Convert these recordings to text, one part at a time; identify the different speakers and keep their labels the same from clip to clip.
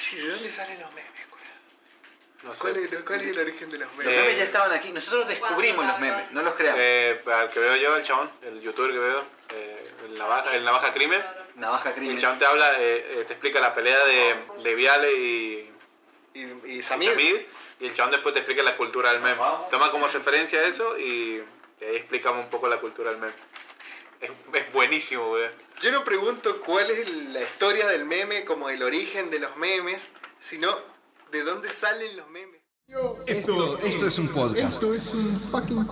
Speaker 1: Sí, ¿de dónde salen los memes, cura?
Speaker 2: No sé.
Speaker 1: ¿Cuál es, cuál es el origen de los
Speaker 3: Los
Speaker 1: memes?
Speaker 2: Eh,
Speaker 3: memes ya estaban aquí. Nosotros descubrimos los memes, no los creamos.
Speaker 2: Eh, al que veo yo, el chabón, el youtuber que veo, eh, el, navaja, el Navaja Crimen.
Speaker 3: Navaja
Speaker 2: Y el
Speaker 3: crimen.
Speaker 2: chabón te habla, eh, eh, te explica la pelea de, de Viale y
Speaker 1: Y, y
Speaker 2: y
Speaker 1: Ah. Samir.
Speaker 2: Samir, Y el chabón después te explica la cultura del meme. Toma como referencia eso y, y ahí explicamos un poco la cultura del meme. Es, es buenísimo, güey.
Speaker 1: Yo no pregunto cuál es la historia del meme, como el origen de los memes, sino de dónde salen los memes.
Speaker 4: Esto, esto es un podcast.
Speaker 5: Esto es un fucking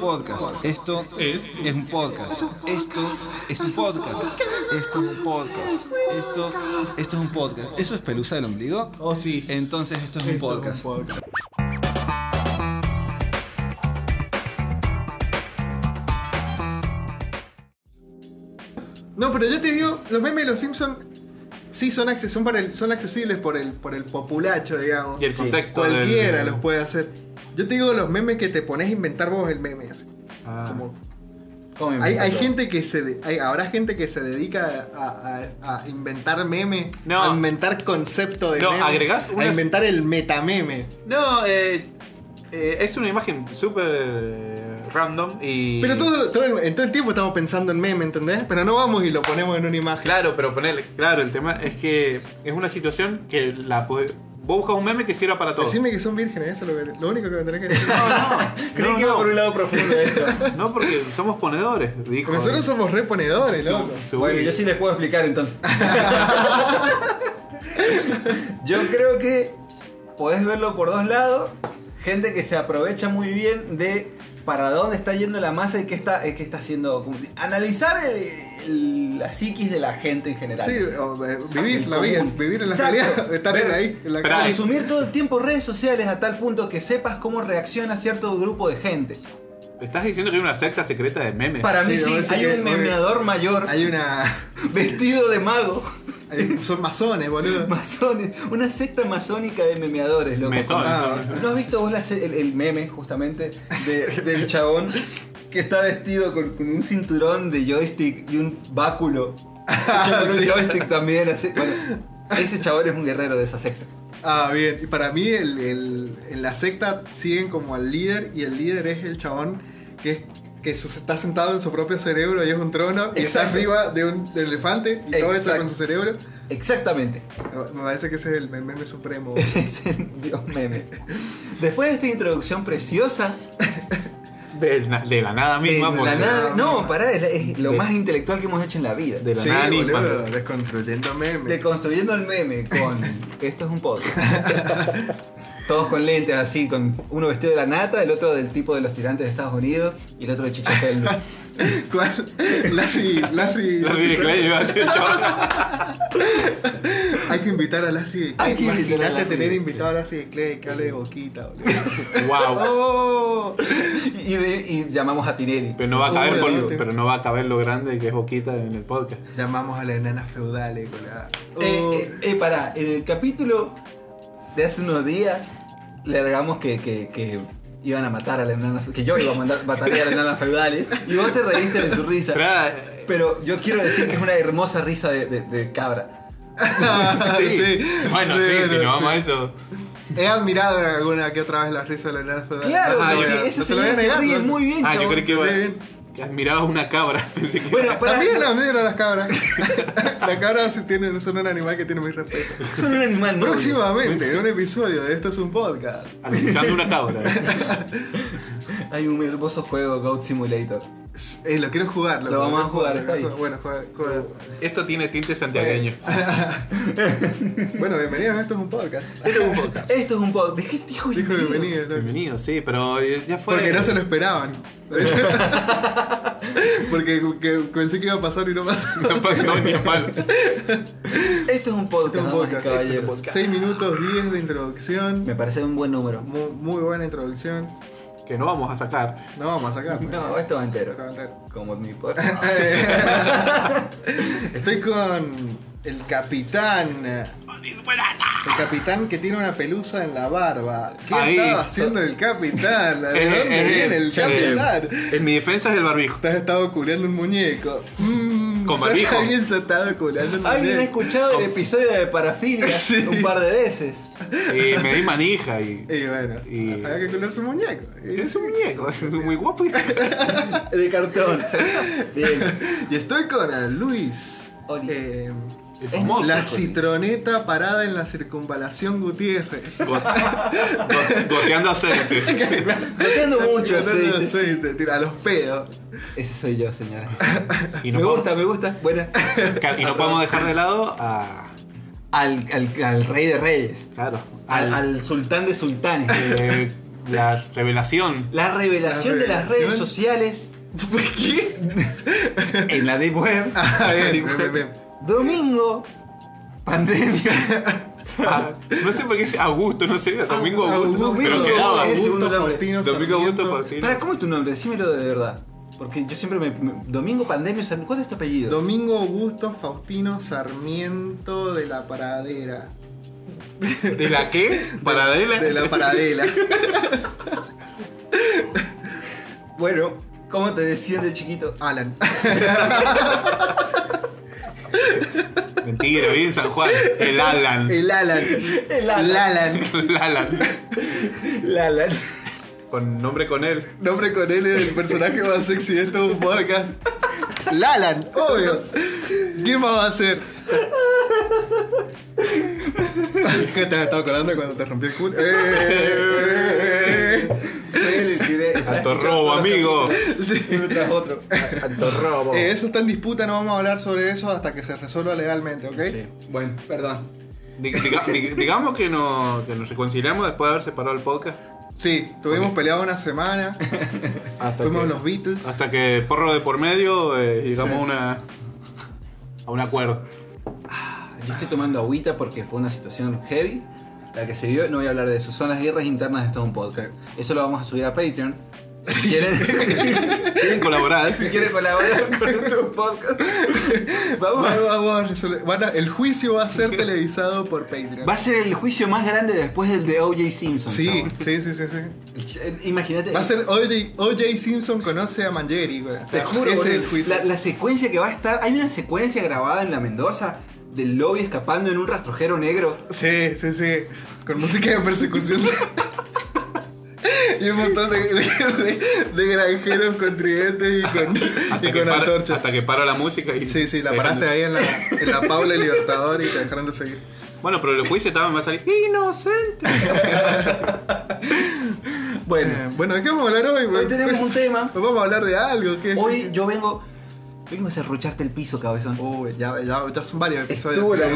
Speaker 5: podcast.
Speaker 4: Esto es un podcast. Esto es, un podcast. Esto es un podcast. Esto es un podcast. Esto, esto es un podcast. ¿Eso es pelusa del ombligo?
Speaker 5: Oh, sí.
Speaker 4: Entonces esto es un podcast.
Speaker 1: No, pero yo te digo, los memes de los Simpsons sí son, acces- son, para el- son accesibles por el, por el populacho, digamos.
Speaker 2: Y el contexto
Speaker 1: Cualquiera
Speaker 2: del-
Speaker 1: los puede hacer. Yo te digo los memes que te pones a inventar vos el meme. así.
Speaker 2: Ah.
Speaker 1: Como- hay, hay gente que se de- hay- habrá gente que se dedica a, a- a inventar meme,
Speaker 2: No.
Speaker 1: a inventar concepto de
Speaker 2: No,
Speaker 1: meme,
Speaker 2: agregás
Speaker 1: a
Speaker 2: unas-
Speaker 1: inventar el metameme.
Speaker 2: No, eh, eh, es una imagen súper eh, random y...
Speaker 1: Pero todo, todo el, en todo el tiempo estamos pensando en meme, ¿entendés? Pero no vamos y lo ponemos en una imagen.
Speaker 2: Claro, pero ponerle... Claro, el tema es que es una situación que la... po- Vos buscas un meme que sirva para todo.
Speaker 1: Decime que son vírgenes, eso es lo, que- lo único que me tenés que decir.
Speaker 2: No, no,
Speaker 5: Creí
Speaker 2: no,
Speaker 5: que iba
Speaker 2: no.
Speaker 5: por un lado profundo esto.
Speaker 2: No, porque somos ponedores, dijo.
Speaker 1: Nosotros somos reponedores, loco.
Speaker 2: Subí.
Speaker 5: Bueno, yo sí les puedo explicar entonces. yo creo que podés verlo por dos lados. Gente que se aprovecha muy bien de para dónde está yendo la masa y qué está, eh, qué está haciendo. como- Analizar el- el- la psiquis de la gente en general.
Speaker 1: Sí, o, eh, vivir
Speaker 5: El
Speaker 1: la vida,
Speaker 5: común.
Speaker 1: vivir en la
Speaker 5: Exacto.
Speaker 1: realidad, estar en
Speaker 5: Ver-
Speaker 1: ahí, en la
Speaker 2: Esperá,
Speaker 1: calle.
Speaker 2: es
Speaker 5: Consumir todo el tiempo redes sociales a tal punto que sepas cómo reacciona cierto grupo de gente.
Speaker 2: Estás diciendo que hay una secta secreta de memes.
Speaker 5: Para
Speaker 1: Sí,
Speaker 5: mí
Speaker 1: me
Speaker 5: sí,
Speaker 1: parece
Speaker 5: hay
Speaker 1: que-
Speaker 5: un memeador mayor
Speaker 1: Hay una.
Speaker 5: vestido de mago,
Speaker 1: hay- son masones, boludo.
Speaker 5: masones, una secta masónica de memeadores, loco.
Speaker 2: Mesones.
Speaker 1: Ah,
Speaker 5: ¿No has visto vos la se- el, el meme, justamente, de- del chabón que está vestido con, con un cinturón de joystick y un báculo? Hecho con un
Speaker 1: Ah, Sí.
Speaker 5: joystick también, así. Bueno, ese chabón es un guerrero de esa secta.
Speaker 1: Ah, bien. Y para mí, el, el- en la secta siguen como al líder, y el líder es el chabón que es- que su- está sentado en su propio cerebro y es un trono y está
Speaker 5: Exacto.
Speaker 1: arriba de un del elefante y todo eso
Speaker 5: Exacto.
Speaker 1: con su cerebro.
Speaker 5: Exactamente.
Speaker 1: Me parece que ese es el meme supremo.
Speaker 5: Dios meme. Después de esta introducción preciosa,
Speaker 2: De, la- de la nada misma.
Speaker 5: de
Speaker 2: porque-
Speaker 5: la nada- No,
Speaker 1: misma.
Speaker 5: pará, es, es lo
Speaker 2: De-
Speaker 5: más intelectual que hemos hecho en la vida.
Speaker 2: De la
Speaker 1: sí,
Speaker 2: nada misma.
Speaker 1: boludo, desconstruyendo memes.
Speaker 5: Deconstruyendo el meme con. Esto es un podcast. Todos con lentes así, con uno vestido de la nata, el otro del tipo de los tirantes de Estados Unidos y el otro de Chichapel.
Speaker 1: ¿Cuál? Larry, Larry.
Speaker 2: Larry de Clay, iba a decir, chaval.
Speaker 1: Hay que invitar a Larry de Clay.
Speaker 5: Hay que invitar a
Speaker 1: Imaginate
Speaker 5: Larry de
Speaker 1: tener
Speaker 5: Clay.
Speaker 1: invitado a Larry de Clay que hable de boquita, boludo.
Speaker 2: Wow.
Speaker 1: ¡Oh!
Speaker 5: y, de- y llamamos a Tinelli.
Speaker 2: Pero no va a caber, por lo,
Speaker 1: Obviamente.
Speaker 2: pero no va a caber lo grande que es Boquita en el podcast.
Speaker 1: Llamamos a las enanas feudales, boludo. ¡Oh!
Speaker 5: Eh, eh, eh, pará, en el capítulo de hace unos días, largamos que, que, que iban a matar a las enanas. Que yo iba a mandar, mataría a las enanas feudales. Y vos te reíste de su risa.
Speaker 2: Pero, ah,
Speaker 5: Pero yo quiero decir que es una hermosa risa de, de- de cabra.
Speaker 2: sí. Bueno,
Speaker 1: bueno,
Speaker 2: sí, si no vamos a
Speaker 1: Ah, sí.
Speaker 2: eso.
Speaker 1: He admirado alguna que otra vez la risa de las enanas feudales.
Speaker 5: Claro,
Speaker 2: Ah,
Speaker 5: que
Speaker 2: ya.
Speaker 5: sí,
Speaker 2: No
Speaker 5: esa
Speaker 1: te lo voy
Speaker 5: señora
Speaker 1: a
Speaker 5: se
Speaker 1: negar,
Speaker 5: ríe
Speaker 1: ¿no?
Speaker 5: muy bien,
Speaker 2: Ah, yo
Speaker 5: chabón.
Speaker 2: creí que,
Speaker 1: Está bien.
Speaker 2: iba- que admirabas una cabra. Pensé que
Speaker 5: Bueno, pará,
Speaker 1: También las admiro a las cabras. las cabras sí tienen- son un animal que tiene mi respeto.
Speaker 5: son un animal. noble.
Speaker 1: Próximamente, en un episodio de Esto es un podcast.
Speaker 2: analizando una cabra.
Speaker 5: Hay un hermoso juego, Goat Simulator.
Speaker 1: Eh, lo quiero jugar.
Speaker 5: Lo vamos
Speaker 1: quiero
Speaker 5: a jugar, está ahí.
Speaker 1: Bueno, juega- juega.
Speaker 2: Esto tiene tinte santiagueño.
Speaker 1: bueno, bienvenidos a Esto Este es un podcast.
Speaker 5: Esto es un pod. este ¿De qué te dijo
Speaker 1: Dijo
Speaker 5: bienvenido?
Speaker 1: bienvenido, ¿no?
Speaker 2: Bienvenido, sí, pero eh, ya fue.
Speaker 1: Porque no se lo esperaban. Porque que- pensé que iba a pasar y no pasó.
Speaker 2: No, pa- no, ni a palo.
Speaker 5: Esto es un podcast.
Speaker 1: Esto Este es un podcast.
Speaker 5: damas y
Speaker 1: Esto es un
Speaker 5: caballeros.
Speaker 1: podcast. 6 minutos 10 de introducción.
Speaker 5: Me parece un buen número.
Speaker 1: Muy, muy buena introducción.
Speaker 2: Que no vamos a sacar.
Speaker 1: No vamos a sacar. pues.
Speaker 5: No, esto va entero.
Speaker 1: Esto va entero.
Speaker 5: Como mi podcast.
Speaker 1: Estoy con el capitán. El capitán que tiene una pelusa en la barba. ¿Qué
Speaker 2: Ahí.
Speaker 1: estaba haciendo el capitán? ¿De
Speaker 2: Eh,
Speaker 1: dónde
Speaker 2: eh,
Speaker 1: viene
Speaker 2: eh,
Speaker 1: el capitán?
Speaker 2: En mi defensa es el barbijo.
Speaker 1: Te has estado cubriendo un muñeco. Mm,
Speaker 2: Con
Speaker 1: quizás
Speaker 2: barbijo.
Speaker 1: alguien se está colando en
Speaker 5: Alguien ha
Speaker 1: el-
Speaker 5: escuchado el episodio de Parafilia
Speaker 1: Sí.
Speaker 5: un par de veces.
Speaker 2: Y me di manija y.
Speaker 1: Y bueno,
Speaker 2: Y-
Speaker 1: sabía que culo es un muñeco. Y-
Speaker 2: Es un muñeco, es muy guapo. y-
Speaker 5: De cartón. Bien.
Speaker 1: Y estoy con Luis.
Speaker 5: Oli.
Speaker 1: eh,
Speaker 2: El famoso.
Speaker 1: la
Speaker 2: Oli.
Speaker 1: citroneta parada en la circunvalación Gutiérrez.
Speaker 2: Go- go- Goteando aceite.
Speaker 5: Goteando mucho
Speaker 1: Goteando
Speaker 5: aceite.
Speaker 1: aceite, tira, a los pedos.
Speaker 5: Ese soy yo, señora.
Speaker 2: Y
Speaker 5: me
Speaker 2: nos
Speaker 5: gusta, me gusta. Buena.
Speaker 2: Y no podemos dejar de lado a.
Speaker 5: Al, al, al rey de reyes.
Speaker 2: Claro.
Speaker 5: Al, al sultán de sultanes.
Speaker 2: eh, la revelación.
Speaker 5: La revelación
Speaker 1: La
Speaker 5: de las
Speaker 1: revelación.
Speaker 5: redes sociales
Speaker 1: ¿Qué?
Speaker 5: en la Deep Web.
Speaker 1: Ah, bien, bien, bien.
Speaker 5: Domingo, pandemia.
Speaker 2: Ah, no sé por qué es Augusto, no sé, Domingo Augusto.
Speaker 1: Ah, Augusto,
Speaker 2: pero quedaba.
Speaker 5: es el segundo
Speaker 1: Augusto
Speaker 5: nombre.
Speaker 1: Faustino
Speaker 2: Domingo Augusto
Speaker 1: Sarmiento.
Speaker 2: Faustino.
Speaker 5: Pará, ¿cómo es tu nombre? Decímelo de verdad. Porque yo siempre me. me- Domingo Pandemia, San- ¿cuál es tu apellido?
Speaker 1: Domingo Augusto Faustino Sarmiento de la Paradera.
Speaker 2: ¿De la qué? ¿Paradela?
Speaker 1: De la Paradela.
Speaker 5: bueno, ¿cómo te decían de chiquito?
Speaker 1: Alan.
Speaker 2: Mentira, vive en San Juan. El Alan.
Speaker 1: El Alan.
Speaker 5: El Alan.
Speaker 1: Alan.
Speaker 2: El Alan.
Speaker 5: Lalan.
Speaker 2: Con nombre con él.
Speaker 1: Nombre con él es el personaje más sexy de todo un podcast. Lalan, obvio. ¿Quién más va a ser? ¿Qué te has estado acordando cuando te rompió el culo? Eh, eh, eh,
Speaker 2: Alto robo, amigo.
Speaker 1: eh. Sí.
Speaker 5: Tras otro.
Speaker 2: Alto robo.
Speaker 1: Eh, eso está en disputa, no vamos a hablar sobre eso hasta que se resuelva legalmente, ¿ok?
Speaker 5: Bueno, perdón.
Speaker 2: Dig- diga- dig- digamos que, no- que nos reconciliamos después de haber separado el podcast.
Speaker 1: Sí, tuvimos peleado una semana,
Speaker 2: Hasta
Speaker 1: fuimos
Speaker 2: que, Ah.
Speaker 1: los Beatles.
Speaker 2: hasta que porro de por medio eh, llegamos a, una, a un acuerdo.
Speaker 5: Yo estoy tomando agüita porque fue una situación heavy. La que se vio, no voy a hablar de eso. Son las guerras internas de esto es un podcast. Eso lo vamos a subir a Patreon. Si quieren,
Speaker 2: ¿Quieren colaborar?
Speaker 5: si quieren colaborar con nuestro podcast, vamos.
Speaker 1: Vamos, vamos a resolver- van a- el juicio va a ser televisado por Patreon.
Speaker 5: Va a ser el juicio más grande después del de O.J. Simpson.
Speaker 1: Sí,
Speaker 5: chabón.
Speaker 1: sí, sí, sí, sí.
Speaker 5: Eh, Imagínate.
Speaker 1: Va a ser OJ, OJ Simpson conoce a Mangieri, güey.
Speaker 5: Te juro,
Speaker 1: Ese es
Speaker 5: boludo.
Speaker 1: el juicio.
Speaker 5: La, la secuencia que va a estar. Hay una secuencia grabada en la Mendoza del lobby escapando en un rastrojero negro.
Speaker 1: Sí, sí, sí. Con música de persecución. y un montón de, de- de granjeros con tridentes y con, y
Speaker 2: Hasta que,
Speaker 1: con
Speaker 2: para,
Speaker 1: antorchas.
Speaker 2: hasta que para la música y.
Speaker 1: Sí, sí, la
Speaker 2: dejan
Speaker 1: paraste
Speaker 2: de-
Speaker 1: ahí en la, en la Paula Libertador y te dejaron de seguir.
Speaker 2: Bueno, pero el juicio estaba más salir. ¡Inocente!
Speaker 5: Bueno,
Speaker 1: Eh, bueno, ¿de qué vamos a hablar hoy? Pues,
Speaker 5: Hoy tenemos un tema.
Speaker 1: Vamos a hablar de algo. ¿qué?
Speaker 5: hoy yo vengo. Vengo a serrucharte el piso, cabezón.
Speaker 1: Uy, ya, ya, ya son varios episodios.
Speaker 5: Estuvo la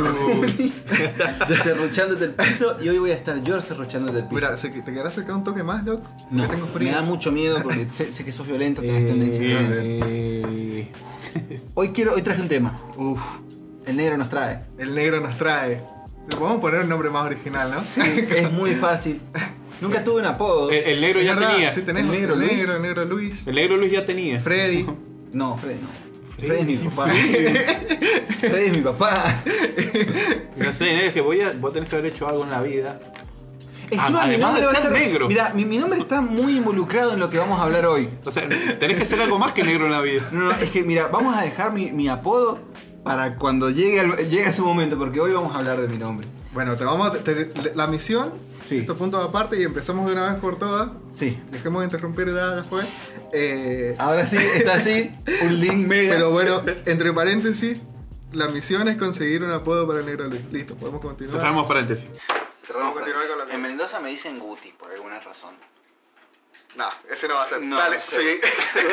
Speaker 5: Serruchándote el piso y hoy voy a estar yo serruchándote el piso.
Speaker 1: Mira, ¿se- ¿te querrás acercar un toque más, loco? Porque
Speaker 5: no,
Speaker 1: tengo frío.
Speaker 5: me da mucho miedo porque sé, sé que sos violento, tenés tendencia violenta.
Speaker 2: Eh,
Speaker 5: Hoy quiero, hoy traje un tema.
Speaker 1: Uf,
Speaker 5: El negro nos trae.
Speaker 1: el negro nos trae. Le podemos poner un nombre más original, ¿no? Ah,
Speaker 5: es muy fácil. Nunca tuve un apodo.
Speaker 2: el, el negro
Speaker 1: Es
Speaker 2: ya
Speaker 1: verdad,
Speaker 2: tenía.
Speaker 1: Sí, tenés
Speaker 5: El negro
Speaker 1: el
Speaker 5: Luis.
Speaker 1: negro, el negro Luis.
Speaker 2: El negro Luis ya tenía.
Speaker 1: Freddy.
Speaker 5: No, Freddy no.
Speaker 2: Freddy.
Speaker 5: Freddy es mi papá. Freddy es mi papá.
Speaker 2: No sé, negro, es que voy a, vos tenés que haber hecho algo en la vida.
Speaker 5: Encima, mi
Speaker 2: además
Speaker 5: nombre
Speaker 2: de
Speaker 5: va a
Speaker 2: ser negro.
Speaker 5: Mira, mi, mi nombre está muy involucrado en lo que vamos a hablar hoy.
Speaker 2: O sea, tenés que ser algo más que negro en la vida.
Speaker 5: No, no, es que mira, vamos a dejar mi, mi apodo para cuando llegue, al- llegue a su momento, porque hoy vamos a hablar de mi nombre.
Speaker 1: Bueno, te vamos a, te- te- la misión,
Speaker 5: Sí.
Speaker 1: estos puntos aparte y empezamos de una vez por todas.
Speaker 5: Sí.
Speaker 1: Dejemos de interrumpir ya, ya fue. Eh,
Speaker 5: Ahora sí, está así, un link mega.
Speaker 1: pero bueno, entre paréntesis, la misión es conseguir un apodo para el negro Luis. Listo, podemos continuar.
Speaker 2: Cerramos paréntesis.
Speaker 3: Cerramos
Speaker 1: Vamos a continuar
Speaker 3: con-
Speaker 1: con la-
Speaker 3: En Mendoza me dicen Guti por alguna razón.
Speaker 1: No, ese no va a ser.
Speaker 3: No,
Speaker 1: Dale,
Speaker 3: no sé.
Speaker 1: sí. no, Eh.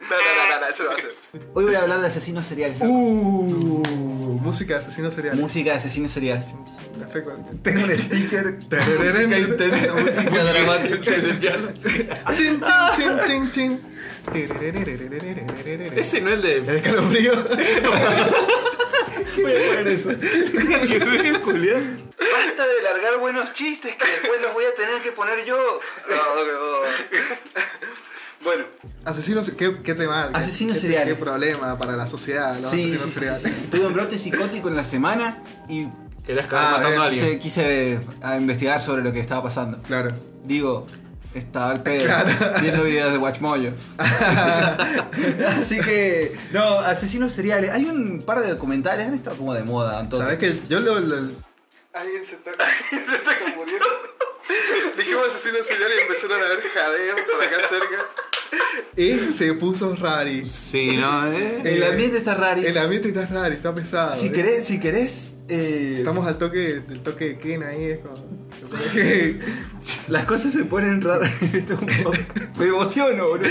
Speaker 1: no, no, no, ese no va a ser.
Speaker 5: Hoy voy a hablar de asesinos seriales.
Speaker 1: Uh, música de asesino serial.
Speaker 5: Música de asesino serial.
Speaker 1: No sé cuál.
Speaker 5: Tengo un sticker.
Speaker 1: Tarararán.
Speaker 5: música intensa, música dramática.
Speaker 1: Tin, tin, tin, tin, tin.
Speaker 2: Ese no es el
Speaker 1: ¿Le
Speaker 2: de.
Speaker 1: de calofrío?
Speaker 5: Voy a poner eso.
Speaker 2: que ver, Julián.
Speaker 3: Basta de largar buenos chistes que después los voy a tener que poner yo.
Speaker 1: Ah,
Speaker 3: Bueno,
Speaker 1: Asesinos, ¿qué, qué tema? ¿Qué-
Speaker 5: Asesinos
Speaker 1: qué-
Speaker 5: seriales.
Speaker 1: ¿Qué problema para la sociedad, los
Speaker 5: Sí,
Speaker 1: asesinos
Speaker 5: sí, sí,
Speaker 1: seriales?
Speaker 5: sí. Tuve un brote psicótico en la semana y
Speaker 2: Querías
Speaker 1: Ah,
Speaker 2: acabar matando a
Speaker 1: bien,
Speaker 2: alguien.
Speaker 5: quise, quise a investigar sobre lo que estaba pasando.
Speaker 1: Claro.
Speaker 5: Digo, estaba al pedo
Speaker 1: Claro.
Speaker 5: viendo videos de Watchmojo. así que, no, asesinos seriales. Hay un par de documentales, han estado como de moda, Antonio.
Speaker 1: ¿Sabes que Yo lo. lo-
Speaker 3: Alguien se está, se está muriendo.
Speaker 2: Dijimos asesinos seriales y empezaron a ver jadeos por acá cerca.
Speaker 1: eh, se puso rari.
Speaker 2: Sí, no, eh.
Speaker 5: El ambiente está raro.
Speaker 1: El ambiente está rari, está pesado.
Speaker 5: Si
Speaker 1: eh.
Speaker 5: querés, si querés, eh,
Speaker 1: Estamos al toque del toque de Ken ahí, es como.
Speaker 5: las cosas se ponen raras. este Me emociono, boludo.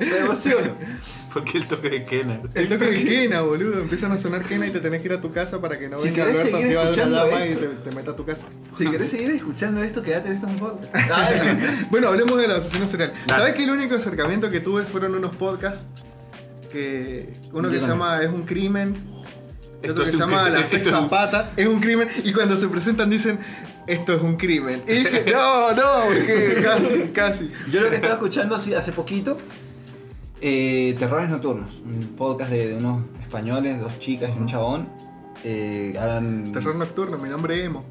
Speaker 5: Me emociono.
Speaker 2: ¿Por qué el toque de Kena?
Speaker 1: El toque de Kena, boludo. Empiezan a sonar Kena y te tenés que ir a tu casa para que no
Speaker 5: Si
Speaker 1: venga
Speaker 5: querés
Speaker 1: Alberto
Speaker 5: seguir
Speaker 1: arriba de una
Speaker 5: escuchando
Speaker 1: llama y te,
Speaker 5: esto.
Speaker 1: te meta a tu casa.
Speaker 5: Si querés seguir escuchando esto, quédate en estos podcasts. Ay,
Speaker 1: Bueno, hablemos de los asesinos seriales.
Speaker 2: Dale.
Speaker 1: ¿Sabes que el único acercamiento que tuve fueron unos podcasts? Que uno que
Speaker 5: Yo
Speaker 1: se
Speaker 5: también.
Speaker 1: llama Es un crimen. Y
Speaker 2: Esto
Speaker 1: otro que
Speaker 2: es
Speaker 1: se
Speaker 2: un
Speaker 1: llama
Speaker 2: crimen.
Speaker 1: La
Speaker 2: Esto es
Speaker 1: sexta
Speaker 2: un-
Speaker 1: pata. Es un crimen. Y cuando se presentan dicen, esto es un crimen. Y dije, no, no, porque casi, casi.
Speaker 5: Yo lo que estaba escuchando así hace poquito, eh, Terrores Nocturnos, un podcast de, de unos españoles, dos chicas y un chabón. Eh, hablan...
Speaker 1: Terror nocturno, mi nombre es Emo.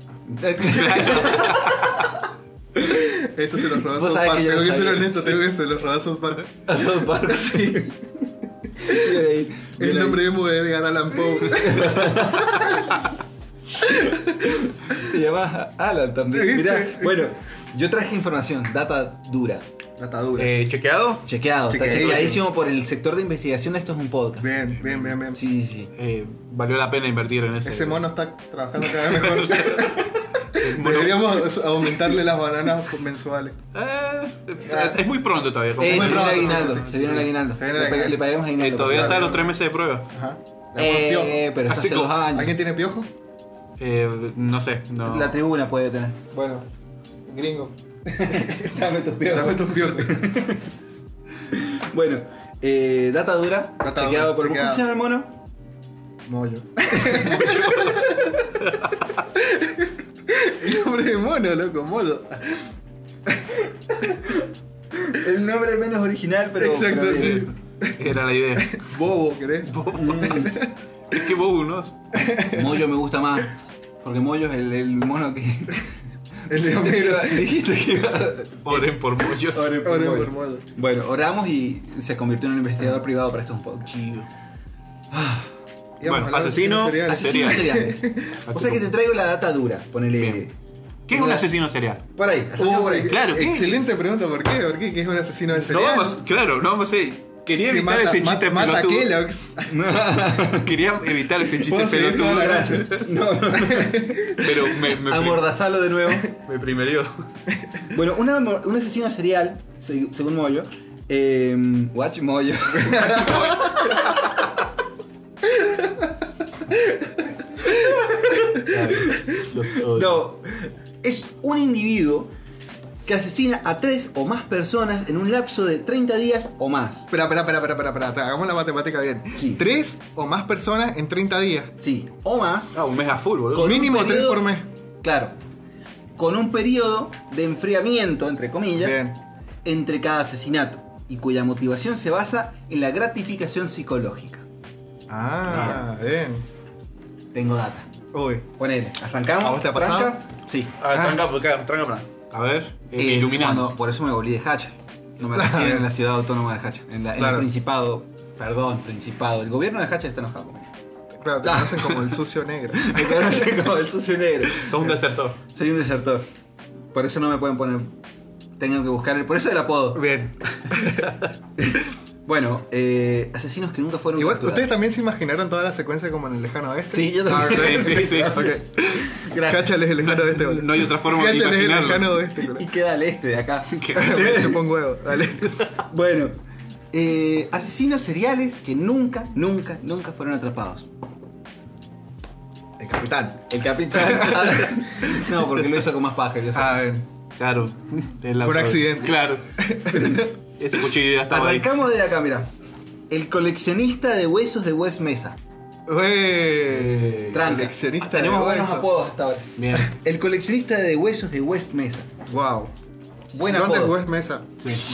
Speaker 1: Eso se los robó
Speaker 5: Vos
Speaker 1: South
Speaker 5: sabés
Speaker 1: Park.
Speaker 5: que yo
Speaker 1: Tengo
Speaker 5: no
Speaker 1: que ser
Speaker 5: sabía.
Speaker 1: honesto, tengo que se los robó South Park.
Speaker 5: A South Park. Bien ahí,
Speaker 1: El
Speaker 5: bien ahí.
Speaker 1: nombre emo de Edgar Allan Poe.
Speaker 5: Se llama Alan también.
Speaker 1: ¿Viste?
Speaker 5: Mirá, bueno, yo traje información, data dura,
Speaker 1: Atadura.
Speaker 2: Eh, ¿Chequeado?
Speaker 5: chequeado, está
Speaker 1: Chequeadísimo.
Speaker 5: chequeadísimo por el sector de investigación de esto es un podcast.
Speaker 1: Bien, bien, bien, bien.
Speaker 5: Sí, sí, sí.
Speaker 2: Eh, valió la pena invertir en ese.
Speaker 1: Ese mono está trabajando cada vez mejor.
Speaker 2: mono.
Speaker 1: Deberíamos aumentarle las bananas mensuales. Ah.
Speaker 2: Eh, es muy pronto todavía. como-
Speaker 5: Eh,
Speaker 1: muy
Speaker 5: se viene el
Speaker 1: pronto,
Speaker 5: aguinaldo,
Speaker 1: sí, sí, sí.
Speaker 5: se viene el aguinaldo.
Speaker 1: Se viene el
Speaker 5: Le pag-
Speaker 1: aguinaldo.
Speaker 5: Le paguemos
Speaker 2: Eh,
Speaker 5: aguinaldo.
Speaker 2: todavía
Speaker 1: Claro.
Speaker 2: están los tres meses de prueba.
Speaker 1: Ajá. La
Speaker 5: Eh,
Speaker 1: piojo.
Speaker 5: pero está
Speaker 2: Así
Speaker 5: hace dos
Speaker 2: como-
Speaker 5: años.
Speaker 1: ¿Alguien tiene piojo?
Speaker 2: Eh, no sé, no.
Speaker 5: La tribuna puede tener.
Speaker 1: Bueno, gringo.
Speaker 5: Dame tus
Speaker 1: Dame tus piojos.
Speaker 5: Bueno, eh, data dura.
Speaker 1: Data
Speaker 5: chequeado
Speaker 1: dura,
Speaker 5: por ¿Cómo
Speaker 1: chequeado.
Speaker 5: se llama el mono?
Speaker 1: Mollo. El nombre de mono, loco, mollo.
Speaker 5: El nombre menos original, pero.
Speaker 1: Exacto,
Speaker 5: pero bien.
Speaker 1: sí.
Speaker 2: Era la idea.
Speaker 1: Bobo, ¿querés?
Speaker 2: es que vos unos.
Speaker 5: Mm. Moyo me gusta más. Porque Moyo es el, el mono que.
Speaker 1: El de Homero.
Speaker 5: Dijiste que iba.
Speaker 2: Oren por muchos.
Speaker 5: Oren
Speaker 1: Ahora por mollo.
Speaker 5: Bueno, oramos y se convirtió en un investigador privado para estos podcasts.
Speaker 2: Chido.
Speaker 1: Íbamos a
Speaker 2: Bueno,
Speaker 1: hablar de
Speaker 2: asesino,
Speaker 1: asesinos seriales.
Speaker 5: Asesinos seriales. O sea que te traigo la data dura, ponele.
Speaker 2: Bien. ¿Qué es un asesino serial?
Speaker 5: Por ahí, arranca por ahí.
Speaker 1: Uy,
Speaker 2: Claro, ¿qué?
Speaker 1: Excelente pregunta, ¿por qué? ¿Por qué? ¿Qué es un asesino de
Speaker 2: No
Speaker 1: serial?
Speaker 2: vamos, claro, no vamos a Quería
Speaker 1: Que
Speaker 2: evitar
Speaker 1: mata,
Speaker 2: ese
Speaker 1: mata,
Speaker 2: chiste
Speaker 1: mata a
Speaker 2: pelotudo.
Speaker 1: Kellogg's.
Speaker 2: Quería evitar ese chiste
Speaker 1: Puedo seguir toda
Speaker 2: pelotudo.
Speaker 1: la noche.
Speaker 5: No, no, no.
Speaker 2: Pero me, me,
Speaker 5: Amordazalo de nuevo.
Speaker 2: me primerió.
Speaker 5: Bueno, una, un asesino serial, seg- según Moyo, eh, Watch Moyo, no, es un individuo que asesina a tres o más personas en un lapso de 30 días o más.
Speaker 1: Espera, espera, espera, espera, espera, espera, hagamos la matemática bien.
Speaker 5: Sí.
Speaker 1: Tres o más personas en 30 días.
Speaker 5: Sí, o más.
Speaker 2: Ah, un mes a full, boludo.
Speaker 5: Con un
Speaker 1: Mínimo tres
Speaker 5: periodo-
Speaker 1: por mes.
Speaker 5: Claro. Con un periodo de enfriamiento, entre comillas,
Speaker 1: Bien.
Speaker 5: entre cada asesinato y cuya motivación se basa en la gratificación psicológica.
Speaker 1: Ah, bien.
Speaker 5: Tengo data.
Speaker 1: Uy.
Speaker 5: Ponele, arrancamos.
Speaker 1: ¿A vos te ha pasado?
Speaker 5: ¿Arranca? Sí.
Speaker 2: Ah, tranca, tranca, tranca. A ver, eh,
Speaker 5: Eh,
Speaker 2: iluminando.
Speaker 5: cuando- por eso me volví de Hacha. No me reciben en la ciudad autónoma de Hacha. En, la- en
Speaker 1: Claro.
Speaker 5: el Principado. Perdón, Principado. El gobierno de Hacha está enojado conmigo.
Speaker 1: Claro, te
Speaker 5: Ah.
Speaker 1: conocen como el sucio negro.
Speaker 5: Me conocen como el sucio negro.
Speaker 2: Sos un desertor.
Speaker 5: Soy un desertor. Por eso no me pueden poner. Tengo que buscar el. Por eso el apodo.
Speaker 1: Bien.
Speaker 5: Bueno, eh, asesinos que nunca fueron
Speaker 1: Igual,
Speaker 5: capturados.
Speaker 1: ¿ustedes también se imaginaron toda la secuencia como en el lejano oeste?
Speaker 5: Sí, yo también.
Speaker 1: Ah, ok.
Speaker 2: Sí, sí, sí.
Speaker 1: Ok.
Speaker 5: Gracias.
Speaker 1: Cáchales el lejano oeste, boludo.
Speaker 2: No hay otra forma de
Speaker 1: Cáchales el
Speaker 2: imaginarlo.
Speaker 1: lejano oeste,
Speaker 5: Y
Speaker 1: boludo.
Speaker 5: queda al este de acá.
Speaker 1: Me chupó un huevo, dale.
Speaker 5: bueno, eh, asesinos seriales que nunca, nunca, nunca fueron atrapados.
Speaker 1: El capitán.
Speaker 5: El capitán. no, porque lo hizo con más paja. lo hizo-
Speaker 1: Ah, bien.
Speaker 2: Claro. El
Speaker 1: Fue un
Speaker 2: auto-
Speaker 1: accidente.
Speaker 2: Claro. Ese cuchillo ya estaba ahí.
Speaker 5: Arrancamos de acá, mira. El coleccionista de huesos de West Mesa.
Speaker 1: Wey.
Speaker 5: Tranca. Ah,
Speaker 1: Coleccionista
Speaker 5: Tenemos
Speaker 1: de
Speaker 5: buenos
Speaker 1: huesos.
Speaker 5: apodos hasta ahora.
Speaker 2: Bien.
Speaker 5: El coleccionista de huesos de West Mesa.
Speaker 1: Wow.
Speaker 5: Buen
Speaker 1: ¿Dónde
Speaker 5: apodo.
Speaker 1: es Wes Mesa?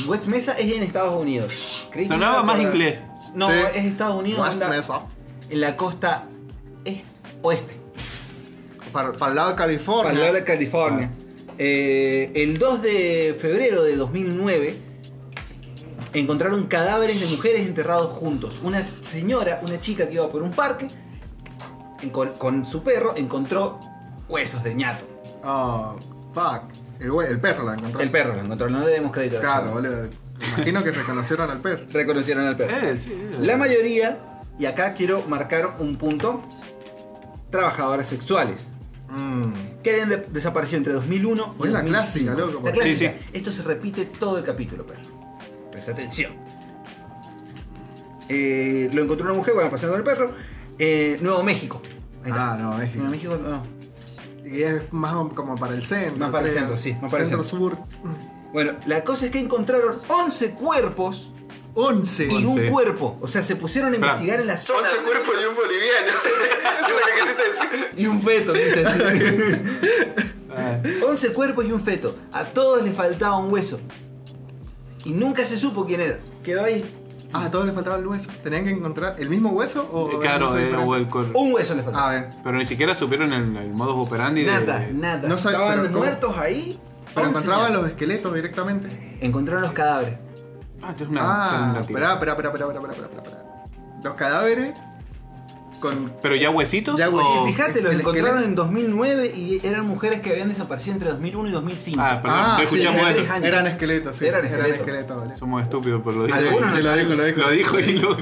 Speaker 5: West? Mesa es en Estados Unidos. Creí que
Speaker 2: Sonaba
Speaker 5: no
Speaker 2: más
Speaker 5: era-
Speaker 2: inglés.
Speaker 5: No,
Speaker 1: Sí.
Speaker 5: es Estados Unidos.
Speaker 1: Wes
Speaker 5: anda
Speaker 1: Mesa.
Speaker 5: En la costa est- oeste.
Speaker 1: Para, para el lado de California. Ah.
Speaker 5: Para el lado de California. Eh, el 2 de febrero de 2009 encontraron cadáveres de mujeres enterrados juntos. Una señora, una chica que iba por un parque en- con, con su perro encontró huesos de ñato.
Speaker 1: Oh, fuck. El, güey- el perro la encontró.
Speaker 5: El perro lo encontró, no le demos crédito. a la
Speaker 1: Claro,
Speaker 5: chava.
Speaker 1: boludo. Me Imagino que reconocieron al perro.
Speaker 5: Reconocieron al perro.
Speaker 6: Eh, sí, eh.
Speaker 5: La mayoría, y acá quiero marcar un punto, trabajadoras sexuales,
Speaker 1: Mm.
Speaker 5: que habían de- desaparecido entre 2001 y
Speaker 1: Es la
Speaker 5: 2005.
Speaker 1: clásica, loco,
Speaker 5: La
Speaker 1: porque-
Speaker 5: clásica.
Speaker 6: Sí,
Speaker 5: Esto se repite todo el capítulo, pero presta atención. Eh, lo encontró una mujer, bueno, pasando el perro, eh, Nuevo México. Ahí está.
Speaker 1: Ah, no, México.
Speaker 5: Nuevo México, no.
Speaker 1: Y es más como para el centro.
Speaker 5: Más para el
Speaker 1: creo.
Speaker 5: centro, sí, más para el
Speaker 1: centro sur.
Speaker 5: Bueno, la cosa es que encontraron 11 cuerpos
Speaker 1: 11.
Speaker 5: y un
Speaker 6: 11.
Speaker 5: cuerpo. O sea, se pusieron a
Speaker 6: Espera.
Speaker 5: investigar en la zona.
Speaker 3: 11 cuerpos y un boliviano.
Speaker 5: Y un feto, dice. 11 cuerpos y un feto. A todos les faltaba un hueso. Y nunca se supo quién era. Quedó ahí.
Speaker 1: Ah, a todos les faltaba el hueso. ¿Tenían que encontrar el mismo hueso o.?
Speaker 6: Eh,
Speaker 1: el
Speaker 6: Claro,
Speaker 1: hueso
Speaker 6: eh,
Speaker 1: diferente? Ah,
Speaker 6: o el cor-
Speaker 5: Un hueso le
Speaker 1: A
Speaker 5: faltaba.
Speaker 1: ver.
Speaker 6: Pero ni siquiera supieron el, el modus operandi de-
Speaker 5: nada,
Speaker 6: de.
Speaker 5: nada.
Speaker 1: No sabe-
Speaker 5: Estaban
Speaker 1: pero ¿cómo?
Speaker 5: muertos ahí.
Speaker 1: Pero
Speaker 5: 11
Speaker 1: encontraban
Speaker 5: ya.
Speaker 1: los esqueletos directamente.
Speaker 5: Encontraron los cadáveres.
Speaker 6: Ah, esto es una.
Speaker 1: ah,
Speaker 6: alternativa.
Speaker 1: espera, espera, espera, espera, espera, espera, espera. Los cadáveres con.
Speaker 6: Pero ya huesitos.
Speaker 1: Ya
Speaker 6: o-
Speaker 1: huesitos. Oh,
Speaker 5: y fíjate, los
Speaker 1: el
Speaker 5: encontraron
Speaker 1: esqueleto.
Speaker 5: en 2009 y eran mujeres que habían desaparecido entre 2001 y 2005.
Speaker 6: Ah, perdón,
Speaker 1: Ah,
Speaker 6: no
Speaker 1: sí,
Speaker 6: escuchamos
Speaker 5: eran
Speaker 6: eso.
Speaker 5: dejan-
Speaker 1: Eran esqueletos, sí.
Speaker 5: Eran
Speaker 1: Eran
Speaker 5: esqueletos.
Speaker 1: esqueletos, vale.
Speaker 6: Somos estúpidos, pero lo dijo.
Speaker 5: Algunos
Speaker 1: Sí, lo dijo, lo dijo.
Speaker 6: Lo dijo y lo.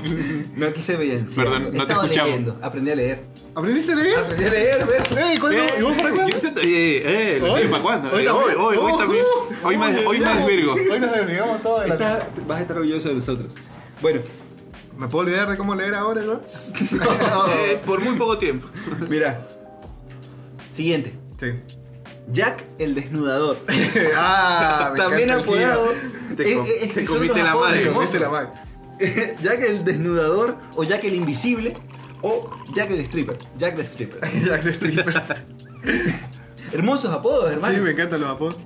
Speaker 5: no quise evidenciar.
Speaker 6: Perdón, no te
Speaker 5: Estaba
Speaker 6: escuchamos.
Speaker 5: leyendo. Aprendí a leer.
Speaker 1: ¿Aprendiste a leer?
Speaker 5: Aprendí a leer, ¿ves?
Speaker 1: ¡Ey, ¿cuándo? ¿Y vos para cuándo?
Speaker 6: Ah, Yo siento- Eh, eh, lo
Speaker 1: Hoy,
Speaker 6: digo para cuándo.
Speaker 1: hoy
Speaker 6: Eh, Hoy,
Speaker 1: también.
Speaker 6: hoy, hoy
Speaker 1: Ojo.
Speaker 6: también. Hoy más, hoy más Virgo.
Speaker 1: Hoy nos desligamos todo de la-
Speaker 5: Está- vas a estar orgulloso de nosotros. Bueno,
Speaker 1: ¿Me puedo olvidar de cómo leer ahora yo?
Speaker 6: Eh, por muy poco tiempo.
Speaker 5: mira. Siguiente.
Speaker 1: sí.
Speaker 5: Jack el desnudador.
Speaker 1: ah, me
Speaker 5: También
Speaker 1: encanta el giro.
Speaker 5: apodado.
Speaker 6: Te com-
Speaker 5: es que
Speaker 6: te
Speaker 5: son
Speaker 6: comiste
Speaker 5: los
Speaker 6: la
Speaker 5: apodos
Speaker 6: madre,
Speaker 1: Te
Speaker 5: hermosos.
Speaker 1: comiste la Mac.
Speaker 5: Jack el desnudador o Jack el invisible o Jack el stripper. Jack the stripper.
Speaker 1: Jack the Ripper.
Speaker 5: Hermosos apodos, hermano.
Speaker 1: Sí, me encantan los apodos.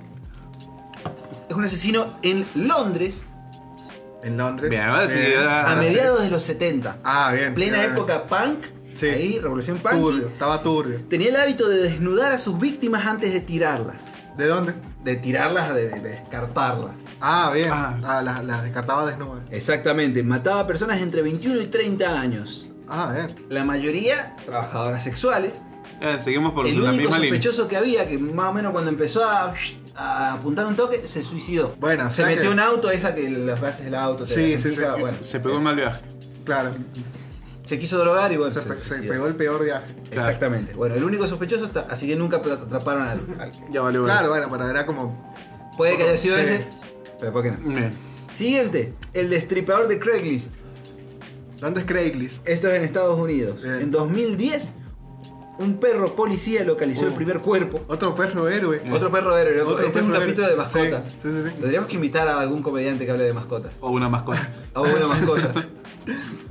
Speaker 5: Es un asesino en Londres
Speaker 1: En Londres.
Speaker 6: Bien, ahora sí, ahora-
Speaker 5: a
Speaker 6: sí.
Speaker 5: mediados de los 70.
Speaker 1: Eh, Ah, bien.
Speaker 5: plena
Speaker 1: bien.
Speaker 5: época punk.
Speaker 1: Sí.
Speaker 5: Ahí, revolución punk.
Speaker 1: Turbio, estaba turbio.
Speaker 5: Tenía el hábito de desnudar a sus víctimas antes de tirarlas.
Speaker 1: ¿De dónde?
Speaker 5: De tirarlas, de- de descartarlas.
Speaker 1: Ah, bien.
Speaker 6: Ah.
Speaker 1: Ah, las las descartaba desnudas.
Speaker 5: Exactamente, mataba a personas entre 21 y 30 años.
Speaker 1: Ah, bien.
Speaker 5: La mayoría trabajadoras sexuales.
Speaker 6: Eh, seguimos por
Speaker 5: el
Speaker 6: la
Speaker 5: único
Speaker 6: misma línea.
Speaker 5: sospechoso que había, que más o menos cuando empezó a, a apuntar un toque, se suicidó.
Speaker 1: Bueno, o
Speaker 5: se
Speaker 1: sea
Speaker 5: metió
Speaker 1: que-
Speaker 5: un auto, esa que los gases del auto.
Speaker 1: Sí,
Speaker 5: te
Speaker 1: sí,
Speaker 5: desintegra,
Speaker 1: sí.
Speaker 5: bueno.
Speaker 6: Se pegó un mal viaje.
Speaker 1: Claro.
Speaker 5: Se quiso drogar y bueno.
Speaker 1: Se,
Speaker 5: se
Speaker 1: pe- se
Speaker 5: suicidó.
Speaker 1: pegó el peor viaje.
Speaker 5: Exactamente. Bueno, el único sospechoso está, así que nunca tra- atraparon al. al-
Speaker 6: Ya vale,
Speaker 1: Claro, bueno, pero era como.
Speaker 5: Puede que haya sido
Speaker 1: Sí.
Speaker 5: ese, pero ¿por qué no?
Speaker 6: Bien.
Speaker 5: Siguiente, el destripador de Craigslist.
Speaker 1: ¿Dónde es Craigslist?
Speaker 5: Esto es en Estados Unidos.
Speaker 1: Bien.
Speaker 5: En 2010, un perro policía localizó
Speaker 1: Uh.
Speaker 5: el primer cuerpo.
Speaker 1: Otro perro héroe.
Speaker 5: Otro perro héroe. loco.
Speaker 1: Otro
Speaker 5: este es un
Speaker 1: perro
Speaker 5: capítulo de
Speaker 1: héroe.
Speaker 5: mascotas.
Speaker 1: Sí, sí, sí, sí.
Speaker 5: Tendríamos que invitar a algún comediante que hable de mascotas.
Speaker 6: O una mascota.
Speaker 5: A una mascota.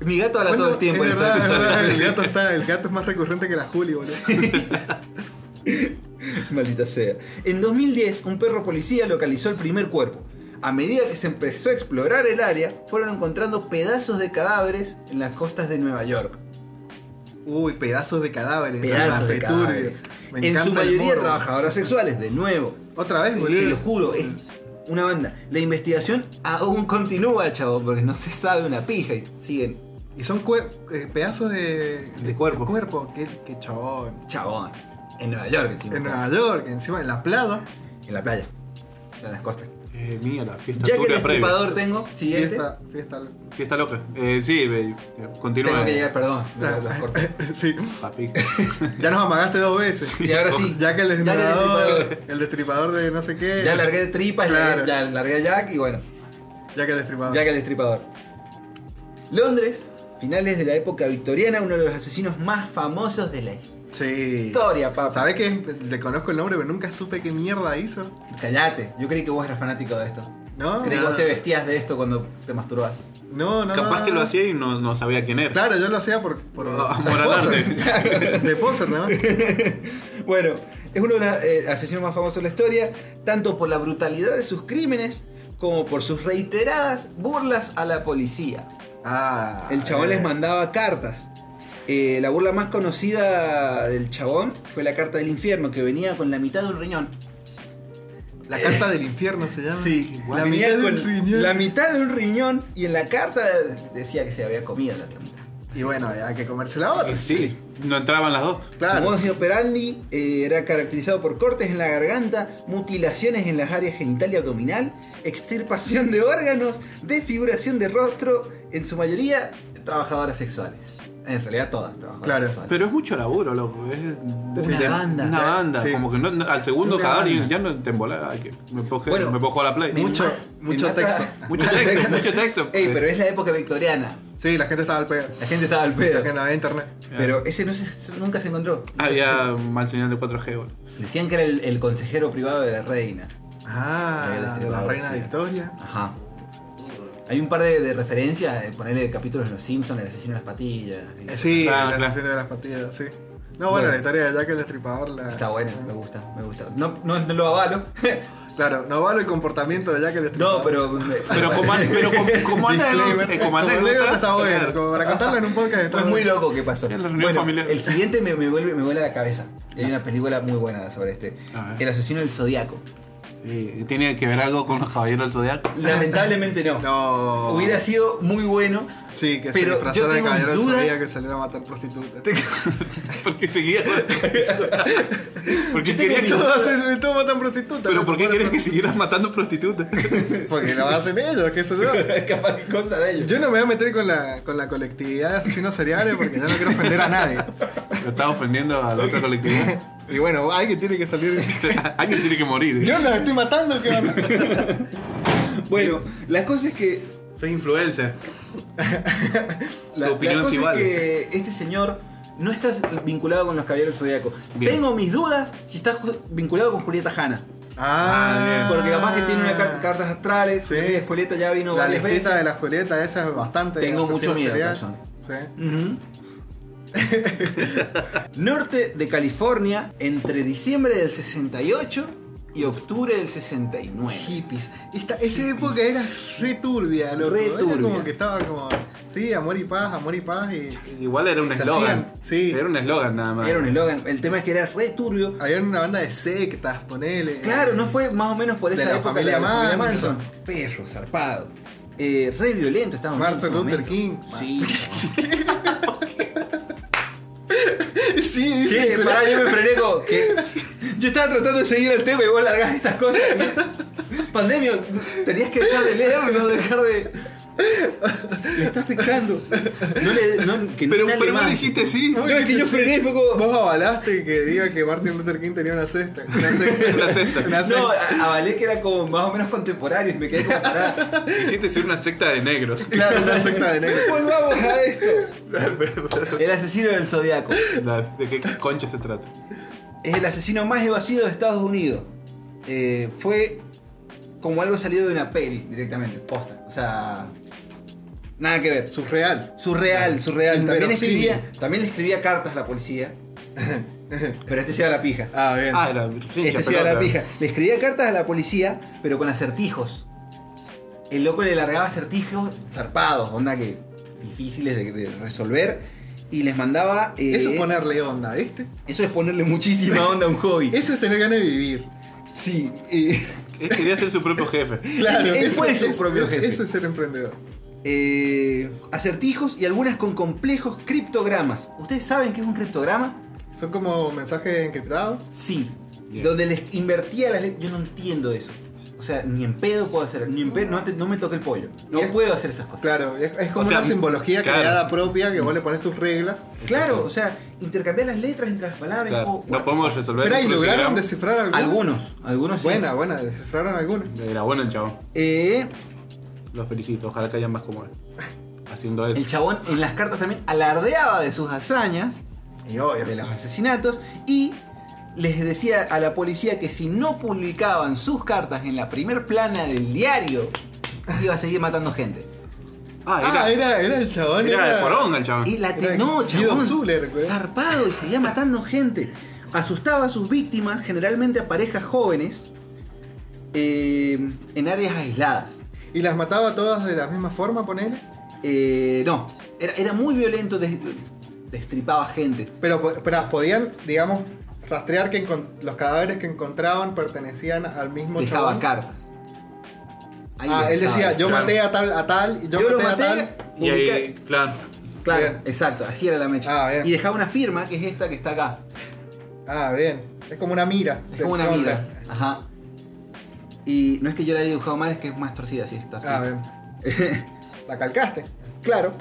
Speaker 5: Mi gato habla todo el tiempo
Speaker 1: Es
Speaker 5: en este estos
Speaker 1: verdad, es verdad, el
Speaker 5: episodios.
Speaker 1: gato está, el gato es más recurrente que la Juli, boludo.
Speaker 5: Maldita sea. En 2010, un perro policía localizó el primer cuerpo. A medida que se empezó a explorar el área, fueron encontrando pedazos de cadáveres en las costas de Nueva York.
Speaker 1: Uy, pedazos de cadáveres.
Speaker 5: Pedazos de
Speaker 1: returbio.
Speaker 5: cadáveres.
Speaker 1: Me
Speaker 5: En
Speaker 1: encanta
Speaker 5: su
Speaker 1: el
Speaker 5: mayoría
Speaker 1: morbo.
Speaker 5: trabajadoras sexuales, de nuevo.
Speaker 1: Otra vez,
Speaker 5: Te lo
Speaker 1: boludo.
Speaker 5: juro, es una banda. La investigación aún continúa, chavo, porque no se sabe una pija y siguen.
Speaker 1: Y son cuer- eh, pedazos de,
Speaker 6: De cuerpo.
Speaker 1: cuerpo. Qué, qué chabón.
Speaker 5: Chabón. En Nueva York, encima.
Speaker 1: En Nueva York, encima en la playa.
Speaker 5: En la playa. En las costas.
Speaker 6: Eh, mía, la fiesta
Speaker 5: Ya que el
Speaker 6: turbia previa.
Speaker 5: destripador tengo, siguiente.
Speaker 1: Fiesta, fiesta.
Speaker 6: Fiesta loca. Eh, sí, eh, continúa.
Speaker 5: Tengo que llegar, perdón,
Speaker 1: Ah,
Speaker 5: los los corté.
Speaker 1: sí,
Speaker 6: Papi.
Speaker 1: ya nos amagaste dos veces.
Speaker 5: Y ahora sí.
Speaker 1: Ya que el
Speaker 5: Ya que el
Speaker 1: destripador, el destripador de no sé qué.
Speaker 5: Ya largué tripas, ya-
Speaker 1: ah, Claro.
Speaker 5: ya, largué a Jack y bueno,
Speaker 1: Ya que el destripador.
Speaker 5: Jack el destripador. Londres, finales de la época victoriana, uno de los asesinos más famosos de la
Speaker 1: Sí.
Speaker 5: historia, papá.
Speaker 1: ¿Sabés que le conozco el nombre, pero nunca supe qué mierda hizo?
Speaker 5: Callate, yo creí que vos eras fanático de esto.
Speaker 1: No,
Speaker 5: Creí que vos te vestías de esto cuando te masturbabas.
Speaker 1: no, no.
Speaker 6: Capaz
Speaker 1: no,
Speaker 6: que lo
Speaker 1: no.
Speaker 6: hacía y no, no sabía quién era.
Speaker 1: Claro, yo lo hacía por. por
Speaker 5: Ah,
Speaker 6: Amor al
Speaker 1: arte. De poser, ¿no?
Speaker 5: Bueno, es uno de los eh, asesinos más famosos de la historia, tanto por la brutalidad de sus crímenes como por sus reiteradas burlas a la policía.
Speaker 1: Ah.
Speaker 5: El chabón les
Speaker 1: eh.
Speaker 5: mandaba cartas. Eh, la burla más conocida del chabón fue la carta del infierno, que venía con la mitad de un riñón.
Speaker 1: La carta del infierno se llama.
Speaker 5: Sí,
Speaker 1: la
Speaker 5: venía
Speaker 1: mitad de
Speaker 5: con
Speaker 1: un riñón.
Speaker 5: la mitad de un riñón y en la carta decía que se había comido la otra mitad.
Speaker 1: Y bueno, hay que comerse la otra.
Speaker 6: Y sí, no entraban las dos.
Speaker 1: Claro.
Speaker 5: Su modus operandi eh, era caracterizado por cortes en la garganta, mutilaciones en las áreas genital y abdominal, extirpación de órganos, desfiguración de rostro, en su mayoría trabajadoras sexuales. En realidad todas trabajadoras
Speaker 1: Claro,
Speaker 5: sexuales.
Speaker 6: Pero es mucho laburo, loco. Es
Speaker 5: Una
Speaker 6: de-
Speaker 5: banda.
Speaker 6: Una banda.
Speaker 1: Sí.
Speaker 6: Como que no- no- al segundo
Speaker 5: Una
Speaker 6: cadáver
Speaker 5: banda.
Speaker 6: ya no te embolas. ay, que Me puedo,
Speaker 5: Bueno,
Speaker 6: me puedo jugar a la play.
Speaker 5: Me
Speaker 1: Mucho,
Speaker 5: ma-
Speaker 1: mucho
Speaker 5: me mata-
Speaker 1: texto.
Speaker 6: Mucho texto, mucho texto.
Speaker 5: Ey, pero es la época victoriana.
Speaker 1: Sí, la gente estaba al pedo.
Speaker 5: La gente estaba al
Speaker 1: La
Speaker 5: pedo.
Speaker 1: gente no había internet.
Speaker 5: Pero ese no se- nunca se encontró.
Speaker 6: Ah, Había mal señal de 4G, boludo.
Speaker 5: Decían que era el, el consejero privado de la reina. Ahí los
Speaker 1: Ah, de la
Speaker 5: tripadores,
Speaker 1: reina
Speaker 5: sí.
Speaker 1: Victoria.
Speaker 5: Ajá. Hay un par de, de referencias, eh, ponerle capítulos de Los Simpsons, el asesino de las patillas. y-
Speaker 1: Eh, Sí,
Speaker 6: Ah,
Speaker 1: la
Speaker 6: claro.
Speaker 1: asesino de las patillas, sí. No, bueno,
Speaker 5: Bueno.
Speaker 1: la historia de Jack el Destripador la...
Speaker 5: Está buena, me gusta, me gusta. No, no, no lo avalo.
Speaker 1: Claro, no vale el comportamiento de Jack el Destripador.
Speaker 5: No, pero. me-
Speaker 6: Pero como, pero como, como anécdota,
Speaker 1: Disclaimer.
Speaker 6: eh,
Speaker 1: Como
Speaker 6: como
Speaker 1: anécdota
Speaker 6: anécdota, eh,
Speaker 1: está bueno.
Speaker 6: claro.
Speaker 1: Como para contarlo en un podcast está
Speaker 5: Fue muy
Speaker 1: bueno.
Speaker 5: loco que pasó.
Speaker 6: En la reunión
Speaker 5: Bueno,
Speaker 6: familiar.
Speaker 5: el siguiente me, me vuelve, me vuela la cabeza. Hay una película muy buena sobre este.
Speaker 6: A ver.
Speaker 5: El asesino del zodiaco.
Speaker 6: Eh, tiene que ver algo con los caballeros del zodiaco.
Speaker 5: Lamentablemente no.
Speaker 1: No.
Speaker 5: Hubiera sido muy bueno.
Speaker 1: Sí, que se
Speaker 5: pero
Speaker 1: disfrazara
Speaker 5: yo
Speaker 1: de
Speaker 5: tengo mis
Speaker 1: caballero
Speaker 5: dudas.
Speaker 1: sabía que saliera a matar prostitutas.
Speaker 6: Porque seguía. Porque
Speaker 5: Yo tengo
Speaker 6: quería
Speaker 5: mi-
Speaker 6: que.
Speaker 1: Todos, hacen- todos matan prostitutas.
Speaker 6: Pero
Speaker 1: ¿no?
Speaker 6: ¿por qué querés que siguieras matando prostitutas?
Speaker 1: Porque lo hacen ellos, que eso yo.
Speaker 5: Capaz que cosa de ellos.
Speaker 1: Yo no me voy a meter con la, con la colectividad de asesinos seriales porque yo no quiero ofender a nadie.
Speaker 6: Lo estaba ofendiendo a la otra colectividad.
Speaker 1: Y bueno, alguien tiene que salir.
Speaker 6: Alguien tiene que morir.
Speaker 1: Yo los estoy matando, ¿qué onda?
Speaker 5: Bueno, la cosa es que.
Speaker 6: Soy influencer.
Speaker 5: La,
Speaker 6: Tu opinión
Speaker 5: la cosa
Speaker 6: sí vale.
Speaker 5: es que este señor no está vinculado con los caballeros del zodiaco.
Speaker 6: Bien.
Speaker 5: Tengo mis dudas si está ju- vinculado con Julieta Hanna.
Speaker 1: Ah,
Speaker 6: Ah,
Speaker 5: Porque capaz que tiene una car- cartas astrales.
Speaker 1: Sí.
Speaker 5: eh, Julieta ya vino
Speaker 1: La
Speaker 5: varias veces.
Speaker 1: listita de la Julieta, esa es bastante.
Speaker 5: Tengo
Speaker 1: asesino
Speaker 5: mucho miedo,
Speaker 1: serial.
Speaker 5: persona.
Speaker 1: Sí.
Speaker 5: Ujú. Norte de California entre diciembre del 68 y octubre del 69.
Speaker 1: Hippies. Esta, esa época era re turbia, loco.
Speaker 5: Re
Speaker 1: Era
Speaker 5: turbia.
Speaker 1: como que estaba como. Sí, amor y paz, amor y paz. Y
Speaker 6: Igual era un
Speaker 1: Se
Speaker 6: eslogan.
Speaker 1: hacían, sí.
Speaker 6: Era un eslogan nada más.
Speaker 5: Era un eslogan. El tema es que era re turbio.
Speaker 1: había una banda de sectas, ponele.
Speaker 5: Claro, no fue más o menos por
Speaker 1: De
Speaker 5: esa
Speaker 1: la
Speaker 5: época
Speaker 1: familia
Speaker 5: la de la
Speaker 1: Manson.
Speaker 5: Perro, zarpado. Eh, re violento estaba
Speaker 1: Martin Luther King.
Speaker 5: Sí.
Speaker 1: Sí, dice.
Speaker 5: ¿Qué? Pará, yo me frené como que. Yo estaba tratando de seguir el tema y vos largás estas cosas. Pandemia, tenías que dejar de leer, no dejar de. Le está afectando. No le, no, que
Speaker 6: Pero,
Speaker 5: no
Speaker 6: pero vos
Speaker 5: más.
Speaker 6: dijiste sí.
Speaker 5: No, es que yo frené y fue como.
Speaker 1: Vos avalaste que diga que Martin Luther King tenía una cesta. Una cesta.
Speaker 6: Una cesta.
Speaker 1: Una
Speaker 5: No,
Speaker 1: cesta.
Speaker 5: a- avalé que era como más o menos contemporáneo y me quedé como pará.
Speaker 6: Hiciste ser una secta de negros.
Speaker 1: Claro, una secta de negro.
Speaker 5: Volvamos a esto. El asesino del zodiaco.
Speaker 6: ¿De qué concha se trata?
Speaker 5: es el asesino más evasivo de Estados Unidos. Eh, fue como algo salido de una peli directamente, posta. O sea, nada que ver.
Speaker 1: Surreal.
Speaker 5: Surreal, surreal. También
Speaker 1: Inverosímil.
Speaker 5: escribía, también escribía cartas a la policía. pero este se iba a la pija.
Speaker 1: Ah, bien.
Speaker 6: Ah, era rincha
Speaker 5: Este se iba a la
Speaker 6: pelota.
Speaker 5: pija. Le escribía cartas a la policía, pero con acertijos. El loco le largaba acertijos zarpados, onda que difíciles de, de resolver. Y les mandaba. eh,
Speaker 1: Eso es ponerle onda, ¿viste?
Speaker 5: eso es ponerle muchísima onda a un hobby.
Speaker 1: Eso es tener ganas de vivir.
Speaker 5: Sí. eh,
Speaker 6: Él quería ser su propio jefe.
Speaker 1: Claro,
Speaker 5: Él
Speaker 1: eso
Speaker 5: fue su
Speaker 1: es-
Speaker 5: propio jefe.
Speaker 1: Eso es ser emprendedor.
Speaker 5: eh, acertijos y algunas con complejos criptogramas. ¿Ustedes saben qué es un criptograma?
Speaker 1: Son como mensajes encriptados.
Speaker 5: Sí.
Speaker 6: Bien.
Speaker 5: Donde les invertía las letras. Yo no entiendo eso. O sea, ni en pedo puedo hacer, ni en pedo, no, te- no me toque el pollo. No
Speaker 1: Bien.
Speaker 5: puedo hacer esas cosas.
Speaker 1: Claro, es, es como
Speaker 6: O sea,
Speaker 1: una simbología
Speaker 6: claro.
Speaker 1: creada propia que vos le pones tus reglas.
Speaker 5: Claro, o sea, intercambiar las letras entre las palabras.
Speaker 6: Claro,
Speaker 5: como-
Speaker 6: No podemos resolver
Speaker 1: Pero
Speaker 6: el
Speaker 1: ahí lograron
Speaker 6: crucigrama.
Speaker 1: descifrar algunos.
Speaker 5: Algunos, algunos sí.
Speaker 1: Buena, buena, descifraron algunos.
Speaker 6: Era bueno el chabón.
Speaker 5: Eh,
Speaker 6: Los felicito. Ojalá que hayan más como él. Haciendo
Speaker 1: Pues-
Speaker 6: eso.
Speaker 5: el chabón en las cartas también alardeaba de sus hazañas.
Speaker 1: Y obvio.
Speaker 5: de los asesinatos y les decía a la policía que si no publicaban sus cartas en la primer plana del diario, iba a seguir matando gente.
Speaker 1: Ah, era, era el chabón.
Speaker 6: Era de poronga el chabón.
Speaker 5: Y la
Speaker 1: Ah, Era
Speaker 5: no,
Speaker 1: Guido
Speaker 5: chabón,
Speaker 1: Zuller, güey.
Speaker 5: zarpado y seguía matando gente. Asustaba a sus víctimas, generalmente a parejas jóvenes, eh, en áreas aisladas.
Speaker 1: Y las mataba todas de la misma forma, ponele.
Speaker 5: Eh, no, era, era muy violento, des- destripaba gente.
Speaker 1: Pero, po- pero podían, digamos, rastrear que encon- los cadáveres que encontraban pertenecían al mismo
Speaker 5: Dejaba
Speaker 1: chabón.
Speaker 5: cartas. Ahí
Speaker 1: ah, él
Speaker 5: estaba.
Speaker 1: decía, yo
Speaker 6: claro.
Speaker 1: maté a tal, a tal, y yo,
Speaker 5: Yo lo
Speaker 1: maté,
Speaker 5: maté.
Speaker 1: a tal.
Speaker 6: Y ahí,
Speaker 5: Publica-
Speaker 6: claro.
Speaker 5: Claro,
Speaker 1: Bien.
Speaker 5: exacto, así era la mecha.
Speaker 1: Ah, bien.
Speaker 5: y dejaba una firma que es esta que está acá.
Speaker 1: Ah, bien. Es como una mira.
Speaker 5: Es
Speaker 1: del
Speaker 5: como una
Speaker 1: contra.
Speaker 5: mira. Ajá. Y no es que yo la haya dibujado mal, es que es más torcida, así está.
Speaker 1: Ah, bien. La calcaste.
Speaker 5: claro.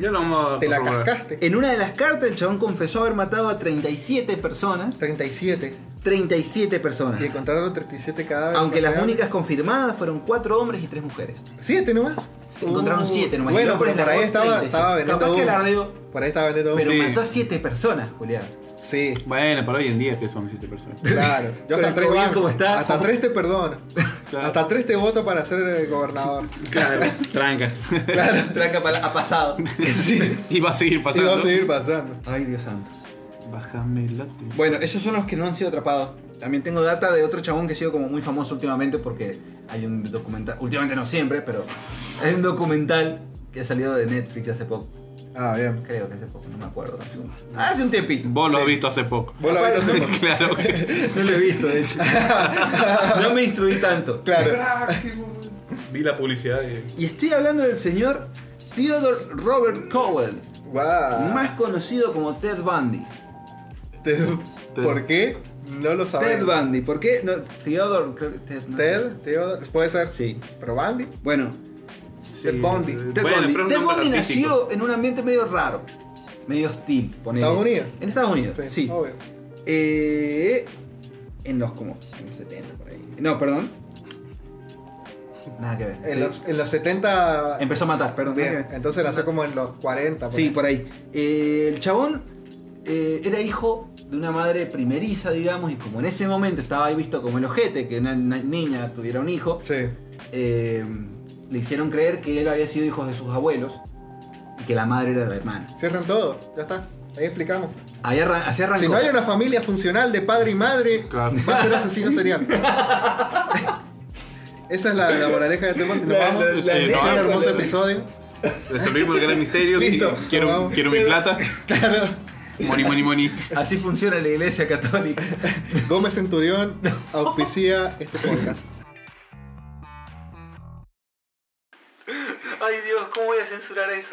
Speaker 6: Ya lo vamos a
Speaker 1: Te la
Speaker 6: corroborar.
Speaker 1: cascaste.
Speaker 5: En una de las cartas, el chabón confesó haber matado a 37 personas.
Speaker 1: 37.
Speaker 5: 37 personas.
Speaker 1: Y encontraron 37 cadáveres.
Speaker 5: Ah. Aunque las
Speaker 1: rastreables.
Speaker 5: únicas confirmadas fueron 4 hombres y 3 mujeres.
Speaker 1: ¿Siete nomás?
Speaker 5: Se encontraron
Speaker 1: Uh,
Speaker 5: 7 nomás.
Speaker 1: Bueno,
Speaker 5: Y
Speaker 1: pero
Speaker 5: la
Speaker 1: por ahí
Speaker 5: otra,
Speaker 1: estaba,
Speaker 5: 37.
Speaker 1: estaba vendiendo
Speaker 5: Capaz que
Speaker 1: uno.
Speaker 5: alardeo,
Speaker 1: Por ahí estaba vendiendo uno.
Speaker 5: Pero
Speaker 6: Sí.
Speaker 5: mató a 7 personas, Julián.
Speaker 1: Sí.
Speaker 6: Bueno, para hoy en día que son siete personas.
Speaker 1: Claro, yo
Speaker 5: Pero
Speaker 1: hasta
Speaker 5: el
Speaker 1: tres
Speaker 5: COVID
Speaker 1: banco.
Speaker 5: como está,
Speaker 1: hasta
Speaker 5: como-
Speaker 1: tres te perdono.
Speaker 6: Claro.
Speaker 1: Hasta tres te voto para ser eh, gobernador.
Speaker 6: Claro, tranca.
Speaker 1: Claro.
Speaker 5: Tranca pala- ha pasado.
Speaker 1: sí.
Speaker 6: Y va a seguir
Speaker 1: Y
Speaker 6: pasando.
Speaker 1: va a seguir pasando.
Speaker 5: Ay, Dios santo.
Speaker 6: Bájame la
Speaker 5: Bueno, esos son los que no han sido atrapados. También tengo data de otro chabón que ha sido como muy famoso últimamente porque hay un documental, últimamente no siempre, pero hay un documental que ha salido de Netflix hace poco.
Speaker 1: Ah, bien.
Speaker 5: Creo que hace poco, no me acuerdo. Hace un, Ah, hace un tiempito.
Speaker 6: Vos lo
Speaker 5: Sí.
Speaker 6: has visto hace poco.
Speaker 1: Vos lo habéis hecho.
Speaker 6: Claro.
Speaker 5: No lo he visto, de hecho. No me instruí tanto.
Speaker 1: Claro.
Speaker 6: Vi la publicidad y.
Speaker 5: Y estoy hablando del señor Theodore Robert Cowell,
Speaker 1: Guau.
Speaker 5: más conocido como Ted Bundy.
Speaker 1: Te- ¿Por qué? No lo
Speaker 5: Ted
Speaker 1: sabemos.
Speaker 5: Bundy, ¿por qué? No, Theodore, creo que Ted. no.
Speaker 1: Ted, Teo, puede ser.
Speaker 5: Sí.
Speaker 1: Pero Bandy.
Speaker 5: Bueno,
Speaker 1: Ted Bundy.
Speaker 5: Ted
Speaker 6: bueno,
Speaker 5: Bundy.
Speaker 6: pero es
Speaker 5: Ted
Speaker 6: un nombre
Speaker 5: Bundy
Speaker 6: artístico.
Speaker 5: nació en un ambiente medio raro, medio hostil, ponele.
Speaker 1: ¿Estados Unidos?
Speaker 5: En Estados Unidos, sí.
Speaker 1: Obvio.
Speaker 5: Eh, en los como en los 70 por ahí. No, perdón. Nada que ver.
Speaker 1: En
Speaker 5: Sí.
Speaker 1: los, en los 70.
Speaker 5: Empezó a matar, perdón. nada
Speaker 1: Bien,
Speaker 5: que ver.
Speaker 1: entonces nació como en los 40. por
Speaker 5: Sí,
Speaker 1: ahí.
Speaker 5: por ahí. Eh, el chabón eh, era hijo de una madre primeriza, digamos, y como en ese momento estaba ahí visto como el ojete, que una na- niña tuviera un hijo,
Speaker 1: Sí.
Speaker 5: eh, le hicieron creer que él había sido hijo de sus abuelos y que la madre era la hermana.
Speaker 1: Cierran todo. Ya está. Ahí explicamos.
Speaker 5: Ahí arran- así arrancó.
Speaker 1: Si no hay una familia funcional de padre y madre,
Speaker 6: Claro.
Speaker 1: va a ser asesino serial. Esa es la, la moraleja de este podcast. Nos
Speaker 5: La-
Speaker 1: vamos.
Speaker 5: la-
Speaker 6: la-
Speaker 1: es un
Speaker 6: la-
Speaker 1: hermoso
Speaker 5: la-
Speaker 1: episodio.
Speaker 6: Resolvimos el gran misterio.
Speaker 5: Listo.
Speaker 6: Quiero,
Speaker 1: Vamos.
Speaker 6: quiero mi plata.
Speaker 1: Claro.
Speaker 6: Money, money, money.
Speaker 5: Así funciona la iglesia católica.
Speaker 1: Gómez Centurión auspicia este podcast.
Speaker 3: Ay Dios, ¿cómo voy a censurar eso?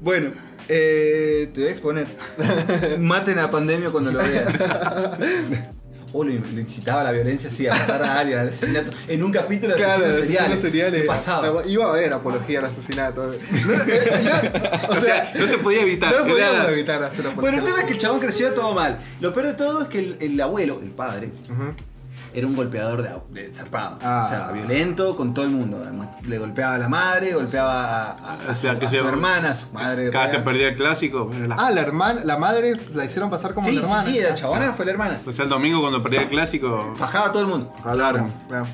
Speaker 5: Bueno, eh, te voy a exponer. Maten a pandemia cuando lo vean. Oh, lo, lo incitaba a la violencia, sí, a matar a alguien, al asesinato. En un capítulo de
Speaker 1: Claro,
Speaker 5: asesinos
Speaker 1: asesinos
Speaker 5: seriales.
Speaker 1: seriales.
Speaker 5: ¿Qué pasaba?
Speaker 1: Iba a haber apología al asesinato. eh, o
Speaker 6: O sea,
Speaker 1: sea,
Speaker 6: no se podía evitar.
Speaker 1: no lo
Speaker 6: Era-
Speaker 1: podíamos evitar hacer apología.
Speaker 5: Bueno, el
Speaker 1: al
Speaker 5: tema es que el chabón creció todo mal. Lo peor de todo es que el, el abuelo, el padre,
Speaker 1: asesinato. Ujú.
Speaker 5: era un golpeador de, au- de zarpado.
Speaker 1: Ah.
Speaker 5: O sea, violento con todo el mundo. Además, Le golpeaba a la madre, golpeaba a, a- a
Speaker 6: O sea,
Speaker 5: su,
Speaker 6: que
Speaker 5: a
Speaker 6: se-
Speaker 5: su hermana, a su madre.
Speaker 6: Cada vez que
Speaker 5: real.
Speaker 6: perdía el clásico. bueno, la-
Speaker 1: Ah, la hermana, la madre la hicieron pasar como
Speaker 5: sí,
Speaker 1: la
Speaker 5: sí,
Speaker 1: hermana.
Speaker 5: sí, la chabona fue la hermana.
Speaker 6: O sea, el domingo cuando perdía el clásico.
Speaker 5: Fajaba a todo el mundo.
Speaker 1: Claro, claro.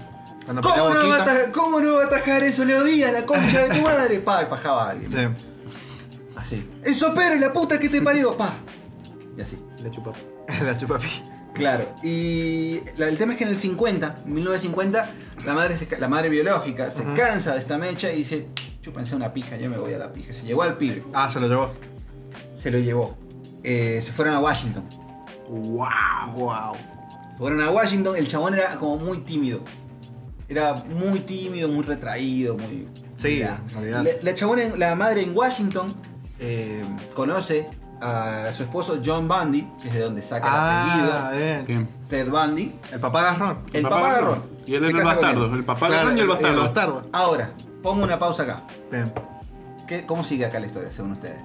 Speaker 1: Cuando
Speaker 5: ¿Cómo
Speaker 1: peleaba
Speaker 5: no, va a
Speaker 1: Boquita.
Speaker 5: atajar, cómo no va a atajar eso, Leo Díaz, la concha de tu madre? Pa, y fajaba a alguien.
Speaker 1: Sí.
Speaker 5: Así. ¡Eso pero la puta que te parió! Pa. Y así.
Speaker 6: La chupaba.
Speaker 1: La chupapi.
Speaker 5: Claro. Y la- el tema es que en el 50, 1950, la madre, se ca- la madre biológica se cansa de esta mecha y dice, chúpense una pija, yo me voy a la pija. Se llevó al pibe.
Speaker 1: Ah, se lo llevó.
Speaker 5: Se lo llevó. Eh, se fueron a Washington.
Speaker 1: Wow, wow.
Speaker 5: Fueron a Washington, el chabón era como muy tímido. Era muy tímido, muy retraído, muy.
Speaker 1: Sí,
Speaker 5: Mira,
Speaker 1: en realidad.
Speaker 5: La, la chabona en- la madre en Washington eh, conoce a su esposo John Bundy, que es de donde saca
Speaker 1: Ah,
Speaker 5: el apellido,
Speaker 1: bien.
Speaker 6: Bien.
Speaker 5: Ted Bundy,
Speaker 1: El papá garrón.
Speaker 5: el papá Garrón.
Speaker 6: Y él
Speaker 5: Se
Speaker 6: era el
Speaker 5: casa con
Speaker 6: bastardo.
Speaker 5: él.
Speaker 6: El papá Garrón y el bastardo.
Speaker 1: El bastardo.
Speaker 5: Ahora, pongo una pausa acá.
Speaker 1: Bien.
Speaker 5: ¿Qué- ¿Cómo sigue acá la historia, según ustedes?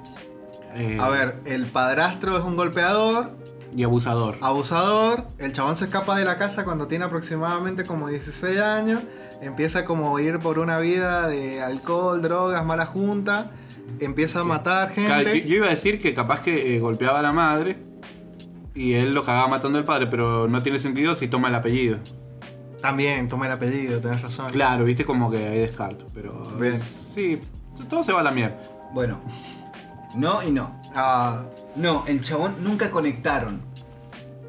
Speaker 6: Eh,
Speaker 1: A ver, el padrastro es un golpeador,
Speaker 6: Y abusador.
Speaker 1: abusador. El chabón se escapa de la casa cuando tiene aproximadamente como 16 años. Empieza como a ir por una vida de alcohol, drogas, mala junta. Empieza a matar
Speaker 6: Ca- Yo,
Speaker 1: gente.
Speaker 6: yo iba a decir que capaz que eh, golpeaba a la madre y él lo cagaba matando al padre, pero no tiene sentido si toma el apellido.
Speaker 1: También, toma el apellido, tenés razón.
Speaker 6: Claro, viste como que hay descarto, pero.
Speaker 1: Bien.
Speaker 6: Sí, todo se va a la mierda.
Speaker 5: Bueno, no y no.
Speaker 1: Ah,
Speaker 5: No, el chabón nunca conectaron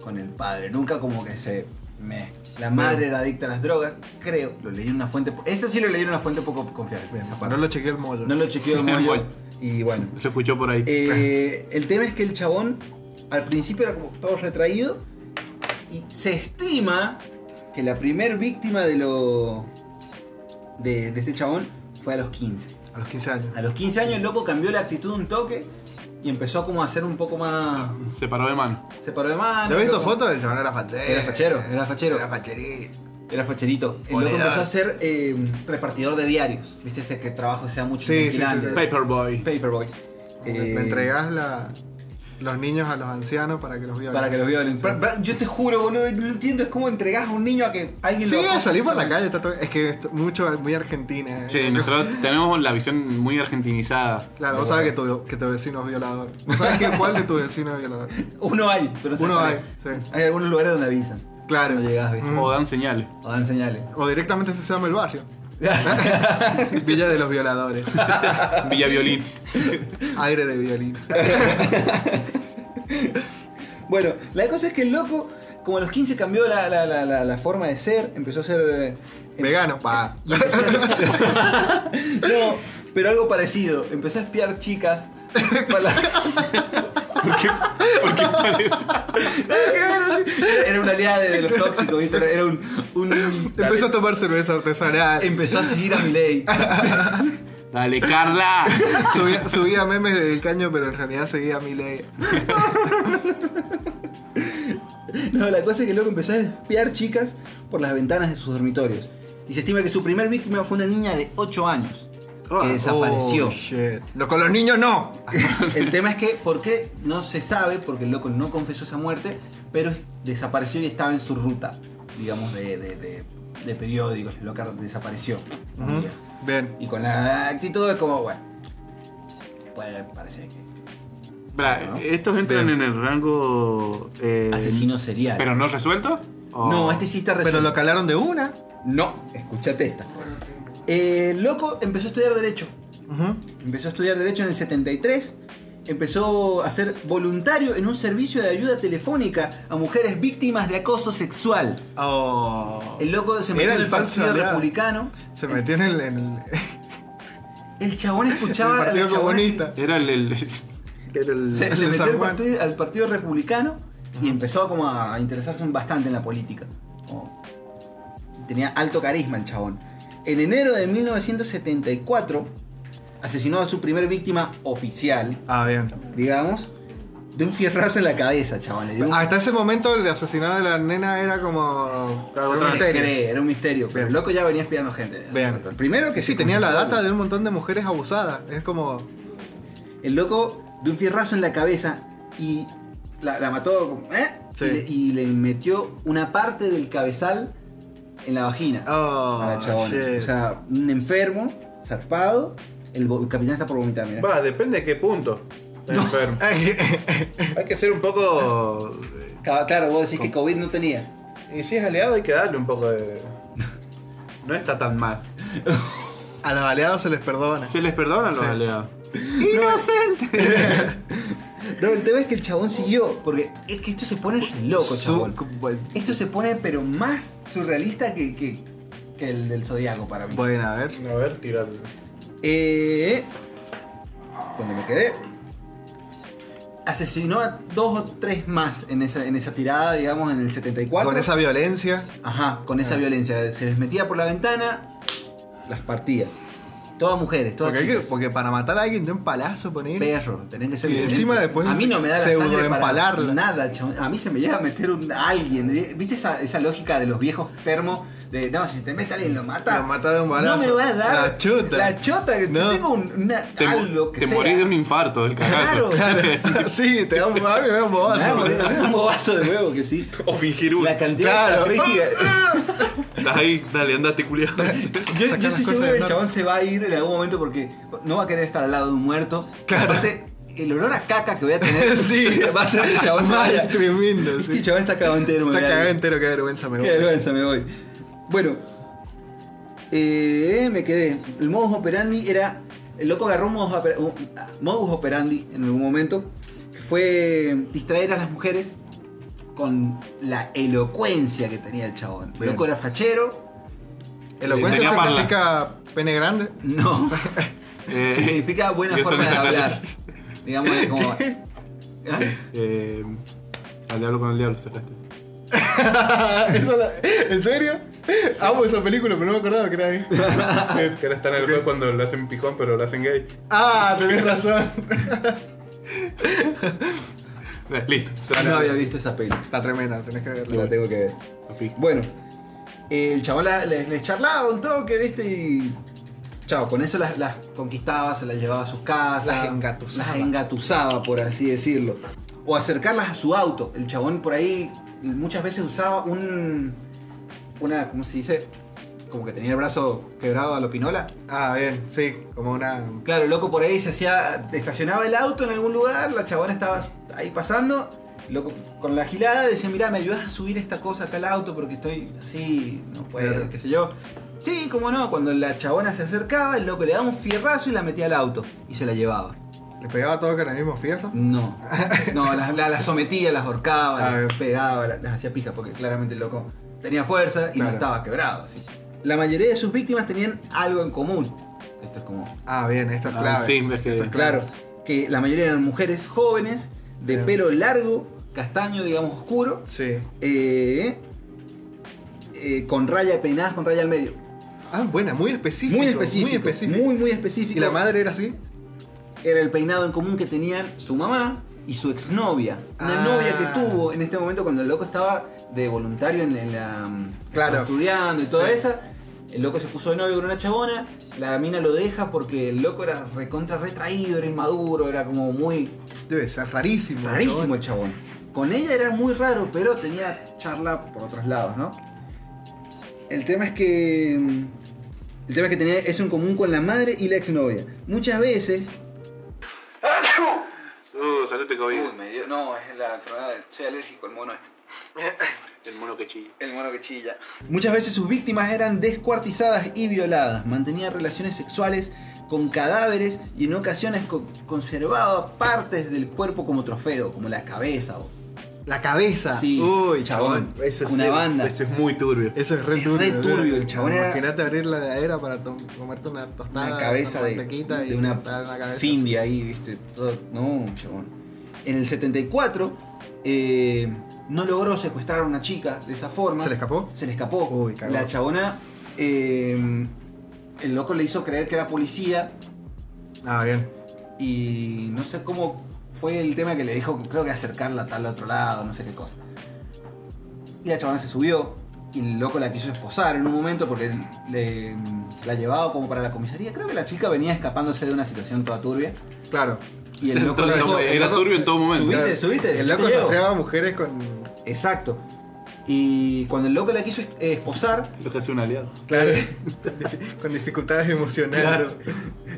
Speaker 5: con el padre, nunca como que se. Me. La madre era adicta a las drogas, creo. Lo leí en una fuente. po- Eso sí lo leí en una fuente poco confiable.
Speaker 1: bien.
Speaker 5: esa
Speaker 1: No
Speaker 5: parte.
Speaker 1: lo chequeé el mollo.
Speaker 5: No lo chequeó
Speaker 6: Bueno.
Speaker 5: muy Y bueno.
Speaker 6: Se escuchó por ahí.
Speaker 5: Eh, el tema es que el chabón al principio era como todo retraído. Y se estima que la primer víctima de lo. de, de este chabón fue a los 15.
Speaker 1: A los 15 años.
Speaker 5: A los 15 años el loco cambió la actitud un toque y empezó como a ser un poco más.
Speaker 6: Se paró de mano.
Speaker 5: Se paró de mano.
Speaker 1: ¿Lo he visto
Speaker 5: loco.
Speaker 1: fotos? El chabón era fachero.
Speaker 5: Era fachero, era fachero.
Speaker 1: Era facherito.
Speaker 5: Era facherito. El loco
Speaker 1: Monedero.
Speaker 5: empezó a ser eh, repartidor de diarios. ¿Viste? Este que trabajo sea mucho
Speaker 1: Sí,
Speaker 5: en
Speaker 1: sí,
Speaker 5: Finlandia.
Speaker 1: sí, sí.
Speaker 6: Paperboy.
Speaker 5: Paperboy. Eh,
Speaker 1: Le entregás la- los niños a los ancianos para que los violen.
Speaker 5: Para que los violen. Pra- pra- Yo te juro, boludo, no entiendo. Es como entregás a un niño a que alguien
Speaker 1: Sí,
Speaker 5: lo acose
Speaker 1: salir por la calle
Speaker 5: sexualmente.
Speaker 1: está todo- Es que es mucho, muy argentina. eh.
Speaker 6: Sí, nosotros tenemos la visión muy argentinizada.
Speaker 1: Claro, vos sabés que tu, que tu vecino es violador. Vos sabés que cuál de tu vecino es violador.
Speaker 5: Uno hay, pero no sé
Speaker 1: Uno
Speaker 5: cuál
Speaker 1: hay,
Speaker 5: es.
Speaker 1: sí.
Speaker 5: Hay algunos lugares donde avisan.
Speaker 1: Claro.
Speaker 5: Cuando llegás, ¿viste?
Speaker 1: Mm.
Speaker 6: O dan señales.
Speaker 5: O dan señales.
Speaker 1: O directamente se llama el barrio. ¿Ah? Villa de los violadores.
Speaker 6: Villa Violín.
Speaker 1: Aire de violín.
Speaker 5: Bueno, la cosa es que el loco, como a los 15 cambió la, la- la- la- la forma de ser, empezó a ser. eh,
Speaker 1: Vegano, pa.
Speaker 5: y empezó a- no, pero algo parecido. Empezó a espiar chicas. para-
Speaker 6: ¿Por qué, por qué parece?
Speaker 5: Era una aliada de los tóxicos, ¿viste? Era- Era un. un-
Speaker 1: Empezó a tomar cerveza artesanal.
Speaker 5: empezó a seguir a mi ley.
Speaker 6: Dale, Carla.
Speaker 1: Subía, subía memes del caño, pero en realidad seguía mi ley.
Speaker 5: No, la cosa es que el loco empezó a espiar chicas por las ventanas de sus dormitorios. Y se estima que su primer víctima fue una niña de 8 años. Que desapareció. Ah,
Speaker 1: Oh, shit. Lo- con los niños no.
Speaker 5: El tema es que, ¿por qué? No se sabe, porque el loco no confesó esa muerte, pero desapareció y estaba en su ruta, digamos, de, de- de- de periódicos. El loco desapareció un
Speaker 1: Ujú.
Speaker 5: día.
Speaker 1: Bien.
Speaker 5: Y con la actitud es como, bueno, puede parecer que
Speaker 6: Bra, ¿Estos entran
Speaker 1: Bien.
Speaker 6: en el rango. eh,
Speaker 5: asesino serial.
Speaker 6: ¿Pero no resuelto? ¿O-
Speaker 5: no, este sí está resuelto.
Speaker 1: Pero lo calaron de una.
Speaker 5: No, escuchate esta. Eh, el loco empezó a estudiar Derecho.
Speaker 1: Ujú.
Speaker 5: Empezó a estudiar Derecho en el 73. Empezó a ser voluntario en un servicio de ayuda telefónica a mujeres víctimas de acoso sexual.
Speaker 1: Oh.
Speaker 5: El loco se
Speaker 1: Era
Speaker 5: metió en
Speaker 1: el
Speaker 5: el
Speaker 1: falso
Speaker 5: Partido
Speaker 1: aliado.
Speaker 5: Republicano.
Speaker 1: Se metió en el, en el-
Speaker 5: El chabón escuchaba
Speaker 1: El
Speaker 5: a
Speaker 1: Partido
Speaker 5: los chabones que-
Speaker 1: Comunista.
Speaker 6: Era el. el-
Speaker 5: Se,
Speaker 1: el
Speaker 5: se metió
Speaker 1: San
Speaker 5: al
Speaker 1: Juan.
Speaker 5: partido, al Partido Republicano y empezó como a interesarse un- bastante en la política. Como- tenía alto carisma el chabón. En enero de 1974 asesinó a su primer víctima oficial,
Speaker 1: Ah, bien.
Speaker 5: digamos, de un fierrazo en la cabeza, chabón. Le dio un-
Speaker 1: Hasta ese momento el asesinato de la nena era como.
Speaker 5: no se cree, era un misterio. Pero
Speaker 1: Bien.
Speaker 5: el loco ya venía espiando gente. desde hace
Speaker 1: Bien.
Speaker 5: rato. El primero que
Speaker 1: Sí,
Speaker 5: se
Speaker 1: tenía la
Speaker 5: confesó,
Speaker 1: data de un montón de mujeres abusadas. Es como.
Speaker 5: El loco de un fierrazo en la cabeza y la, la mató como, ¿eh?
Speaker 1: Sí.
Speaker 5: y, le, y le metió una parte del cabezal en la vagina
Speaker 1: Oh,
Speaker 5: a la chabona.
Speaker 1: shit.
Speaker 5: Ah, O sea, un enfermo, zarpado. El, vo- el capitán está por vomitar, mira.
Speaker 2: Va, Ah, depende de qué punto. Está enfermo. Hay que ser un poco.
Speaker 5: Ca- Claro, vos decís que COVID no tenía.
Speaker 2: Y si es aliado, hay que darle un poco de. No está tan mal.
Speaker 1: A los aliados se les perdona.
Speaker 6: ¿Se les perdona a los
Speaker 1: Sí.
Speaker 6: aliados?
Speaker 5: No, el tema es que el chabón siguió, porque es que esto se pone loco,
Speaker 1: Su-
Speaker 5: chabón. Esto se pone, pero más surrealista que, que, que el del zodiaco para mí.
Speaker 1: Bueno, a ver.
Speaker 2: A ver, tirarlo.
Speaker 5: Eh, cuando me quedé. Asesinó a dos o tres más en esa, en esa tirada, digamos, en el 74.
Speaker 1: Con esa Ah. violencia.
Speaker 5: Ajá, con esa violencia. Se les metía por la ventana, las partía. Todas mujeres, todas
Speaker 1: Porque, hay que-
Speaker 5: chicas.
Speaker 1: porque para matar a alguien de un palazo poner.
Speaker 5: Perro, tenés que ser
Speaker 1: Y
Speaker 5: violento.
Speaker 1: encima después
Speaker 5: A mí no me da la sangre para
Speaker 1: pseudoempalarla.
Speaker 5: nada, chabón. A mí se me llega a meter un alguien. ¿Viste esa, esa lógica de los viejos termos? De, no, si te mete alguien lo mata.
Speaker 1: Lo mata de un balazo.
Speaker 5: No me va a dar.
Speaker 1: La chuta.
Speaker 5: La chota. Que
Speaker 1: No.
Speaker 5: tengo un, una-
Speaker 6: Te, mo-
Speaker 5: algo que
Speaker 6: te
Speaker 5: sea.
Speaker 6: morís de un infarto del cagazo.
Speaker 5: Claro.
Speaker 1: sí, te da un a mí me da un
Speaker 5: Me da
Speaker 1: bobazo.
Speaker 5: morir de un bobazo de huevo que sí.
Speaker 6: O fingir uno.
Speaker 5: La cantidad
Speaker 1: Claro.
Speaker 5: de sonrisas-
Speaker 6: Estás ahí, dale, andate, culiado.
Speaker 5: Yo, yo
Speaker 1: Sacar las
Speaker 5: estoy
Speaker 1: cosas
Speaker 5: seguro que
Speaker 1: del
Speaker 5: el
Speaker 1: norte.
Speaker 5: chabón se va a ir en algún momento porque no va a querer estar al lado de un muerto.
Speaker 1: Claro.
Speaker 5: Aparte, el olor a caca que voy a tener
Speaker 1: Sí.
Speaker 5: va a ser que el chabón se
Speaker 1: Mal,
Speaker 5: vaya.
Speaker 1: tremendo. sí.
Speaker 5: Este chabón está cagado entero, me
Speaker 1: Está
Speaker 5: voy a ir.
Speaker 1: cagado entero, qué vergüenza me
Speaker 5: Qué
Speaker 1: voy.
Speaker 5: vergüenza, me voy. Bueno, eh, me quedé. El modus operandi era. El loco agarró un modus, opera- un- ah, modus operandi en algún momento. Que fue distraer a las mujeres con la elocuencia que tenía el chabón. El
Speaker 1: Bien.
Speaker 5: loco era fachero.
Speaker 1: Elocuencia
Speaker 6: Tenía parla.
Speaker 1: significa pene grande.
Speaker 5: No.
Speaker 6: Eh,
Speaker 5: significa buena
Speaker 6: yo soy
Speaker 5: forma de
Speaker 6: esa clase.
Speaker 5: hablar. Digamos, es como.
Speaker 6: Eh, al diablo con el diablo, sacaste.
Speaker 1: Esa la- ¿En serio? Amo esa película, pero no me acordaba que era ahí. Eh,
Speaker 6: Que ahora están en el juego cuando lo hacen pijón, pero lo hacen gay.
Speaker 1: ah, tenés razón.
Speaker 6: Eh, Listo. se
Speaker 1: Ah,
Speaker 5: No
Speaker 6: van a-
Speaker 5: había visto esa peli.
Speaker 1: Está tremenda, tenés que verla.
Speaker 5: La tengo que ver.
Speaker 6: Papi.
Speaker 5: Bueno, el chaval la- les, les charlaba un toque, viste, y. Chao, con eso las, las conquistaba, se las llevaba a sus casas.
Speaker 1: Las engatusaba.
Speaker 5: Las engatusaba, por así decirlo. O acercarlas a su auto. El chabón por ahí muchas veces usaba un. Una, ¿cómo se dice? Como que tenía el brazo quebrado a lo pinola.
Speaker 1: Ah, bien, sí, como una.
Speaker 5: Claro, el loco por ahí se hacía. Estacionaba el auto en algún lugar, la chabona estaba ahí pasando. el Loco, con la gilada decía, mirá, me ayudas a subir esta cosa acá al auto porque estoy así, no puedo,
Speaker 1: Claro.
Speaker 5: qué sé yo. Sí, cómo no, cuando la chabona se acercaba, el loco le daba un fierrazo y la metía al auto y se la llevaba.
Speaker 1: ¿Le pegaba todo con el mismo fierro?
Speaker 5: No, no, las la, las sometía, las
Speaker 1: Ah,
Speaker 5: ahorcaba, las
Speaker 1: bien.
Speaker 5: pegaba, las, las hacía pijas porque claramente el loco tenía fuerza y no
Speaker 1: Claro.
Speaker 5: estaba quebrado. así. La mayoría de sus víctimas tenían algo en común. Esto es como
Speaker 1: Ah, bien, esto es
Speaker 6: Ah,
Speaker 1: clave.
Speaker 6: sí, ves que-
Speaker 1: Esto es
Speaker 5: Claro, que la mayoría eran mujeres jóvenes, de
Speaker 1: Bien.
Speaker 5: pelo largo, castaño, digamos, oscuro,
Speaker 1: Sí.
Speaker 5: eh, eh, con raya peinadas, con raya al medio.
Speaker 1: Ah, buena, muy específico.
Speaker 5: muy específico.
Speaker 1: Muy específico.
Speaker 5: Muy, muy específico.
Speaker 1: ¿Y la madre era así?
Speaker 5: Era el peinado en común que tenían su mamá y su exnovia. Una
Speaker 1: Ah.
Speaker 5: novia que tuvo en este momento cuando el loco estaba de voluntario en, en la.
Speaker 1: Claro.
Speaker 5: estudiando y toda
Speaker 1: Sí.
Speaker 5: esa. El loco se puso de novio con una chabona, la mina lo deja porque el loco era recontra retraído, era inmaduro, era como muy
Speaker 1: Debe ser rarísimo.
Speaker 5: Rarísimo
Speaker 1: ¿no?
Speaker 5: el chabón. Con ella era muy raro, pero tenía charla por otros lados, ¿no? El tema es que. mm, El tema es que tenía eso en común con la madre y la exnovia. Muchas veces.
Speaker 2: Uh, salute COVID.
Speaker 3: Uy, me dio. No, es la enfermedad. del- Soy alérgico al mono este.
Speaker 2: El mono que chilla.
Speaker 3: El mono que chilla.
Speaker 5: Muchas veces sus víctimas eran descuartizadas y violadas. Mantenía relaciones sexuales con cadáveres y en ocasiones co- conservaba partes del cuerpo como trofeo, como la cabeza o.
Speaker 1: La cabeza.
Speaker 5: Sí,
Speaker 1: Ah, Uy, chabón.
Speaker 5: Eso es una banda.
Speaker 6: Eso es muy turbio.
Speaker 1: Eso es re
Speaker 5: Es
Speaker 1: turbio.
Speaker 5: re
Speaker 1: boludo.
Speaker 5: turbio, el chabón era-
Speaker 1: Imagínate abrir la heladera para tom- comerte una tostada.
Speaker 5: una cabeza
Speaker 1: con
Speaker 5: de,
Speaker 1: mantequita
Speaker 5: de
Speaker 1: y
Speaker 5: una
Speaker 1: tostada en la cabeza.
Speaker 5: Cindy ahí, viste, todo, no, chabón. En el 74 eh, no logró secuestrar a una chica de esa forma.
Speaker 1: ¿Se le escapó?
Speaker 5: Se le escapó.
Speaker 1: Uy, cagó.
Speaker 5: la chabona, eh, el loco le hizo creer que era policía
Speaker 1: Ah, bien.
Speaker 5: y no sé cómo fue el tema que le dijo, creo que acercarla a tal otro lado, no sé qué cosa. Y la chabona se subió y el loco la quiso esposar en un momento porque él le- mm, la llevaba como para la comisaría. Creo que la chica venía escapándose de una situación toda turbia
Speaker 1: Claro.
Speaker 5: y el loco le dijo,
Speaker 6: Entonces, era
Speaker 1: loco-
Speaker 6: turbio en todo momento.
Speaker 5: subiste, subiste.
Speaker 1: El
Speaker 5: yo
Speaker 1: loco
Speaker 5: te llevo".
Speaker 1: rastreaba mujeres con.
Speaker 5: Exacto. Y cuando el loco la quiso eh, esposar,
Speaker 6: Lo que hace un aliado.
Speaker 1: Claro. con dificultades emocionales.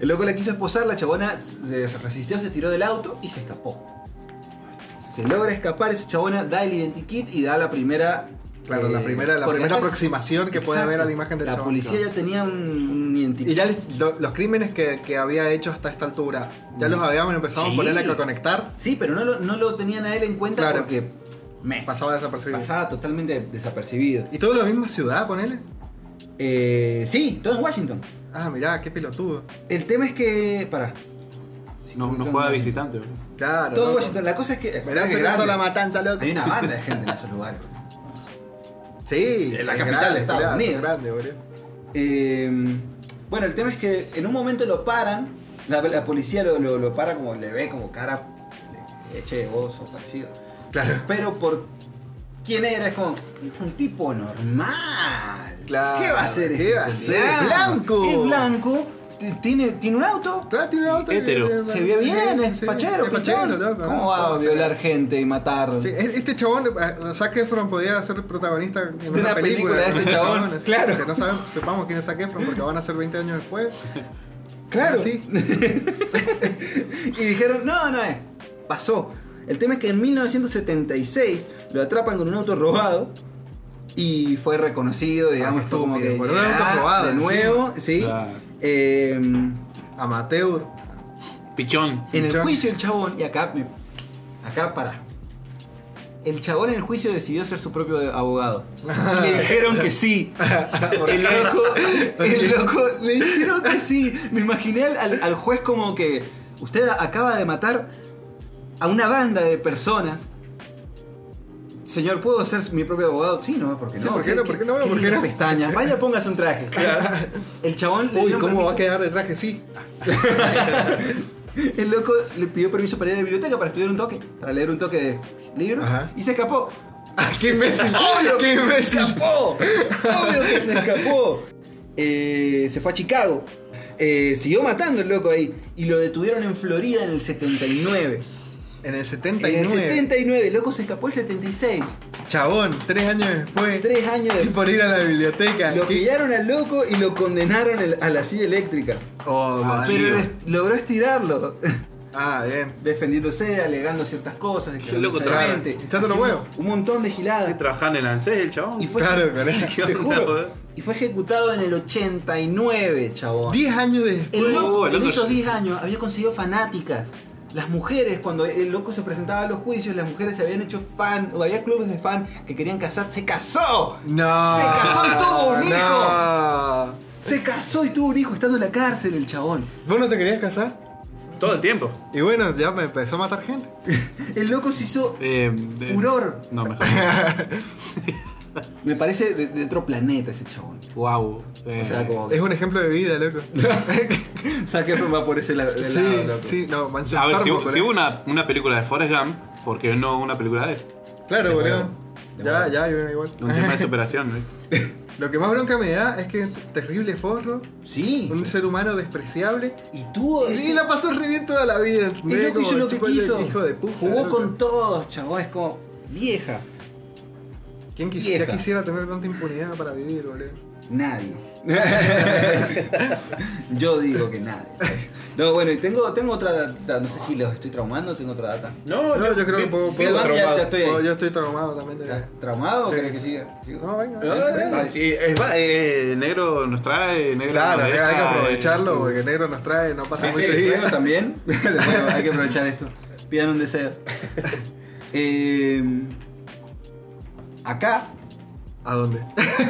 Speaker 5: El loco la quiso esposar, la chabona se se resistió, se tiró del auto y se escapó. Se logra escapar, esa chabona da el identikit y da la primera.
Speaker 1: Claro,
Speaker 5: Eh,
Speaker 1: la primera- la
Speaker 5: porque
Speaker 1: primera
Speaker 5: acá es-
Speaker 1: aproximación que puede haber a la imagen del
Speaker 5: La
Speaker 1: chabón,
Speaker 5: policía
Speaker 1: claro.
Speaker 5: ya tenía un, un identikit.
Speaker 1: Y ya les- lo- los crímenes que, que había hecho hasta esta altura, ya los habíamos empezado
Speaker 5: Mm. Sí.
Speaker 1: a ponerle a conectar,
Speaker 5: Sí, pero no lo, no lo tenían a él en cuenta
Speaker 1: Claro.
Speaker 5: porque me
Speaker 1: pasaba desapercibido.
Speaker 5: pasaba totalmente desapercibido.
Speaker 1: ¿Y todo en la misma ciudad, ponele?
Speaker 5: Eh, sí, todo en Washington.
Speaker 1: Ah, mirá, qué pelotudo.
Speaker 5: El tema es que. Pará. Sí,
Speaker 6: No,
Speaker 5: porque
Speaker 6: no
Speaker 5: todo
Speaker 6: juega
Speaker 5: en Washington.
Speaker 6: visitante. bro.
Speaker 1: Claro.
Speaker 5: Todo en
Speaker 1: loco.
Speaker 5: Washington. La cosa es que.
Speaker 1: Mirá,
Speaker 5: es
Speaker 1: se
Speaker 5: grande.
Speaker 1: hizo la matanza, loco.
Speaker 5: Hay una banda de gente en esos lugares.
Speaker 1: Sí.
Speaker 5: En la
Speaker 1: es
Speaker 5: capital
Speaker 1: grande,
Speaker 5: de Estados
Speaker 1: mirá,
Speaker 5: Unidos.
Speaker 1: es grande, boludo.
Speaker 5: Eh, bueno, el tema es que en un momento lo paran. La, la policía lo, lo- lo para como le ve como cara. le- Eche de vos o parecido.
Speaker 1: Claro.
Speaker 5: Pero por. ¿Quién era? Es como. Es un tipo normal.
Speaker 1: Claro,
Speaker 5: ¿Qué va a hacer?
Speaker 1: ¿qué
Speaker 5: este
Speaker 1: va a hacer?
Speaker 5: pelado?
Speaker 1: Blanco.
Speaker 5: Es blanco. t- Tiene, tiene un auto.
Speaker 1: Claro, tiene una otra.
Speaker 6: Hétero.
Speaker 5: Se ve bien, es
Speaker 1: sí,
Speaker 5: fachero,
Speaker 1: es
Speaker 5: pichón.
Speaker 1: fachero, loco.
Speaker 5: ¿Cómo
Speaker 1: ¿no?
Speaker 5: va a
Speaker 1: O sea,
Speaker 5: violar gente y matar?
Speaker 1: Sí, e- este chabón, eh, Zac Efron podía ser protagonista en una,
Speaker 5: una película de este chabón,
Speaker 1: así
Speaker 5: claro.
Speaker 1: Que no saben, sepamos quién es Zac Efron porque van a ser 20 años después.
Speaker 5: Claro.
Speaker 1: Sí.
Speaker 5: Y dijeron, no, no es. Pasó. El tema es que en 1976 lo atrapan con un auto robado y fue reconocido, digamos, esto como que
Speaker 1: Ah, estúpido, por un auto
Speaker 5: ya,
Speaker 1: robado
Speaker 5: de
Speaker 1: encima.
Speaker 5: nuevo, ¿sí?
Speaker 6: Claro.
Speaker 5: Eh, en
Speaker 1: Amateur.
Speaker 6: Pichón.
Speaker 5: el
Speaker 1: Pichón.
Speaker 5: juicio el chabón, y acá, me- acá para. El chabón en el juicio decidió ser su propio abogado. Y le dijeron que sí. El loco, el loco, le dijeron que sí. Me imaginé al, al juez como que usted acaba de matar a una banda de personas. Señor, ¿puedo ser mi propio abogado? Sí, no, porque
Speaker 1: Sí,
Speaker 5: no.
Speaker 1: ¿por qué no? ¿Por qué no? ¿Por qué
Speaker 5: lindas
Speaker 1: no?
Speaker 5: pestañas. Vaya, póngase un traje. El chabón le
Speaker 1: Uy,
Speaker 5: dieron
Speaker 1: ¿cómo va a
Speaker 5: permiso-
Speaker 1: quedar de traje? Sí.
Speaker 5: El loco le pidió permiso para ir a la biblioteca para estudiar un toque, para leer un toque de libro
Speaker 1: Ajá.
Speaker 5: y se escapó.
Speaker 1: Ah, ¡Qué imbécil! ¡Qué imbécil!
Speaker 5: escapó! ¡Obvio que se escapó! Eh, se fue a Chicago. Eh, siguió matando el loco ahí. Y lo detuvieron en Florida en el 79.
Speaker 1: En el
Speaker 5: En el
Speaker 1: 79.
Speaker 5: 79, el loco se escapó el 76.
Speaker 1: Chabón, tres años después.
Speaker 5: Tres años
Speaker 1: Y
Speaker 5: después.
Speaker 1: por ir a la biblioteca.
Speaker 5: Lo
Speaker 1: ¿Qué?
Speaker 5: pillaron al loco y lo condenaron el- a la silla eléctrica.
Speaker 1: Oh,
Speaker 6: Ah,
Speaker 1: vale.
Speaker 5: Pero est- logró estirarlo,
Speaker 1: Ah, bien.
Speaker 5: defendiéndose, alegando ciertas cosas,
Speaker 6: loco
Speaker 5: declarándose
Speaker 6: traga,
Speaker 5: gente,
Speaker 1: echando los
Speaker 5: haciendo
Speaker 1: huevos.
Speaker 5: Un montón de giladas.
Speaker 6: Trabajar en el ANSES, el chabón.
Speaker 5: Y fue,
Speaker 1: Claro, con eso.
Speaker 6: ¿Qué eh.
Speaker 5: te
Speaker 6: onda,
Speaker 5: juro,
Speaker 6: weón?
Speaker 5: y fue ejecutado en el 89, chabón.
Speaker 1: Diez años después.
Speaker 5: El loco,
Speaker 6: Oh, el
Speaker 5: en
Speaker 6: loco
Speaker 5: esos
Speaker 6: es-
Speaker 5: 10 años había conseguido fanáticas. Las mujeres, cuando el loco se presentaba a los juicios, las mujeres se habían hecho fan, o había clubes de fan que querían casar. ¡Se casó!
Speaker 1: No.
Speaker 5: Se casó y tuvo un
Speaker 1: No.
Speaker 5: Se casó y tuvo un hijo estando en la cárcel, el chabón.
Speaker 1: ¿Vos no te querías casar?
Speaker 6: Todo el tiempo.
Speaker 1: Y bueno, ya me empezó a matar gente.
Speaker 5: El loco se hizo
Speaker 6: Eh, de-
Speaker 5: furor.
Speaker 6: No, mejor.
Speaker 5: Me parece de, de otro planeta ese chabón.
Speaker 6: wow.
Speaker 5: O sea, como que-
Speaker 1: Es un ejemplo de vida, loco.
Speaker 5: Saque va por ese la- de
Speaker 1: sí,
Speaker 5: lado, loco.
Speaker 1: sí, no, mancho.
Speaker 6: A ver, si,
Speaker 1: enfermo,
Speaker 6: hubo-
Speaker 1: pero-
Speaker 6: si hubo una, una película de Forrest Gump, ¿por qué no una película de él?
Speaker 1: Claro,
Speaker 5: De
Speaker 1: boludo.
Speaker 5: huevo, de
Speaker 1: Ya,
Speaker 5: huevo.
Speaker 1: ya, y bueno, igual.
Speaker 6: Un tema de superación, ¿eh?
Speaker 1: Lo que más bronca me da es que es terrible forro,
Speaker 5: Sí.
Speaker 1: un ser humano despreciable.
Speaker 5: Y tuvo.
Speaker 1: Y,
Speaker 5: Oh, ese-
Speaker 1: la pasó re bien toda la vida. ¿entendés?
Speaker 5: El loco
Speaker 1: Como
Speaker 5: hizo lo que
Speaker 1: chupale,
Speaker 5: quiso.
Speaker 1: Hijo de puta,
Speaker 5: Jugó
Speaker 1: loco.
Speaker 5: con todos, chabón. Es como. Vieja.
Speaker 1: ¿Quién quis-
Speaker 5: vieja.
Speaker 1: ya quisiera tener tanta impunidad para vivir, boludo?
Speaker 5: Nadie. Yo digo que nadie. No, bueno, y tengo, tengo otra data. No sé si los estoy traumando, tengo otra data.
Speaker 1: No, yo, creo que puedo. puedo-
Speaker 5: ya- ya
Speaker 1: traumado.
Speaker 5: estoy ahí.
Speaker 1: Oh, Yo estoy traumado también. de-
Speaker 5: ¿Estás ¿Traumado o
Speaker 1: Sí.
Speaker 5: querés que siga? Sigo. eh,
Speaker 1: No, venga.
Speaker 6: No,
Speaker 1: venga, venga.
Speaker 6: sí, es va- eh, el negro nos trae, el negro
Speaker 1: Claro,
Speaker 6: nos
Speaker 1: hay que
Speaker 6: deja,
Speaker 1: aprovecharlo
Speaker 6: eh,
Speaker 1: porque el negro nos trae, no pasa
Speaker 5: Sí,
Speaker 1: muy
Speaker 5: sí,
Speaker 1: seguido.
Speaker 5: luego también. Bueno, hay que aprovechar esto. Pidan un deseo. Eh, acá,
Speaker 1: ¿A dónde?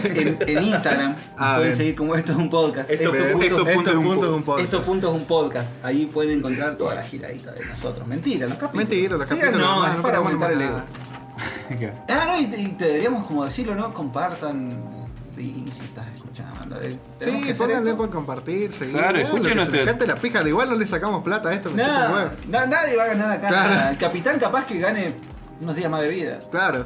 Speaker 5: en, en Instagram,
Speaker 1: Ah,
Speaker 5: pueden
Speaker 1: bien.
Speaker 5: seguir como esto es un podcast.
Speaker 6: Esto
Speaker 5: Estos
Speaker 6: es un-
Speaker 5: puntos-
Speaker 6: esto es un punto de un
Speaker 1: punto de un podcast.
Speaker 5: Estos puntos un podcast. Ahí pueden encontrar toda la giradita de nosotros. Mentira, los capítulos.
Speaker 1: Mentira, los
Speaker 5: Sí,
Speaker 1: capítulos
Speaker 5: No,
Speaker 1: nomás,
Speaker 5: es
Speaker 1: no
Speaker 5: para
Speaker 1: programamos
Speaker 5: aumentar el ego.
Speaker 1: nada.
Speaker 5: Ah, no, y te, y te deberíamos como decirlo, ¿no? Compartan. Y si estás escuchando. eh, tenemos que
Speaker 1: Sí,
Speaker 5: hacer
Speaker 1: pónganle
Speaker 5: esto.
Speaker 1: por compartir, seguir.
Speaker 6: Claro,
Speaker 1: eh, lo
Speaker 6: escuchen
Speaker 1: que se les
Speaker 6: nuestro-
Speaker 1: cante la pija, al igual no le sacamos plata a esto, me chupa un
Speaker 5: No,
Speaker 1: huevo.
Speaker 5: no, nadie va a ganar acá.
Speaker 1: Claro.
Speaker 5: nada. El capitán capaz que gane unos días más de vida.
Speaker 1: Claro.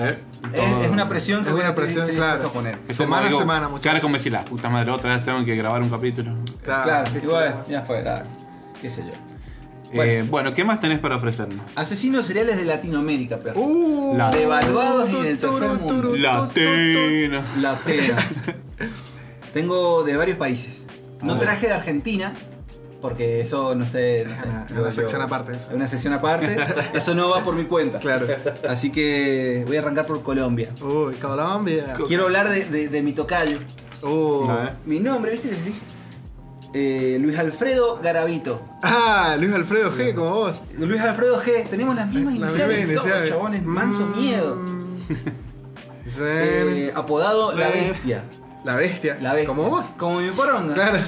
Speaker 6: eh, todo. Este
Speaker 5: Es, es una presión que
Speaker 1: Es
Speaker 5: voy
Speaker 1: una
Speaker 5: a- estoy-
Speaker 1: presión,
Speaker 5: estoy
Speaker 1: claro.
Speaker 5: dispuesto a poner.
Speaker 6: Es
Speaker 1: semana a
Speaker 6: como
Speaker 1: semana,
Speaker 6: Cara
Speaker 1: muchachos.
Speaker 6: como decir, la puta madre, otra vez tengo que grabar un capítulo. Eh,
Speaker 5: Claro,
Speaker 1: qué
Speaker 5: igual,
Speaker 1: cagada.
Speaker 5: ya fue, dale. Qué sé yo. Bueno.
Speaker 6: Eh, bueno, ¿qué más tenés para ofrecernos?
Speaker 5: Asesinos seriales de Latinoamérica, perro.
Speaker 1: Uh,
Speaker 6: La-
Speaker 5: Devaluados en el
Speaker 1: tu,
Speaker 5: tercer
Speaker 1: turu,
Speaker 5: mundo.
Speaker 1: turu, tu, tu, tu.
Speaker 6: Latino.
Speaker 5: La pena. Tengo de varios países.
Speaker 6: A
Speaker 5: No
Speaker 6: ver.
Speaker 5: traje de Argentina, porque eso no sé. No sé
Speaker 1: Ah,
Speaker 5: lo-
Speaker 1: hay una
Speaker 5: lo-
Speaker 1: sección aparte, eso.
Speaker 5: Hay una sección aparte. eso no va por mi cuenta.
Speaker 1: Claro.
Speaker 5: Así que voy a arrancar por Colombia.
Speaker 1: Uy, Colombia.
Speaker 5: Quiero hablar de, de- de mi tocayo.
Speaker 1: Uh.
Speaker 6: A ver.
Speaker 5: Mi nombre, ¿viste que les dije? Eh, Luis Alfredo Garavito.
Speaker 1: Ah, Luis Alfredo G, como vos.
Speaker 5: Luis Alfredo G. Tenemos las mismas
Speaker 1: La
Speaker 5: iniciales.
Speaker 1: misma
Speaker 5: todos,
Speaker 1: inicial.
Speaker 5: chabones, manso
Speaker 1: Mm.
Speaker 5: miedo.
Speaker 1: Sí.
Speaker 5: Eh, apodado La
Speaker 6: Sí.
Speaker 5: Bestia.
Speaker 1: la bestia.
Speaker 5: La Bestia.
Speaker 1: Como vos.
Speaker 5: Como mi poronga.
Speaker 1: Claro.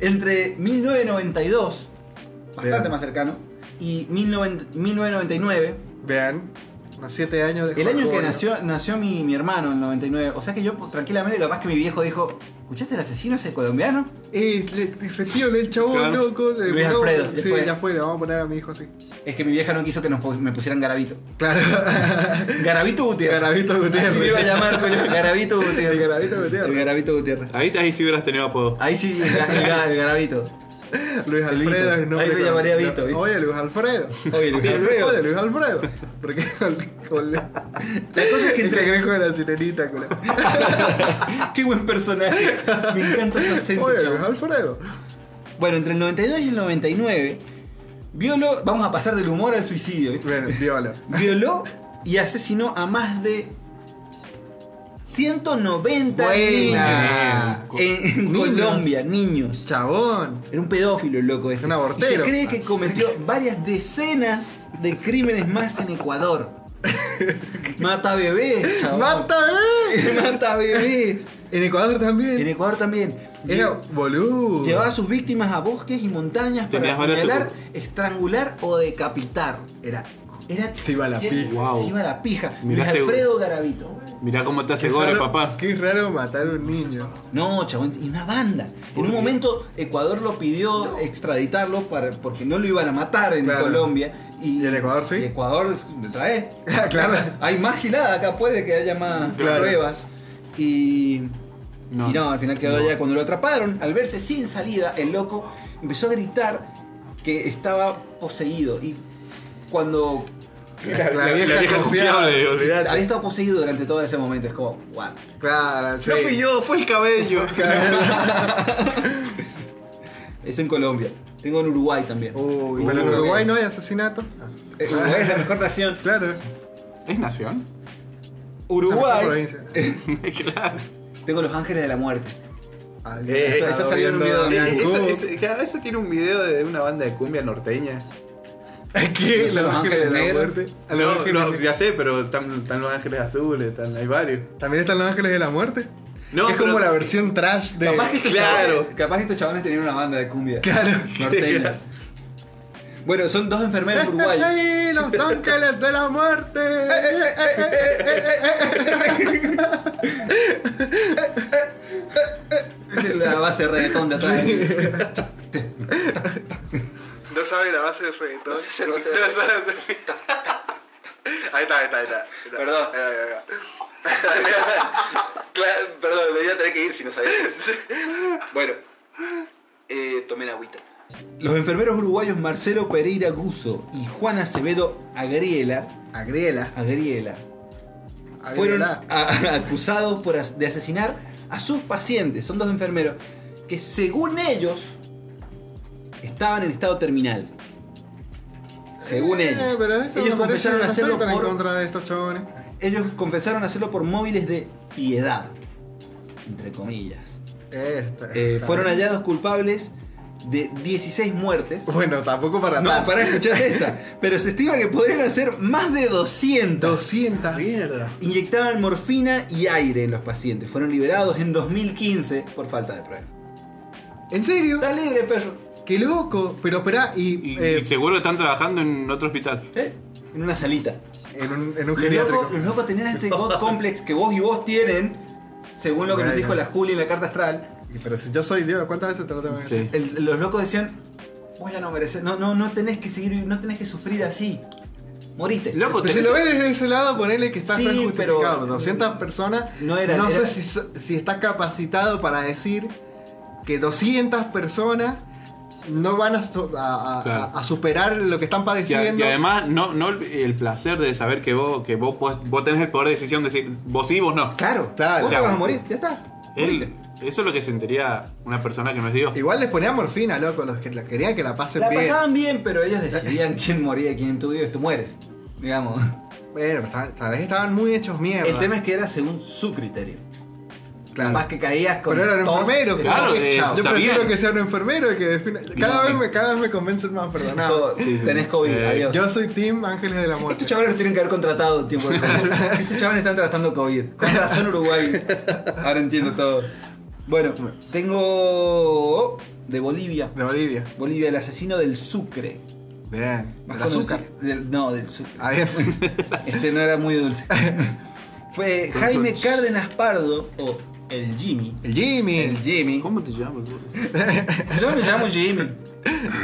Speaker 5: Entre 1992, bastante
Speaker 1: Bien.
Speaker 5: más cercano, y 1990 1999,
Speaker 1: Vean, unos 7 años de
Speaker 5: el año en que
Speaker 1: jolgorio.
Speaker 5: nació, nació mi, mi hermano, el 99. O sea que yo tranquilamente, capaz que mi viejo dijo, ¿escuchaste el asesino ese colombiano?
Speaker 1: Eh, le, repito, el chabón
Speaker 6: Claro.
Speaker 1: loco. le-
Speaker 5: Luis
Speaker 1: no,
Speaker 5: Alfredo,
Speaker 1: Sí,
Speaker 5: ya fue.
Speaker 1: ya fue, le vamos a poner a mi hijo así.
Speaker 5: Es que mi vieja no quiso que nos, pus- me pusieran Garabito.
Speaker 1: Claro.
Speaker 5: Garabito Gutiérrez.
Speaker 1: Garabito Gutiérrez.
Speaker 5: Así me iba a llamar, coño, Garabito Gutiérrez.
Speaker 1: El Garabito Gutiérrez.
Speaker 5: El Garabito Gutiérrez.
Speaker 6: Ahí, ahí sí hubieras tenido apodo.
Speaker 5: Ahí sí, el, ga- el ga- el Garabito.
Speaker 1: Luis Alfredo
Speaker 5: Vito.
Speaker 1: es un nombre
Speaker 5: Ahí me
Speaker 1: con-
Speaker 5: llamaría Vito, ¿viste?
Speaker 1: Oye, Luis Alfredo.
Speaker 5: Oye, Luis Alfredo.
Speaker 1: Oye, Luis Alfredo. Porque con, con la...
Speaker 5: cosa es que
Speaker 1: el
Speaker 5: entre-
Speaker 1: cangrejo de la sirenita. Con la...
Speaker 5: Qué buen personaje. Me encanta su acento.
Speaker 1: Oye,
Speaker 5: chabón.
Speaker 1: Luis Alfredo.
Speaker 5: Bueno, entre el 92 y el 99, violó, vamos a pasar del humor al suicidio, ¿viste?
Speaker 1: Bueno, viola.
Speaker 5: violó y asesinó a más de 190
Speaker 1: Buena.
Speaker 5: niños en, en
Speaker 1: Niños.
Speaker 5: Colombia, niños.
Speaker 1: Chabón.
Speaker 5: Era un pedófilo el loco este.
Speaker 1: Un abortero.
Speaker 5: Y se cree que cometió varias decenas de crímenes más en Ecuador. Mata bebés, chabón.
Speaker 1: ¡Mátame!
Speaker 5: Mata bebés.
Speaker 1: En Ecuador también.
Speaker 5: En Ecuador también.
Speaker 1: Era boludo.
Speaker 5: Llevaba a sus víctimas a bosques y montañas para
Speaker 6: Tenías varios
Speaker 5: apuñalar,
Speaker 6: secu-
Speaker 5: estrangular o decapitar. Era. era
Speaker 1: Se iba a la
Speaker 5: era-
Speaker 1: pija.
Speaker 6: Guau.
Speaker 5: Se iba a la pija.
Speaker 6: Mirá
Speaker 5: Luis
Speaker 6: ese-
Speaker 5: Alfredo Garavito.
Speaker 6: Mirá cómo te hace
Speaker 1: Qué
Speaker 6: gore,
Speaker 1: raro-
Speaker 6: papá.
Speaker 1: Qué raro matar a un niño.
Speaker 5: No, chabón, y una banda. En un momento Ecuador lo pidió extraditarlo para, porque no lo iban a matar en
Speaker 1: Claro.
Speaker 5: Colombia. Y,
Speaker 1: ¿Y en Ecuador sí?
Speaker 5: y Ecuador, ¿me traes?
Speaker 1: Ah, claro.
Speaker 5: Hay más gilada acá, puede que haya más
Speaker 1: Claro.
Speaker 5: pruebas. Y y
Speaker 6: No.
Speaker 5: no. al final quedó allá. Cuando lo atraparon, al verse sin salida, el loco empezó a gritar que estaba poseído. Y cuando
Speaker 1: La,
Speaker 6: La, la vieja confiable, olvidate.
Speaker 5: había estado poseído durante todo ese momento, es como, what?
Speaker 1: Claro, sí.
Speaker 6: yo, fue el cabello.
Speaker 1: Claro.
Speaker 5: Es en Colombia. Tengo en Uruguay también.
Speaker 1: Uy, pero en
Speaker 5: Uruguay.
Speaker 1: Uruguay no hay asesinato.
Speaker 5: Eh, Uruguay es la mejor nación.
Speaker 1: Claro.
Speaker 6: ¿Es nación?
Speaker 5: Uruguay.
Speaker 1: provincia.
Speaker 6: claro.
Speaker 5: Tengo los ángeles de la muerte.
Speaker 1: Alguien
Speaker 2: Eh,
Speaker 5: esto-
Speaker 1: ha
Speaker 5: esto
Speaker 1: estado
Speaker 5: salió en un
Speaker 1: viendo
Speaker 5: video de-
Speaker 1: Damián
Speaker 2: Eso,
Speaker 1: Cook.
Speaker 2: eso- ya, eso tiene un video de una banda de cumbia norteña.
Speaker 1: ¿Qué?
Speaker 5: ¿No son
Speaker 1: Los Ángeles de la
Speaker 5: Negros?
Speaker 1: Muerte. Ah, Los
Speaker 2: No,
Speaker 1: Ángeles
Speaker 2: no,
Speaker 1: Negros.
Speaker 2: ya sé, pero están, están los ángeles azules, están, hay varios.
Speaker 1: También están Los Ángeles de la Muerte.
Speaker 2: No,
Speaker 1: es como
Speaker 2: pero-
Speaker 1: la versión trash de.
Speaker 5: Capaz que estos
Speaker 2: claro.
Speaker 5: chabones, capaz que estos chabones tenían una banda de cumbia.
Speaker 1: Claro.
Speaker 5: Norteña. Bueno, son dos enfermeros uruguayos.
Speaker 1: ¡Ay, los ángeles de la muerte! eh, eh,
Speaker 5: la base de reggaetón de atrás.
Speaker 2: No sabe la base de reggaetón.
Speaker 3: No sé si lo sé. No
Speaker 2: ahí está, ahí está, ahí está.
Speaker 3: Perdón. Claro, perdón, me iba a tener que ir si no sabía. Bueno, eh, tomen agüita.
Speaker 5: Los enfermeros uruguayos Marcelo Pereira Guso y Juan Acevedo Agriela,
Speaker 1: Agriela.
Speaker 5: Agriela
Speaker 1: Agriela.
Speaker 5: fueron a- acusados por as- de asesinar a sus pacientes. Son dos enfermeros que según ellos estaban en estado terminal. Según
Speaker 1: Eh,
Speaker 5: ellos.
Speaker 1: Pero eso
Speaker 5: ellos
Speaker 1: me parece que
Speaker 5: confesaron
Speaker 1: no
Speaker 5: hacerlo
Speaker 1: estoy tan en
Speaker 5: por-
Speaker 1: contra de estos chabones.
Speaker 5: ellos confesaron hacerlo por móviles de piedad, entre comillas.
Speaker 1: Esta,
Speaker 5: Eh,
Speaker 1: esta.
Speaker 5: fueron hallados culpables de 16 muertes.
Speaker 1: Bueno, tampoco para
Speaker 5: No,
Speaker 1: tanto.
Speaker 5: para escuchar esta. Pero se estima que podrían hacer más de 200.
Speaker 1: 200.
Speaker 5: Inyectaban morfina y aire en los pacientes. Fueron liberados en 2015 por falta de prueba.
Speaker 1: ¿En serio?
Speaker 5: Está libre, perro.
Speaker 1: ¡Qué loco! Pero espera, y,
Speaker 6: Y,
Speaker 1: eh,
Speaker 6: y seguro están trabajando en otro hospital.
Speaker 5: ¿Eh? En una salita.
Speaker 1: en un, en un
Speaker 5: Los
Speaker 1: geriátrico.
Speaker 5: locos, los locos tenían este God Complex que vos y vos tienen, según lo que nos
Speaker 1: Bueno.
Speaker 5: dijo la Julia en la carta astral.
Speaker 1: Y Pero si yo soy Dios, ¿cuántas veces te lo tengo que
Speaker 6: Sí.
Speaker 1: decir?
Speaker 5: El- los locos decían, vos ya no mereces, no, no, no tenés que seguir, no tenés que sufrir así. Morite.
Speaker 6: Loco,
Speaker 1: Pero
Speaker 6: te-
Speaker 1: si lo ves desde ese lado, ponele que estás
Speaker 5: Pues Sí,
Speaker 1: justificado.
Speaker 5: pero-
Speaker 1: 200 personas.
Speaker 5: No era-
Speaker 1: No sé
Speaker 5: era-
Speaker 1: si, si estás capacitado para decir que 200 personas no van a, su- a- a-
Speaker 6: Claro.
Speaker 1: a superar lo que están
Speaker 6: Y, a-
Speaker 1: padeciendo.
Speaker 6: y además, no, no el- el placer de saber que vos, que vos, podés- vos tenés el poder de decisión de decir vos sí, vos no.
Speaker 5: Claro,
Speaker 1: Claro,
Speaker 5: vos
Speaker 6: ya.
Speaker 5: vas a morir, ya está.
Speaker 6: Él-
Speaker 5: morite.
Speaker 6: eso es lo que sentiría una persona que no es Dios.
Speaker 1: Igual les ponía morfina, loco, los que la- querían que la pasen
Speaker 5: La
Speaker 1: bien.
Speaker 5: pasaban bien, pero ellos decidían quién moría, quién tú vives, tú mueres. Digamos.
Speaker 1: Bueno, estaban- tal vez estaban muy hechos mierda.
Speaker 5: El tema es que era según su criterio.
Speaker 1: Claro.
Speaker 5: Más que caías con
Speaker 1: Pero eran
Speaker 5: tos,
Speaker 1: enfermeros,
Speaker 5: eh,
Speaker 6: claro,
Speaker 5: eh,
Speaker 6: eh,
Speaker 5: chao.
Speaker 1: Yo prefiero
Speaker 6: Sabían.
Speaker 1: que sea un enfermero y que defina. Cada,
Speaker 6: No,
Speaker 1: vez
Speaker 6: eh.
Speaker 1: me, cada vez me convencen más, perdonado.
Speaker 5: Todo-
Speaker 6: Sí, sí.
Speaker 5: Tenés COVID,
Speaker 6: Eh,
Speaker 5: adiós.
Speaker 1: Yo soy Team Ángeles de la Muerte.
Speaker 5: Estos chavales los tienen que haber contratado tiempo de COVID. Estos chavales están tratando COVID. Con razón Uruguay. Ahora entiendo todo. Bueno, tengo de Bolivia.
Speaker 1: De Bolivia.
Speaker 5: Bolivia, el asesino del Sucre.
Speaker 1: Bien.
Speaker 5: Más
Speaker 1: El azúcar.
Speaker 5: conocido- del- no, del Sucre.
Speaker 1: Ah, bien.
Speaker 5: Este no era muy dulce. Fue Jaime Cárdenas Pardo, o el Jimmy.
Speaker 1: El Jimmy.
Speaker 5: El Jimmy.
Speaker 6: ¿Cómo te llamas? boludo?
Speaker 5: Yo me llamo Jimmy.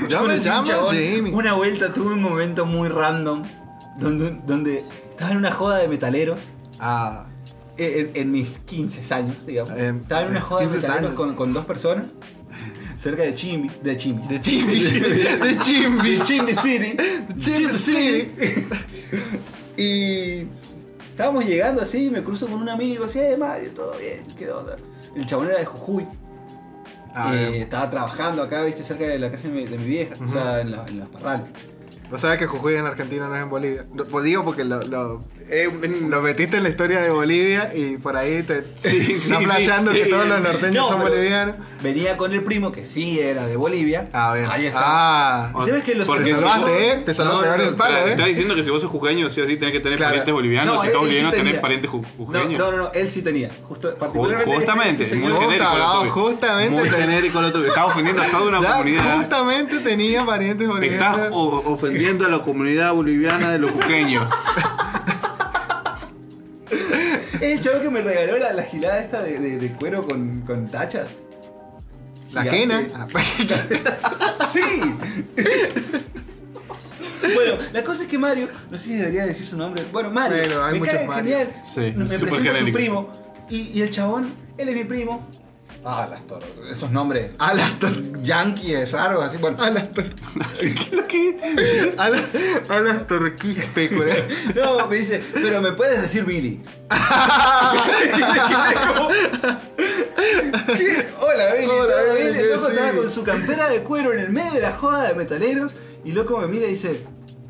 Speaker 1: Yo me
Speaker 5: conocí a
Speaker 1: llamo
Speaker 5: un chabón,
Speaker 1: Jimmy.
Speaker 5: Una vuelta tuve un momento muy random donde, donde estaba en una joda de metaleros.
Speaker 1: Ah.
Speaker 5: En, en mis 15 años, digamos.
Speaker 1: En-
Speaker 5: Estaba en una
Speaker 1: en
Speaker 5: joda de
Speaker 1: 15
Speaker 5: metaleros
Speaker 1: años.
Speaker 5: con, con dos personas. Cerca de Chimbi. De Chimbi.
Speaker 1: De Jimmy. De Jimmy.
Speaker 5: De Chimbi City.
Speaker 1: Chimbi City.
Speaker 5: y estábamos llegando así, me cruzo con un amigo así, eh, Mario, todo bien, qué onda. El chabón era de Jujuy.
Speaker 1: Ah,
Speaker 5: eh,
Speaker 1: bien.
Speaker 6: Eh.
Speaker 5: estaba trabajando acá, viste, cerca de la casa de mi, de mi vieja, o sea, en, la- en los parrales.
Speaker 1: O sea eh, que Jujuy en Argentina no es en Bolivia. No, pues digo porque lo, lo, eh, lo metiste en la historia de Bolivia y por ahí te
Speaker 6: Sí,
Speaker 1: está
Speaker 6: sí,
Speaker 1: flasheando
Speaker 6: sí.
Speaker 1: que todos los norteños
Speaker 5: No,
Speaker 1: son
Speaker 5: pero-
Speaker 1: bolivianos.
Speaker 5: Venía con el primo que sí era de Bolivia.
Speaker 1: A ver.
Speaker 5: Ahí está.
Speaker 1: Ah.
Speaker 6: O-
Speaker 5: Debes que los
Speaker 6: porque
Speaker 1: Te
Speaker 6: si
Speaker 1: salvaste,
Speaker 6: vos-
Speaker 1: ¿eh? Te salvaste
Speaker 5: No,
Speaker 1: ahora
Speaker 5: no,
Speaker 1: el palo,
Speaker 6: Te está
Speaker 1: ¿eh?
Speaker 6: diciendo que si vos sos jujeño, sí o sí tenés que tener
Speaker 1: Claro. eh,
Speaker 6: parientes bolivianos. si
Speaker 5: él-
Speaker 6: sos
Speaker 5: él sí
Speaker 6: boliviano, tenés
Speaker 5: tenía.
Speaker 6: parientes ju- jujeños.
Speaker 5: No, no, no, él sí tenía. Justo, particularmente este-
Speaker 6: Justamente,
Speaker 5: este
Speaker 6: muy
Speaker 1: Vos,
Speaker 5: señor.
Speaker 6: genérico lo
Speaker 1: tarado,
Speaker 6: tuyo.
Speaker 1: ah, justamente
Speaker 6: Muy
Speaker 1: te-
Speaker 6: genérico lo tuyo. Estás ofendiendo a toda una
Speaker 1: Ya
Speaker 6: comunidad.
Speaker 1: justamente tenía parientes bolivianos.
Speaker 6: Estás o- ofendiendo a la comunidad boliviana de los jujeños.
Speaker 5: Es el chavo que me regaló la, la gilada esta de, de- de cuero con, con tachas.
Speaker 1: La
Speaker 5: Ya,
Speaker 1: quena.
Speaker 5: eh.
Speaker 1: Ah,
Speaker 5: ¡Sí! bueno, la cosa es que Mario, no sé si debería decir su nombre. Bueno, Mario,
Speaker 1: Bueno, hay
Speaker 5: me
Speaker 1: muchos
Speaker 5: cae
Speaker 1: Mario.
Speaker 5: genial.
Speaker 6: Sí,
Speaker 5: me
Speaker 6: súper
Speaker 5: presenta su
Speaker 6: genérico.
Speaker 5: primo. Y, y el chabón, él es mi primo. Ah, las toros, esos nombres.
Speaker 1: Alastor.
Speaker 5: Yankee es raro, así, bueno.
Speaker 1: Alastor. ¿Qué lo que? Alastor Quispe, cura.
Speaker 5: No, me dice, pero me puedes decir Billy. Y me quedé como, ¿qué? Hola Billy,
Speaker 1: Hola,
Speaker 5: ¿todo bien?
Speaker 1: Billy,
Speaker 5: El loco
Speaker 1: sí.
Speaker 5: estaba con su campera de cuero en el medio de la joda de metaleros y loco me mira y dice,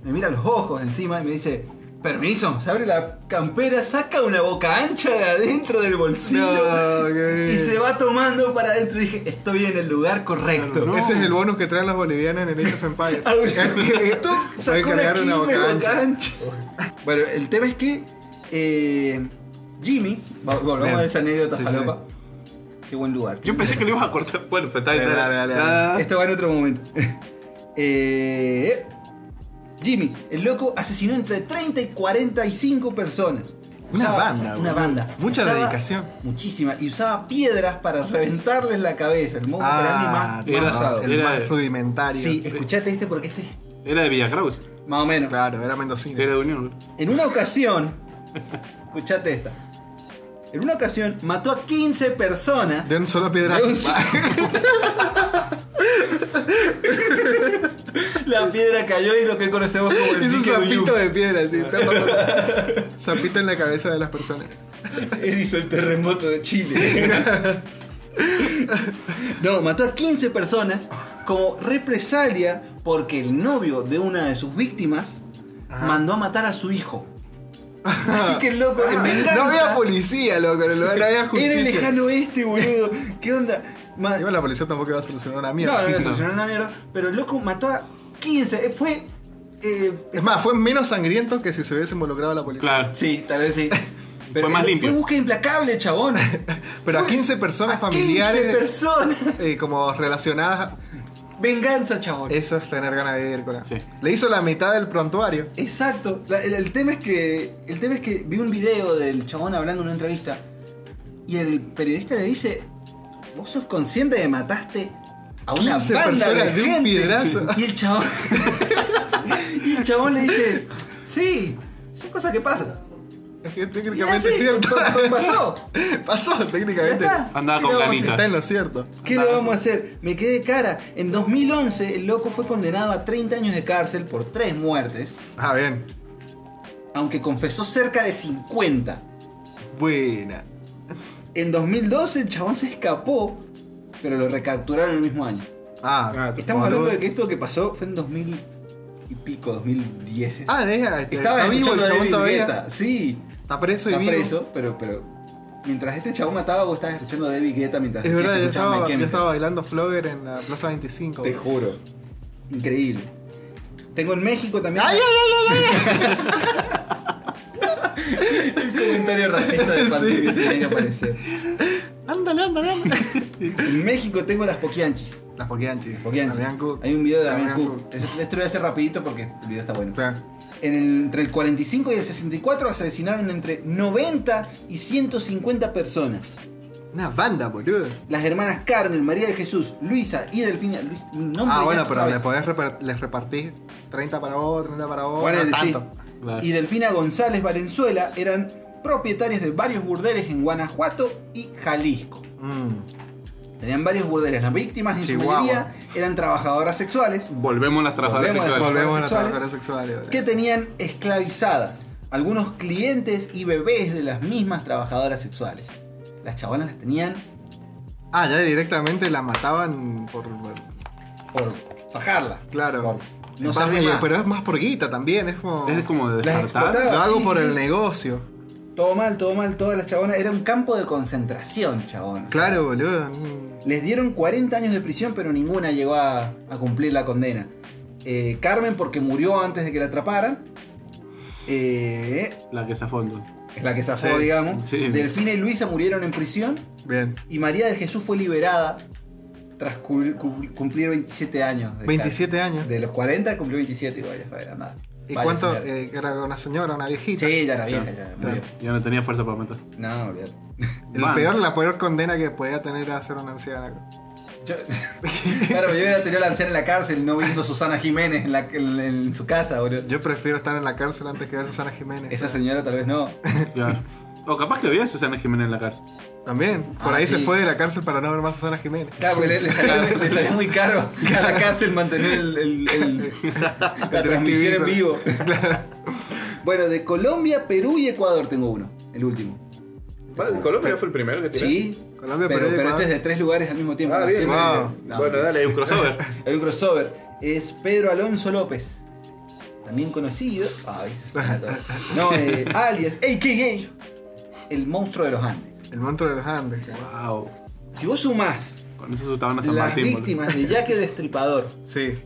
Speaker 5: me mira a los ojos encima y me dice, permiso, se abre la campera, saca una boca ancha de adentro del bolsillo
Speaker 1: No, qué bien.
Speaker 5: y se va tomando para adentro. Y dije, estoy en el lugar correcto.
Speaker 1: Ese es el bonus que traen las bolivianas en el Age of Empires.
Speaker 5: Tú
Speaker 1: Voy a
Speaker 5: Ah, sacó
Speaker 1: cargar una boca ancha.
Speaker 5: Bueno, el tema es que eh, Jimmy, va- volvamos
Speaker 1: Bien.
Speaker 5: a esa anécdota
Speaker 1: Sí, sí,
Speaker 5: falopa. Qué buen lugar.
Speaker 6: Yo pensé que lo ibas a cortar. Bueno, pero está bien,
Speaker 1: Dale,
Speaker 6: está
Speaker 1: dale,
Speaker 6: bien.
Speaker 1: dale, dale.
Speaker 5: Esto va en otro momento. Eh, Jimmy, el loco asesinó entre 30 y 45 personas.
Speaker 1: Una banda,
Speaker 5: Una
Speaker 1: boludo.
Speaker 5: banda.
Speaker 1: Mucha dedicación.
Speaker 5: Muchísima. Y usaba piedras para reventarles la cabeza. El modo
Speaker 1: Ah,
Speaker 5: operandi más-
Speaker 6: era-
Speaker 5: más usado.
Speaker 1: el
Speaker 6: era-
Speaker 1: más rudimentario.
Speaker 5: Sí, escuchate este porque este es
Speaker 6: Ah, Era de Villagraus.
Speaker 5: más o menos.
Speaker 1: Claro, era mendocino.
Speaker 6: Era de Unión.
Speaker 5: En una ocasión, escuchate esta. En una ocasión mató a 15 personas.
Speaker 1: De un solo piedrazo.
Speaker 5: De un- La piedra cayó y lo que conocemos como el
Speaker 1: Hizo un
Speaker 5: dique
Speaker 1: zapito
Speaker 5: Biu.
Speaker 1: de piedra, así. zapito en la cabeza de las personas.
Speaker 5: Él hizo el terremoto de Chile. no, mató a 15 personas como represalia porque el novio de una de sus víctimas mandó a matar a su hijo. Así que el loco, en venganza.
Speaker 1: Ah, No había policía, loco, en el lugar no había
Speaker 5: Era el
Speaker 1: justicia.
Speaker 5: lejano este, boludo. ¿Qué onda? Ma-
Speaker 1: Igual la policía tampoco iba a solucionar una
Speaker 5: No,
Speaker 1: mierda.
Speaker 5: no, no, solucionó una mierda. Pero el loco mató a 15. eh, Fue. eh,
Speaker 1: Es más, fue menos sangriento que si se hubiese involucrado la policía.
Speaker 6: Claro.
Speaker 5: sí, tal vez sí.
Speaker 6: Fue más
Speaker 5: eh,
Speaker 6: limpio.
Speaker 5: Fue búsqueda implacable, chabón.
Speaker 1: Pero a
Speaker 5: Fue
Speaker 1: 15 personas
Speaker 5: a
Speaker 1: familiares.
Speaker 5: 15 personas.
Speaker 1: eh, como relacionadas,
Speaker 5: Venganza, chabón.
Speaker 1: eso es tener ganas de vivir con
Speaker 6: Sí.
Speaker 1: Le hizo la mitad del prontuario.
Speaker 5: Exacto. La- el, el tema es que. El tema es que vi un video del chabón hablando en una entrevista. Y el periodista le dice. ¿Vos sos consciente de que mataste a una
Speaker 1: 15
Speaker 5: banda de,
Speaker 1: personas de un
Speaker 5: gente?"
Speaker 1: piedrazo.
Speaker 5: Y el chabón. y el chabón le dice. Sí, son cosas que pasan.
Speaker 1: Es que
Speaker 5: Y era
Speaker 1: técnicamente
Speaker 5: así,
Speaker 1: es cierto.
Speaker 5: pa- pasó.
Speaker 1: Pasó,
Speaker 5: Ya
Speaker 1: técnicamente.
Speaker 5: está.
Speaker 6: Andaba
Speaker 5: ¿Qué
Speaker 6: con
Speaker 5: le vamos a
Speaker 6: ganitas.
Speaker 5: hacer?
Speaker 1: Está en lo cierto.
Speaker 5: ¿Qué le vamos a hacer? Me quedé cara. En 2011, el loco fue condenado a 30 años de cárcel por 3 muertes,
Speaker 1: Ah, bien.
Speaker 5: aunque confesó cerca de 50.
Speaker 1: Buena.
Speaker 5: En 2012, el chabón se escapó, pero lo recapturaron el mismo año.
Speaker 1: Ah,
Speaker 5: Estamos
Speaker 1: boludo.
Speaker 5: hablando de que esto que pasó fue en 2000 y pico, 2010.
Speaker 1: Ah, deja. este,
Speaker 5: Estaba
Speaker 1: está vivo el
Speaker 5: escuchando a
Speaker 1: chabón
Speaker 5: David
Speaker 1: todavía.
Speaker 5: Guetta. Sí,
Speaker 1: Está preso y
Speaker 5: está
Speaker 1: vivo.
Speaker 5: preso, pero, pero mientras este chabón mataba, vos estabas escuchando a David Guetta mientras
Speaker 1: Es
Speaker 5: decías
Speaker 1: verdad,
Speaker 5: que
Speaker 1: yo
Speaker 5: escuchabas My
Speaker 1: estaba, yo
Speaker 5: Chemical.
Speaker 1: estaba bailando Flogger en la Plaza 25.
Speaker 5: Te
Speaker 1: boludo.
Speaker 5: juro. Increíble. Tengo en México también.
Speaker 1: ¡Ay, ay,
Speaker 5: Un comentario racista de parte que tiene que aparecer.
Speaker 1: ay! Ándale, ándale, ándale.
Speaker 5: En México tengo las poquianchis.
Speaker 1: Las Poquianchi.
Speaker 5: Poquianchis.
Speaker 1: Damián Cook.
Speaker 5: Hay un video de
Speaker 1: Damián
Speaker 5: Damián Cook. Esto esto lo voy a hacer rapidito porque el video está bueno.
Speaker 1: Claro.
Speaker 5: En el- entre el 45 y el 64 asesinaron entre 90 y 150 personas.
Speaker 1: Una banda, boludo.
Speaker 5: Las hermanas Carmen, María de Jesús, Luisa y Delfina. Luis, mi nombre
Speaker 1: ah,
Speaker 5: ya
Speaker 1: bueno,
Speaker 5: está
Speaker 1: pero
Speaker 5: otra
Speaker 1: les
Speaker 5: vez.
Speaker 1: podés repar- les repartir 30 para vos, 30 para vos.
Speaker 5: Ponele,
Speaker 1: no
Speaker 5: sí.
Speaker 1: tanto.
Speaker 6: Claro.
Speaker 5: Y Delfina González Valenzuela eran propietarias de varios burdeles en Guanajuato y Jalisco.
Speaker 1: Mm.
Speaker 5: Tenían varios burdeles. Las víctimas, en
Speaker 1: Chihuahua.
Speaker 5: su mayoría, eran trabajadoras sexuales
Speaker 6: Volvemos a las trabajadoras
Speaker 5: Volvemos a las
Speaker 6: sexuales.
Speaker 1: Volvemos a las
Speaker 5: sexuales.
Speaker 1: trabajadoras sexuales. boludo.
Speaker 5: que tenían esclavizadas algunos clientes y bebés de las mismas trabajadoras sexuales. Las chabonas las tenían
Speaker 1: Ah, ya directamente la mataban por.
Speaker 5: por fajarla.
Speaker 1: Claro.
Speaker 5: Por No
Speaker 1: Papi,
Speaker 5: sabes más.
Speaker 1: pero es más por guita también, es como.
Speaker 6: Es como de
Speaker 5: Las
Speaker 6: descartar.
Speaker 5: explotadas.
Speaker 1: Lo hago
Speaker 5: sí,
Speaker 1: por
Speaker 5: sí.
Speaker 1: el negocio.
Speaker 5: Todo mal, todo mal, todas las chabonas. Era un campo de concentración, chabonas.
Speaker 1: Claro, boludo. mm.
Speaker 5: Les dieron 40 años de prisión, pero ninguna llegó a, a cumplir la condena. Eh, Carmen porque murió antes de que la atraparan. Eh,
Speaker 6: La que se afondo.
Speaker 5: es la que zafó,
Speaker 1: Sí,
Speaker 5: digamos.
Speaker 6: sí.
Speaker 5: Delfina y Luisa murieron en prisión.
Speaker 1: Bien.
Speaker 5: Y María de Jesús fue liberada tras cu- cu- cumplir 27 años. de
Speaker 1: 27 años.
Speaker 5: cárcel. De los 40 cumplió 27 igual, ya fue, era nada.
Speaker 1: ¿Y
Speaker 5: Vaya
Speaker 1: cuánto?
Speaker 5: señora.
Speaker 1: eh, era una señora, una viejita.
Speaker 5: Sí, ya era vieja, ya murió.
Speaker 6: Ya no tenía fuerza para matar.
Speaker 5: No, olvidate.
Speaker 1: El
Speaker 6: Man.
Speaker 1: peor, la peor condena que podía tener a ser una anciana.
Speaker 5: Yo, claro, yo hubiera tenido la anciana en la cárcel no viendo a Susana Jiménez en, la- en- en su casa, boludo.
Speaker 1: Yo prefiero estar en la cárcel antes que ver a Susana Jiménez.
Speaker 5: Esa señora tal vez no.
Speaker 6: Claro. O capaz que había a Susana Jiménez en la cárcel.
Speaker 1: También. Por
Speaker 5: Ah,
Speaker 1: ahí
Speaker 5: sí.
Speaker 1: se fue de la cárcel para no ver más a Susana Jiménez.
Speaker 5: Claro, porque le, le salió, le salió muy caro a la cárcel mantener el, el- el- la transmisión en vivo. Bueno, de Colombia, Perú y Ecuador tengo uno, el último.
Speaker 2: Colombia fue el primero que tiró.
Speaker 5: Sí,
Speaker 1: Colombia,
Speaker 5: pero,
Speaker 1: Perú y
Speaker 5: pero
Speaker 1: Ecuador.
Speaker 5: este es de tres lugares al mismo tiempo.
Speaker 2: Ah, bien.
Speaker 5: Siempre-
Speaker 1: Wow.
Speaker 5: No,
Speaker 2: Bueno, dale, hay un crossover.
Speaker 5: Hay un crossover. Es Pedro Alonso López. También conocido. Ay, no, eh, alias AKA. El monstruo de los Andes.
Speaker 1: El monstruo de los Andes. cara.
Speaker 6: Wow.
Speaker 5: Si vos sumás
Speaker 6: Con eso asustaban a San
Speaker 5: las
Speaker 6: Martín. boludo.
Speaker 5: víctimas de Jack el Destripador
Speaker 1: Sí,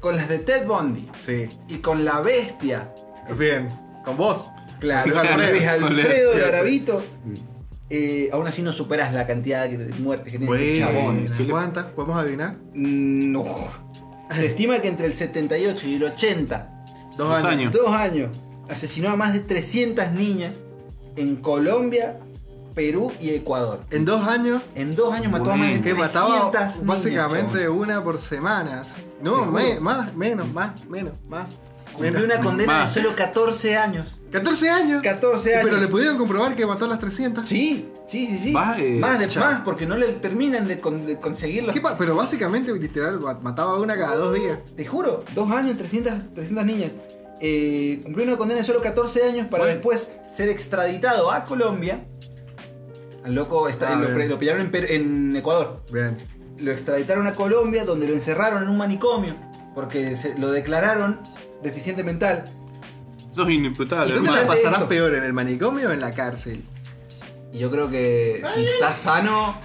Speaker 5: con las de Ted Bundy
Speaker 1: sí.
Speaker 5: y con la bestia,
Speaker 1: Bien. Con vos.
Speaker 5: claro,
Speaker 1: Claro,
Speaker 5: con Luis
Speaker 6: con
Speaker 5: Alfredo
Speaker 6: la-
Speaker 5: Garavito, eh, aún así no superas la cantidad de muertes que tiene este chabón.
Speaker 1: Bueno, ¿Cuántas? ¿Podemos adivinar?
Speaker 5: Mm, No. Se estima que entre el 78 y el 80
Speaker 1: Dos,
Speaker 6: Dos
Speaker 1: años.
Speaker 6: años.
Speaker 5: Dos años. Asesinó a más de 300 niñas en Colombia, Perú y Ecuador.
Speaker 1: En dos años.
Speaker 5: En dos años mató a más de
Speaker 1: Que
Speaker 5: 300
Speaker 1: mataba
Speaker 5: niñas.
Speaker 1: básicamente
Speaker 5: chabón.
Speaker 1: una por semana. o sea,
Speaker 5: Te
Speaker 1: No,
Speaker 5: juro.
Speaker 1: me- más, menos, más, menos, más. menos.
Speaker 5: Cumplió una condena
Speaker 6: Más.
Speaker 5: de solo 14 años.
Speaker 1: 14 años.
Speaker 5: 14 años.
Speaker 1: Pero le pudieron comprobar que mató a las 300.
Speaker 5: Sí, sí, sí, sí.
Speaker 6: Más, eh,
Speaker 5: más, de,
Speaker 6: chao.
Speaker 5: más, porque no le terminan de, con- de conseguirlo.
Speaker 1: ¿Qué pa- pero básicamente, literal, ma- mataba a una cada dos días.
Speaker 5: Te juro, dos años, 300, 300 niñas. Eh, cumplió una condena de solo 14 años para
Speaker 1: Bueno.
Speaker 5: después ser extraditado a Colombia. Al loco está,
Speaker 1: Ah,
Speaker 5: lo,
Speaker 1: bien.
Speaker 5: pre- lo pillaron en Perú- en Ecuador.
Speaker 1: Bien.
Speaker 5: lo extraditaron a Colombia, donde lo encerraron en un manicomio, porque se- lo declararon deficiente mental.
Speaker 6: Eso es inimputable.
Speaker 1: ¿Y no te
Speaker 6: hermano.
Speaker 1: la
Speaker 5: Escuchate
Speaker 1: pasarás
Speaker 5: esto.
Speaker 1: peor en el manicomio o en la cárcel?
Speaker 5: Y yo creo que si está sano,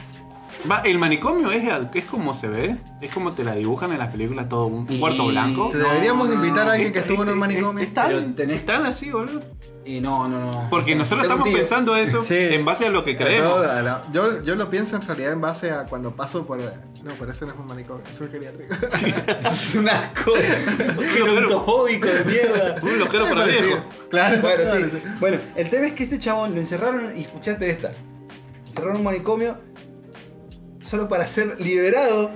Speaker 6: Va, el manicomio es, es como se ve, es como te la dibujan en las películas, todo un, un cuarto
Speaker 5: Y-
Speaker 6: blanco.
Speaker 1: Te
Speaker 5: No,
Speaker 1: deberíamos
Speaker 5: no,
Speaker 1: invitar
Speaker 5: no,
Speaker 1: a alguien que estuvo en un manicomio.
Speaker 5: Pero
Speaker 6: Están,
Speaker 5: tenés-
Speaker 6: están así, boludo.
Speaker 5: y no, no, no.
Speaker 6: Porque nosotros
Speaker 5: Tengo
Speaker 6: estamos
Speaker 5: un tío.
Speaker 6: pensando eso
Speaker 1: Sí.
Speaker 6: en base a lo que creemos.
Speaker 1: Todo, la- yo, yo lo pienso en realidad en base a cuando paso por. No, pero eso no es un manicomio, eso es geriátrico.
Speaker 5: Es un asco. Gerontofóbico de mierda.
Speaker 6: Un loquero para
Speaker 1: Parecido.
Speaker 6: viejo.
Speaker 1: Claro,
Speaker 5: Bueno,
Speaker 1: claro,
Speaker 5: sí. Bueno, el tema es que este chabón lo encerraron, y escuchate esta, encerraron en un manicomio solo para ser liberado,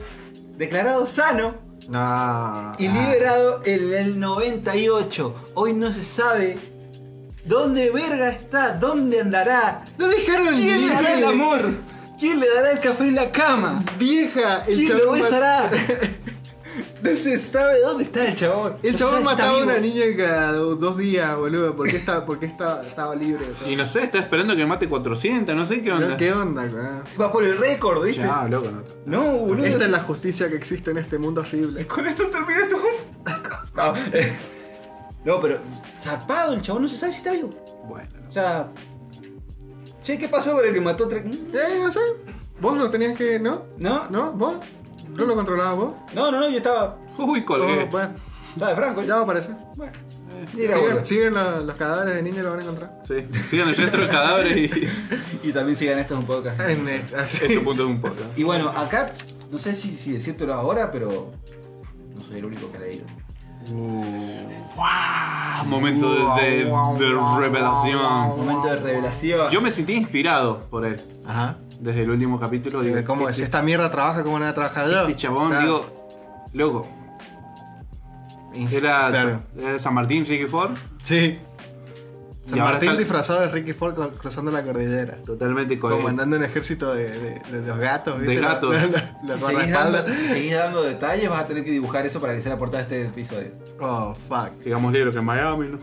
Speaker 5: declarado sano
Speaker 1: No.
Speaker 5: y liberado en el 98. Hoy no se sabe dónde verga está, dónde andará.
Speaker 1: Lo dejaron
Speaker 5: ¿Quién le dará el
Speaker 1: libre.
Speaker 5: amor? ¿Quién le dará el café y la cama?
Speaker 1: Vieja, el
Speaker 5: ¿Quién lo
Speaker 1: chabón. ma-
Speaker 5: besará? No se sabe dónde está el chabón.
Speaker 1: El
Speaker 5: No
Speaker 1: chabón
Speaker 5: sabe si está
Speaker 1: mataba a una
Speaker 5: vivo.
Speaker 1: niña cada do- dos días, boludo. ¿Por qué, está, por qué está- estaba libre?
Speaker 6: Y no sé, está esperando que mate 400, no sé qué onda.
Speaker 1: ¿Qué onda? weón? Este-
Speaker 5: Va por el récord, ¿viste?
Speaker 6: Ya, loco, no.
Speaker 5: No, boludo.
Speaker 1: Esta es la justicia que existe en este mundo horrible.
Speaker 5: Con esto termina esto. No, eh. no, pero zarpado el chabón, no se sabe si está vivo.
Speaker 6: Bueno, no.
Speaker 5: O sea... Che, ¿qué pasó con el que mató tres...?
Speaker 1: Eh, no sé. Vos lo tenías que. ¿No?
Speaker 5: ¿No?
Speaker 1: ¿No? ¿Vos? ¿No lo controlabas vos?
Speaker 5: No, no, no, yo estaba.
Speaker 6: Uy, colgué.
Speaker 1: Oh, bueno,
Speaker 5: Estaba de Franco.
Speaker 1: ya va a aparecer.
Speaker 5: Bueno. eh, Mira, boludo.
Speaker 1: Siguen, siguen lo- los, cadáveres de niños y lo van a encontrar.
Speaker 6: Sí, sigan el centro de cadáveres y.
Speaker 5: Y también sigan estos un podcast.
Speaker 1: En este, así.
Speaker 6: Este punto es un podcast.
Speaker 5: Y bueno, acá, no sé si, si decírtelo ahora, pero. No soy el único que ha leído.
Speaker 6: Ah, momento de, de- de revelación.
Speaker 5: Momento de revelación.
Speaker 6: Yo me sentí inspirado por él.
Speaker 1: Ajá.
Speaker 6: Desde el último capítulo. Digo,
Speaker 1: Eh, ¿Cómo es? Si
Speaker 6: este,
Speaker 1: esta mierda trabaja, ¿cómo no va a trabajar yo?
Speaker 6: este chabón,
Speaker 1: Claro.
Speaker 6: digo, loco,
Speaker 1: Ins-
Speaker 6: Era,
Speaker 1: claro.
Speaker 6: era San Martín, Ricky Ford,
Speaker 1: Sí. San
Speaker 6: Y ahora
Speaker 1: Martín
Speaker 6: está-
Speaker 1: disfrazado de Ricky Ford cru- cruzando la cordillera.
Speaker 6: totalmente co-
Speaker 1: Comandando un ejército de, de- de los gatos,
Speaker 6: De
Speaker 1: ¿viste? La-
Speaker 6: gatos.
Speaker 1: la- la- Los
Speaker 5: si seguís, dando,
Speaker 1: guardaespaldas.
Speaker 5: si seguís dando detalles, vas a tener que dibujar eso para que sea la portada de este episodio.
Speaker 1: Oh, fuck.
Speaker 6: Sigamos libros que en Miami, ¿no?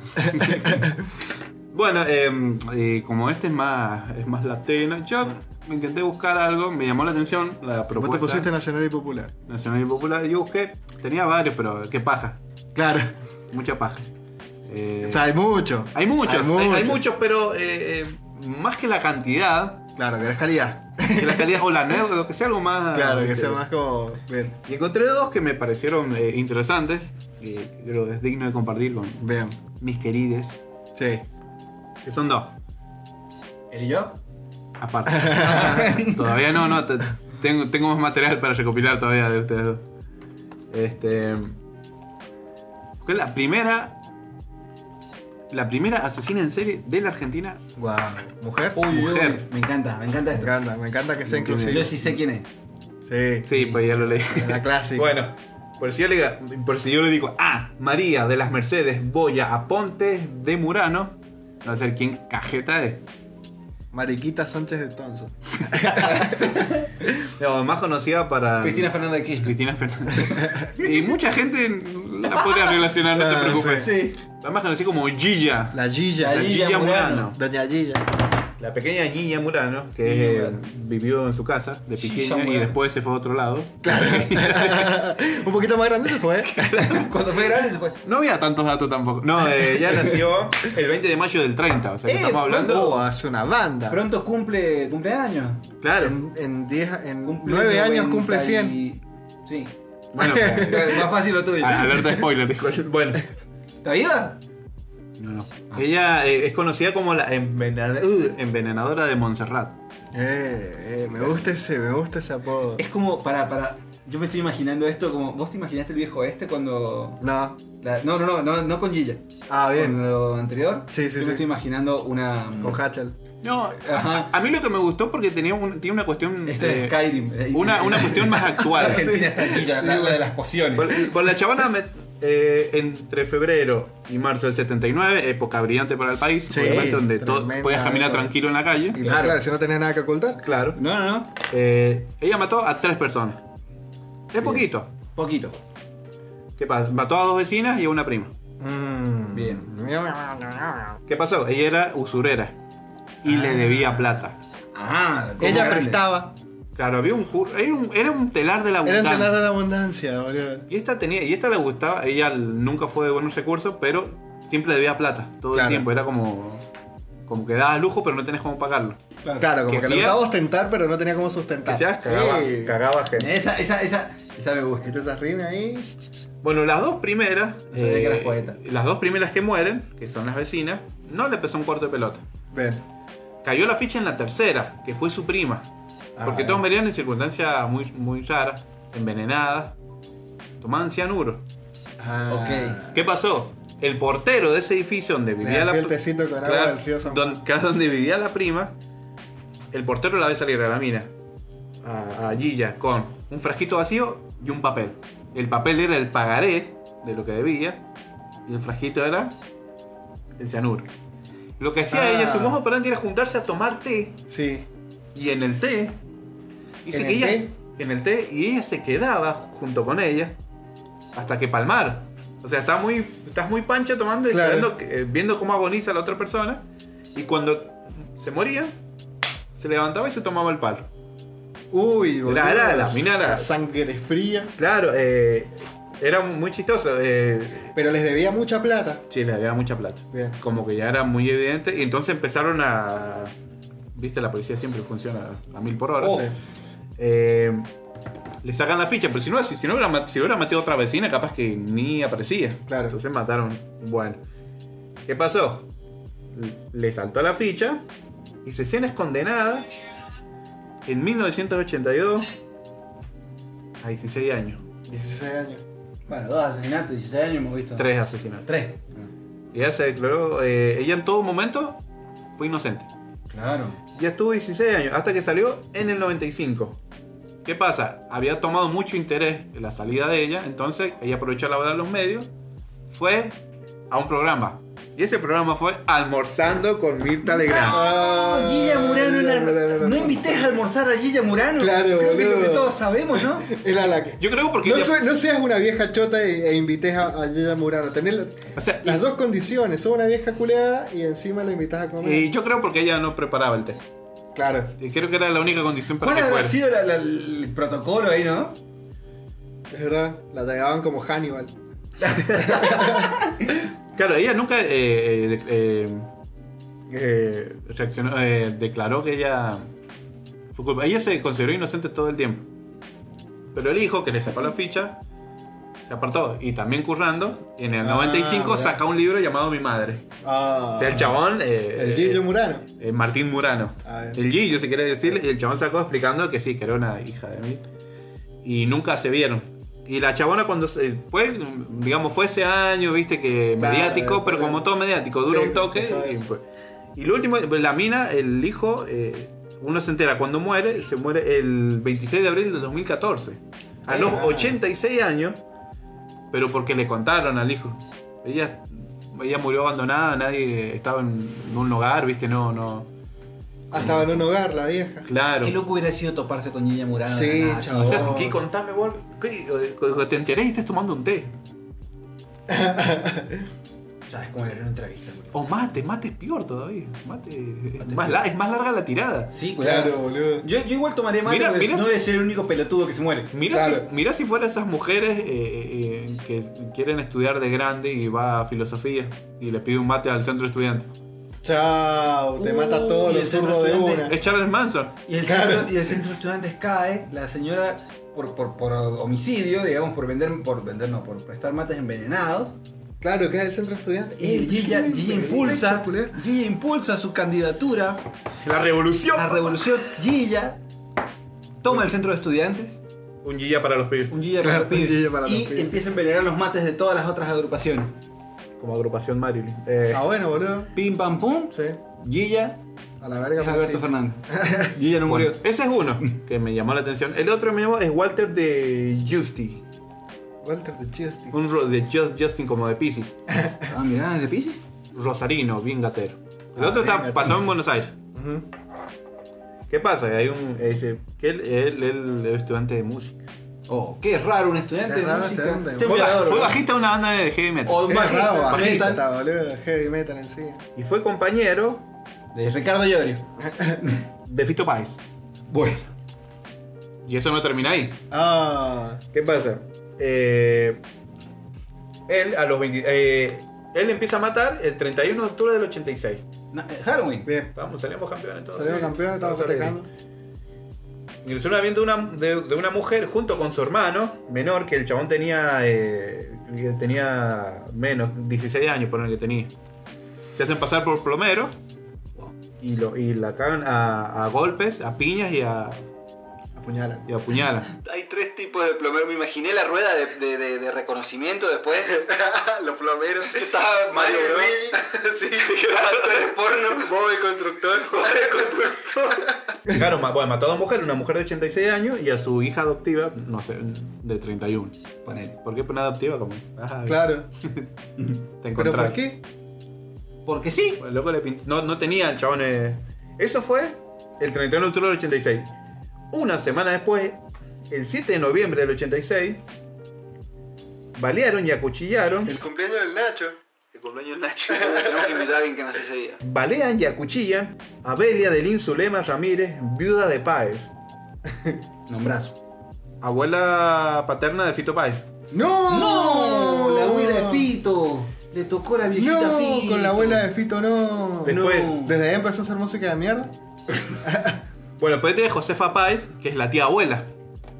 Speaker 6: bueno, eh, eh, como este es más, es más latino, yo me intenté buscar algo, me llamó la atención la
Speaker 1: Vos
Speaker 6: propuesta
Speaker 1: te pusiste nacional y popular.
Speaker 6: nacional y popular. Yo busqué, tenía varios, pero qué paja.
Speaker 1: Claro.
Speaker 6: Mucha paja. Eh,
Speaker 1: O sea, hay mucho.
Speaker 6: hay muchos, hay,
Speaker 1: Hay mucho.
Speaker 6: hay muchos, pero eh, eh, más que la cantidad,
Speaker 1: Claro, que es calidad.
Speaker 6: que la calidad o la anécdota, lo que sea algo más.
Speaker 1: Claro, que sea
Speaker 6: interesante.
Speaker 1: más como. Bien,
Speaker 6: Y encontré dos que me parecieron eh, interesantes. Y creo que es digno de compartir con
Speaker 1: bien.
Speaker 6: mis querides.
Speaker 1: Sí.
Speaker 6: Que son dos.
Speaker 5: ¿El y yo?
Speaker 6: Aparte. todavía no, no. te- tengo, tengo más material para recopilar todavía de ustedes dos. Este. Fue la primera. La primera asesina en serie de la Argentina.
Speaker 1: Guau. ¿Mujer?
Speaker 5: Uy, uy,
Speaker 6: Mujer.
Speaker 5: me encanta, me encanta
Speaker 1: Me
Speaker 5: esto.
Speaker 1: encanta, me encanta que sea
Speaker 6: Bien,
Speaker 5: Yo
Speaker 1: inclusivo.
Speaker 5: sí sé quién es.
Speaker 1: Sí.
Speaker 6: Sí, pues ya lo leí.
Speaker 1: La clásica.
Speaker 6: Bueno, por si, yo le, por si yo le digo, ah, María de las Mercedes Boya Aponte de Murano, va a ser quien cajeta es.
Speaker 1: Mariquita Sánchez de Thompson.
Speaker 6: No, más conocida para.
Speaker 5: Cristina Fernández de Kirchner.
Speaker 6: Cristina Fernández. y mucha gente la podría relacionar, no te
Speaker 1: Ah,
Speaker 6: preocupes.
Speaker 5: Sí.
Speaker 6: La más conocida como Gilla.
Speaker 1: La Gilla.
Speaker 5: La Gilla. Murano.
Speaker 1: Doña Gilla.
Speaker 6: La pequeña Gilla Murano, que
Speaker 5: Gilla
Speaker 6: eh,
Speaker 5: Murano.
Speaker 6: vivió en su casa de
Speaker 5: Gilla
Speaker 6: pequeña y
Speaker 5: Murano.
Speaker 6: después se fue a otro lado.
Speaker 1: Un poquito más grande se fue. ¿eh?
Speaker 5: Cuando fue grande se fue.
Speaker 6: No había tantos datos tampoco. No, eh, ya nació el 20 de mayo del 30, o sea que
Speaker 5: Eh,
Speaker 6: estamos hablando.
Speaker 1: Oh, hace una banda.
Speaker 5: Pronto cumple cumpleaños.
Speaker 6: Claro.
Speaker 1: En, en, diez- en
Speaker 5: Cumple
Speaker 1: nueve años cumple
Speaker 5: 90
Speaker 1: 100.
Speaker 5: y- Sí.
Speaker 6: Bueno, pues,
Speaker 5: Más fácil lo tuyo.
Speaker 6: Ah, alerta de spoiler, dijo. Bueno,
Speaker 5: ¿Está viva?
Speaker 6: no, no. Ella eh, es conocida como la envenena- uh, envenenadora de Montserrat.
Speaker 1: Eh, eh, me gusta ese, me gusta ese apodo.
Speaker 5: Es como para, para. Yo me estoy imaginando esto como. ¿Vos te imaginaste el viejo este cuando.?
Speaker 1: No.
Speaker 5: la- no, no, no, no, no con Gilla.
Speaker 1: Ah, bien.
Speaker 5: Con lo anterior.
Speaker 1: Sí, sí,
Speaker 5: yo
Speaker 1: sí.
Speaker 5: me estoy imaginando una.
Speaker 1: Con Hatchel.
Speaker 6: No,
Speaker 5: Ajá.
Speaker 6: a, a mí lo que me gustó porque tenía, un- tiene una cuestión.
Speaker 1: Este
Speaker 5: Esto es
Speaker 6: eh,
Speaker 5: Skyrim. eh,
Speaker 6: una, una cuestión más
Speaker 5: La
Speaker 6: actual.
Speaker 5: Argentina está aquí, la, la- la de las pociones.
Speaker 6: Por, por la chavana me- eh, entre febrero y marzo del 79, época brillante para el país,
Speaker 1: Sí,
Speaker 6: obviamente, donde todo,
Speaker 1: tremenda
Speaker 6: podías caminar
Speaker 1: época.
Speaker 6: tranquilo en la calle.
Speaker 1: Y
Speaker 5: Claro.
Speaker 1: claro. si no tenía nada que ocultar.
Speaker 6: Claro.
Speaker 5: No, no, no.
Speaker 6: Eh, ella mató a tres personas. Es poquito.
Speaker 5: Poquito.
Speaker 6: ¿Qué pasa? Mató a dos vecinas y a una prima.
Speaker 1: Mm.
Speaker 5: Bien.
Speaker 6: ¿Qué pasó? Ella era usurera y le debía plata.
Speaker 5: Ah,
Speaker 1: Ella prestaba.
Speaker 6: Claro, había un, jur- era un era un telar de
Speaker 1: Era
Speaker 6: la abundancia.
Speaker 1: entrenada de la abundancia, boludo.
Speaker 6: Y esta tenía y esta le gustaba, ella nunca fue de buenos recursos, pero siempre debía plata todo el
Speaker 1: Claro.
Speaker 6: tiempo, era como como que dabas lujo pero no tenés cómo pagarlo.
Speaker 1: Claro, como
Speaker 6: Que
Speaker 1: que le
Speaker 6: hacía-
Speaker 1: gustaba ostentar, pero no tenía cómo
Speaker 6: Que
Speaker 1: sustentar.
Speaker 6: seas, cagaba,
Speaker 1: Sí.
Speaker 6: cagaba gente.
Speaker 5: Esa, esa, esa, esa me gusta.
Speaker 1: Viste esa rima ahí.
Speaker 6: Bueno, las dos primeras, eh,
Speaker 5: No sabía que eras poeta.
Speaker 6: las dos primeras que mueren, que son las vecinas, no le pesó un cuarto de pelota.
Speaker 1: Ven.
Speaker 6: Cayó la ficha en la tercera, que fue su prima.
Speaker 1: Ah,
Speaker 6: Porque
Speaker 1: eh.
Speaker 6: todos morían en circunstancias muy, muy raras, envenenadas, tomaban cianuro.
Speaker 1: Ah.
Speaker 5: Ok.
Speaker 6: ¿Qué pasó? El portero de ese edificio donde
Speaker 1: Le
Speaker 6: vivía la
Speaker 1: hacía el
Speaker 6: pri-
Speaker 1: tecito con agua
Speaker 6: Claro,
Speaker 1: del río San Juan.
Speaker 6: don- que es donde vivía la prima, el portero la ve salir a la mina, a, a Gilla, con un frasquito vacío y un papel. El papel era el pagaré de lo que debía y el frasquito era el cianuro. Lo que hacía
Speaker 1: Ah.
Speaker 6: ella, su modo operante era juntarse a tomar té
Speaker 1: Sí.
Speaker 6: y en el té, dice
Speaker 1: ¿En
Speaker 6: que
Speaker 1: el
Speaker 6: ella,
Speaker 1: té?
Speaker 6: en el té y ella se quedaba junto con ella hasta que palmar. O sea, está muy, estás muy pancha tomando y
Speaker 1: Claro.
Speaker 6: esperando que- eh, viendo cómo agoniza la otra persona y cuando se moría se levantaba y se tomaba el palo.
Speaker 1: Uy, boludo.
Speaker 6: Era- era la mina, era-
Speaker 1: La sangre fría.
Speaker 6: Claro, eh, era muy chistoso. Eh,
Speaker 1: Pero les debía mucha plata.
Speaker 6: sí, le daba mucha plata.
Speaker 1: Bien.
Speaker 6: Como que ya era muy evidente y entonces empezaron a... Viste, la policía siempre funciona a mil por hora.
Speaker 1: Oh.
Speaker 6: Sí. Eh, le sacan la ficha, pero si no, si, si no hubiera, ma- si hubiera matado a otra vecina, capaz que ni aparecía.
Speaker 1: Claro.
Speaker 6: Entonces mataron. Bueno. ¿Qué pasó? Le saltó la ficha y recién es condenada en 1982 a 16 años.
Speaker 1: 16 años.
Speaker 5: Bueno, dos asesinatos, 16 años hemos visto.
Speaker 6: Tres asesinatos.
Speaker 5: Tres.
Speaker 6: Y Ella se declaró, eh, ella en todo momento fue inocente.
Speaker 5: Claro.
Speaker 6: Ya estuvo 16 años, hasta que salió en el 95. ¿Qué pasa? Había tomado mucho interés en la salida de ella, entonces ella aprovechó la hora de los medios, fue a un programa. Y ese programa fue Almorzando con Mirta Legrand.
Speaker 1: Ah,
Speaker 5: Gilla Murano,
Speaker 1: Gilla
Speaker 5: en la-
Speaker 1: Murano,
Speaker 5: no invités a almorzar a Gilla Murano.
Speaker 1: Claro,
Speaker 5: Creo que es lo que
Speaker 1: boludo.
Speaker 5: todos sabemos, ¿no?
Speaker 1: Era la que.
Speaker 6: Yo creo porque...
Speaker 1: No,
Speaker 6: ella-
Speaker 1: soy- no seas una vieja chota e, e invites a, a Gilla Murano. Tenés la-
Speaker 6: o sea,
Speaker 1: las dos condiciones. Sos una vieja culeada y encima la invitas a
Speaker 6: y-
Speaker 1: comer.
Speaker 6: y eh, yo creo porque ella no preparaba el té.
Speaker 1: Claro.
Speaker 6: Y creo que era la única condición para
Speaker 5: ¿Cuál
Speaker 6: que
Speaker 5: habrá
Speaker 6: fuera.
Speaker 5: sido la- la- el protocolo ahí, no?
Speaker 1: Es verdad. La llevaban como Hannibal.
Speaker 6: Claro, ella nunca eh, eh, eh, eh, reaccionó, eh, declaró que ella fue culpa. Ella se consideró inocente todo el tiempo. Pero el hijo, que le sacó la ficha, se apartó. Y también currando, en el
Speaker 1: Ah,
Speaker 6: 95
Speaker 1: mirá.
Speaker 6: saca un libro llamado Mi Madre.
Speaker 1: Ah,
Speaker 6: O sea, el chabón... eh,
Speaker 1: El
Speaker 6: eh,
Speaker 1: Gillo Murano.
Speaker 6: eh, Martín Murano.
Speaker 1: A ver.
Speaker 6: El Gillo, se quiere decir, y el chabón sacó explicando que sí, que era una hija de mí. Y nunca se vieron. Y la chabona cuando se fue, digamos, fue ese año, viste, que
Speaker 1: Claro,
Speaker 6: mediático,
Speaker 1: eh,
Speaker 6: pero
Speaker 1: pero-
Speaker 6: como todo mediático, dura
Speaker 1: Sí,
Speaker 6: un toque.
Speaker 1: claro.
Speaker 6: Y, pues- y lo último, pues, la mina, el hijo, eh, uno se entera cuando muere, se muere el 26 de abril del 2014. A los
Speaker 1: Ah.
Speaker 6: 86 años, pero porque le contaron al hijo. Ella, ella murió abandonada, nadie estaba en un hogar, viste, no, no.
Speaker 1: Ah,
Speaker 5: Mm.
Speaker 1: estaba en un hogar la vieja.
Speaker 6: Claro.
Speaker 5: Qué loco hubiera sido toparse con Gilla Murano.
Speaker 1: Sí,
Speaker 5: de la nada,
Speaker 1: chabón.
Speaker 6: O
Speaker 5: así.
Speaker 6: sea, ¿qué contame, vos? ¿Qué? O- o- ¿Te enteré y estás tomando un té?
Speaker 5: Ya es como leer una entrevista. güey.
Speaker 6: O mate, mate es peor todavía. Mate, es,
Speaker 5: Mate
Speaker 6: más,
Speaker 5: es
Speaker 6: la- es más larga la tirada.
Speaker 5: Sí, cuidado.
Speaker 1: Claro, boludo.
Speaker 5: Yo, yo igual tomaría más
Speaker 6: Mira,
Speaker 5: porque
Speaker 6: mira
Speaker 5: no
Speaker 6: si-
Speaker 5: debe ser el único pelotudo que se muere.
Speaker 6: Mira,
Speaker 1: Claro.
Speaker 6: si, mira si fuera esas mujeres eh, eh, eh, que quieren estudiar de grande y va a filosofía y le pide un mate al centro estudiante.
Speaker 1: Chao, te
Speaker 5: Uh,
Speaker 1: mata todo
Speaker 5: y
Speaker 1: lo
Speaker 5: el centro
Speaker 1: zurdo de
Speaker 5: estudiante-
Speaker 1: una.
Speaker 6: Es Charles Manson.
Speaker 5: Y el,
Speaker 1: Claro.
Speaker 5: centro, y el centro de estudiantes cae, la señora por, por, por homicidio, digamos, por vender, por vender, no, por prestar mates envenenados.
Speaker 1: Claro, que es el centro estudiante.
Speaker 5: Y el Gilla,
Speaker 1: Qué
Speaker 5: Gilla
Speaker 1: perfecto,
Speaker 5: impulsa,
Speaker 1: culé.
Speaker 5: Gilla impulsa su candidatura,
Speaker 6: La revolución.
Speaker 5: la revolución Gilla, toma el centro de estudiantes,
Speaker 6: Un guía para los pibes.
Speaker 5: un Gilla
Speaker 1: Claro,
Speaker 5: para los
Speaker 1: un
Speaker 5: pibes,
Speaker 1: Gilla para los
Speaker 5: y
Speaker 1: pibes.
Speaker 5: empieza a envenenar los mates de todas las otras agrupaciones.
Speaker 6: Como agrupación Marilyn. Eh,
Speaker 1: Ah, bueno, boludo.
Speaker 5: Pim pam pum,
Speaker 1: Sí.
Speaker 5: Gilla
Speaker 1: A la verga.
Speaker 5: es Alberto
Speaker 1: Francisco.
Speaker 5: Fernández. Gilla no
Speaker 6: bueno,
Speaker 5: murió.
Speaker 6: ese es uno que me llamó la atención. El otro que me llamó es Walter de Justy.
Speaker 1: Walter de Chesty.
Speaker 6: Un ro- de Just- Justin como de Pisces.
Speaker 5: Ah, mirá, es de Pisces.
Speaker 6: Rosarino, bien gatero. El
Speaker 1: Ah,
Speaker 6: otro
Speaker 1: bien
Speaker 6: está
Speaker 1: gatero.
Speaker 6: pasado en Buenos Aires.
Speaker 1: Ujú.
Speaker 6: ¿Qué pasa? Hay un. eh, dice que él, él- él es estudiante de música.
Speaker 5: Oh, qué raro un estudiante
Speaker 1: Qué
Speaker 5: de
Speaker 1: raro
Speaker 5: música.
Speaker 1: estudiante.
Speaker 5: Este es un
Speaker 6: Fue, baj-
Speaker 5: violador,
Speaker 6: fue
Speaker 5: ¿no?
Speaker 6: bajista de una banda de heavy metal.
Speaker 5: O un
Speaker 1: Es raro,
Speaker 5: bajista,
Speaker 1: bajista,
Speaker 5: metal,
Speaker 1: está, boludo. Heavy metal en sí.
Speaker 6: Y fue compañero
Speaker 5: de Ricardo Llorio.
Speaker 6: de Fito Páez.
Speaker 5: Bueno.
Speaker 6: Y eso no termina ahí.
Speaker 1: Ah.
Speaker 6: ¿Qué pasa? Eh, él a los 20 eh, él empieza a matar el 31 de octubre del 86.
Speaker 5: Na- eh, Halloween.
Speaker 1: Bien.
Speaker 6: Vamos, salimos campeones todos.
Speaker 1: Salimos campeones, estamos
Speaker 6: Todos
Speaker 1: festejando.
Speaker 6: Ingresó en un avión de una, de, de una mujer junto con su hermano menor, que el chabón tenía eh, que tenía menos, 16 años, por el que tenía. Se hacen pasar por plomero y, lo, y la cagan a, a golpes, a piñas y a,
Speaker 1: Apuñalan.
Speaker 6: y a puñalas.
Speaker 3: Hay tres tipos de plomero. Me imaginé la rueda de, de- de- de reconocimiento después.
Speaker 1: Los plomeros.
Speaker 3: Estaba Mario
Speaker 1: Mario
Speaker 3: Bros. sí, actor de porno.
Speaker 1: Bob el constructor.
Speaker 6: Claro, ma- bueno, mató a dos mujeres, una mujer de 86 años y a su hija adoptiva, no sé, de 31.
Speaker 5: Ponele.
Speaker 6: ¿Por qué poner adoptiva? Como, ah,
Speaker 1: Claro.
Speaker 6: te
Speaker 1: ¿Pero
Speaker 6: encontrás.
Speaker 1: por qué?
Speaker 5: Porque sí.
Speaker 6: El loco le pint- No, no tenía chabones. Eso fue el 31 de octubre del 86. Una semana después, el 7 de noviembre del 86, balearon y acuchillaron.
Speaker 1: El cumpleaños del Nacho.
Speaker 3: El cumpleaños de Nacho. Tenemos que invitar a alguien que nació ese día.
Speaker 6: Balean y acuchillan a Belia del Zulema Ramírez, viuda de Páez.
Speaker 5: Nombrazo.
Speaker 6: Abuela paterna de Fito Páez.
Speaker 1: ¡No!
Speaker 5: ¡No! La abuela de Fito. Le tocó la viejita
Speaker 1: No,
Speaker 5: Fito.
Speaker 1: con la abuela de Fito, no.
Speaker 6: Te-
Speaker 5: No.
Speaker 6: Después-
Speaker 1: Desde ahí empezó a hacer música de mierda.
Speaker 6: Bueno, después tiene Josefa Páez, que es la tía abuela.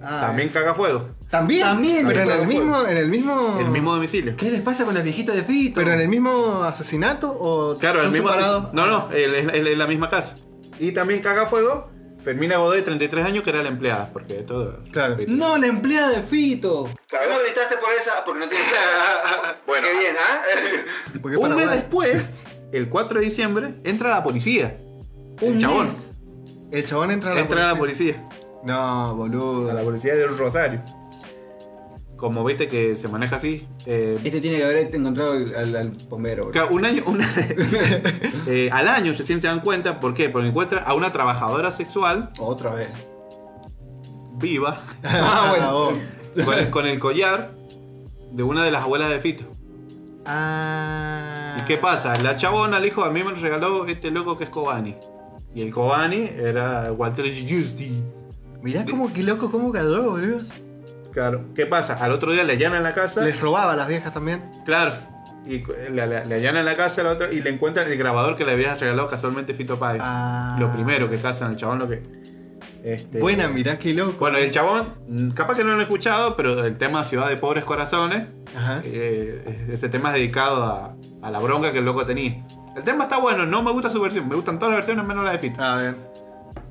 Speaker 1: Ah,
Speaker 6: También caga fuego.
Speaker 1: También.
Speaker 5: También.
Speaker 1: Pero en
Speaker 5: También.
Speaker 1: el mismo, en el mismo.
Speaker 6: El mismo domicilio.
Speaker 5: ¿Qué les pasa con la viejita de Fito?
Speaker 1: Pero en el mismo asesinato o
Speaker 6: Claro, el
Speaker 1: son
Speaker 6: mismo.
Speaker 1: separados.
Speaker 6: No, no, él- él- él- es la misma casa. Y también caga fuego Fermina Godoy, de 33 años, que era la empleada, porque todo.
Speaker 1: Claro.
Speaker 5: No, la empleada de Fito.
Speaker 3: ¿Cómo gritaste por esa? Porque no tiene Bueno. Qué bien, ¿ah?
Speaker 1: Porque
Speaker 6: Un mes
Speaker 1: Paraguay-
Speaker 6: después, el 4 de diciembre, entra la policía.
Speaker 5: Un
Speaker 6: el chabón.
Speaker 5: mes.
Speaker 1: El chabón entra a la
Speaker 6: Entra la
Speaker 1: policía.
Speaker 6: policía.
Speaker 1: No,
Speaker 6: A la
Speaker 1: boludo.
Speaker 6: policía del Rosario. Como viste que se maneja así. eh,
Speaker 5: Este tiene que haber encontrado al, al- al bombero. bro.
Speaker 6: Claro, un año, un- eh, al año recién se dan cuenta, ¿por qué? Porque encuentra a una trabajadora sexual
Speaker 5: Otra vez.
Speaker 6: viva
Speaker 5: Ah, bueno.
Speaker 1: vos.
Speaker 6: con, el- con el collar de una de las abuelas de Fito.
Speaker 1: Ah.
Speaker 6: ¿Y qué pasa? La chabona le dijo, a mí me lo regaló este loco que es Kobani. Y el Kobani era Walter Giusti.
Speaker 1: Mirá cómo que loco, cómo cayó, boludo.
Speaker 6: Claro. ¿Qué pasa? Al otro día le allanan la casa.
Speaker 1: Les robaba a las viejas también.
Speaker 6: Claro. Y cu- le, le- le allanan la casa a la otra y le encuentran el grabador que le había regalado casualmente Fito Páez.
Speaker 1: Ah.
Speaker 6: Lo primero que cazan, el chabón lo que. este-
Speaker 1: Buena, mirá qué loco.
Speaker 6: Bueno, el chabón, mm, capaz que no lo he escuchado, pero el tema Ciudad de Pobres Corazones,
Speaker 1: Ajá.
Speaker 6: eh, ese tema es dedicado a, a la bronca que el loco tenía. El tema está bueno, no me gusta su versión, me gustan todas las versiones menos la de Fito.
Speaker 1: A ver.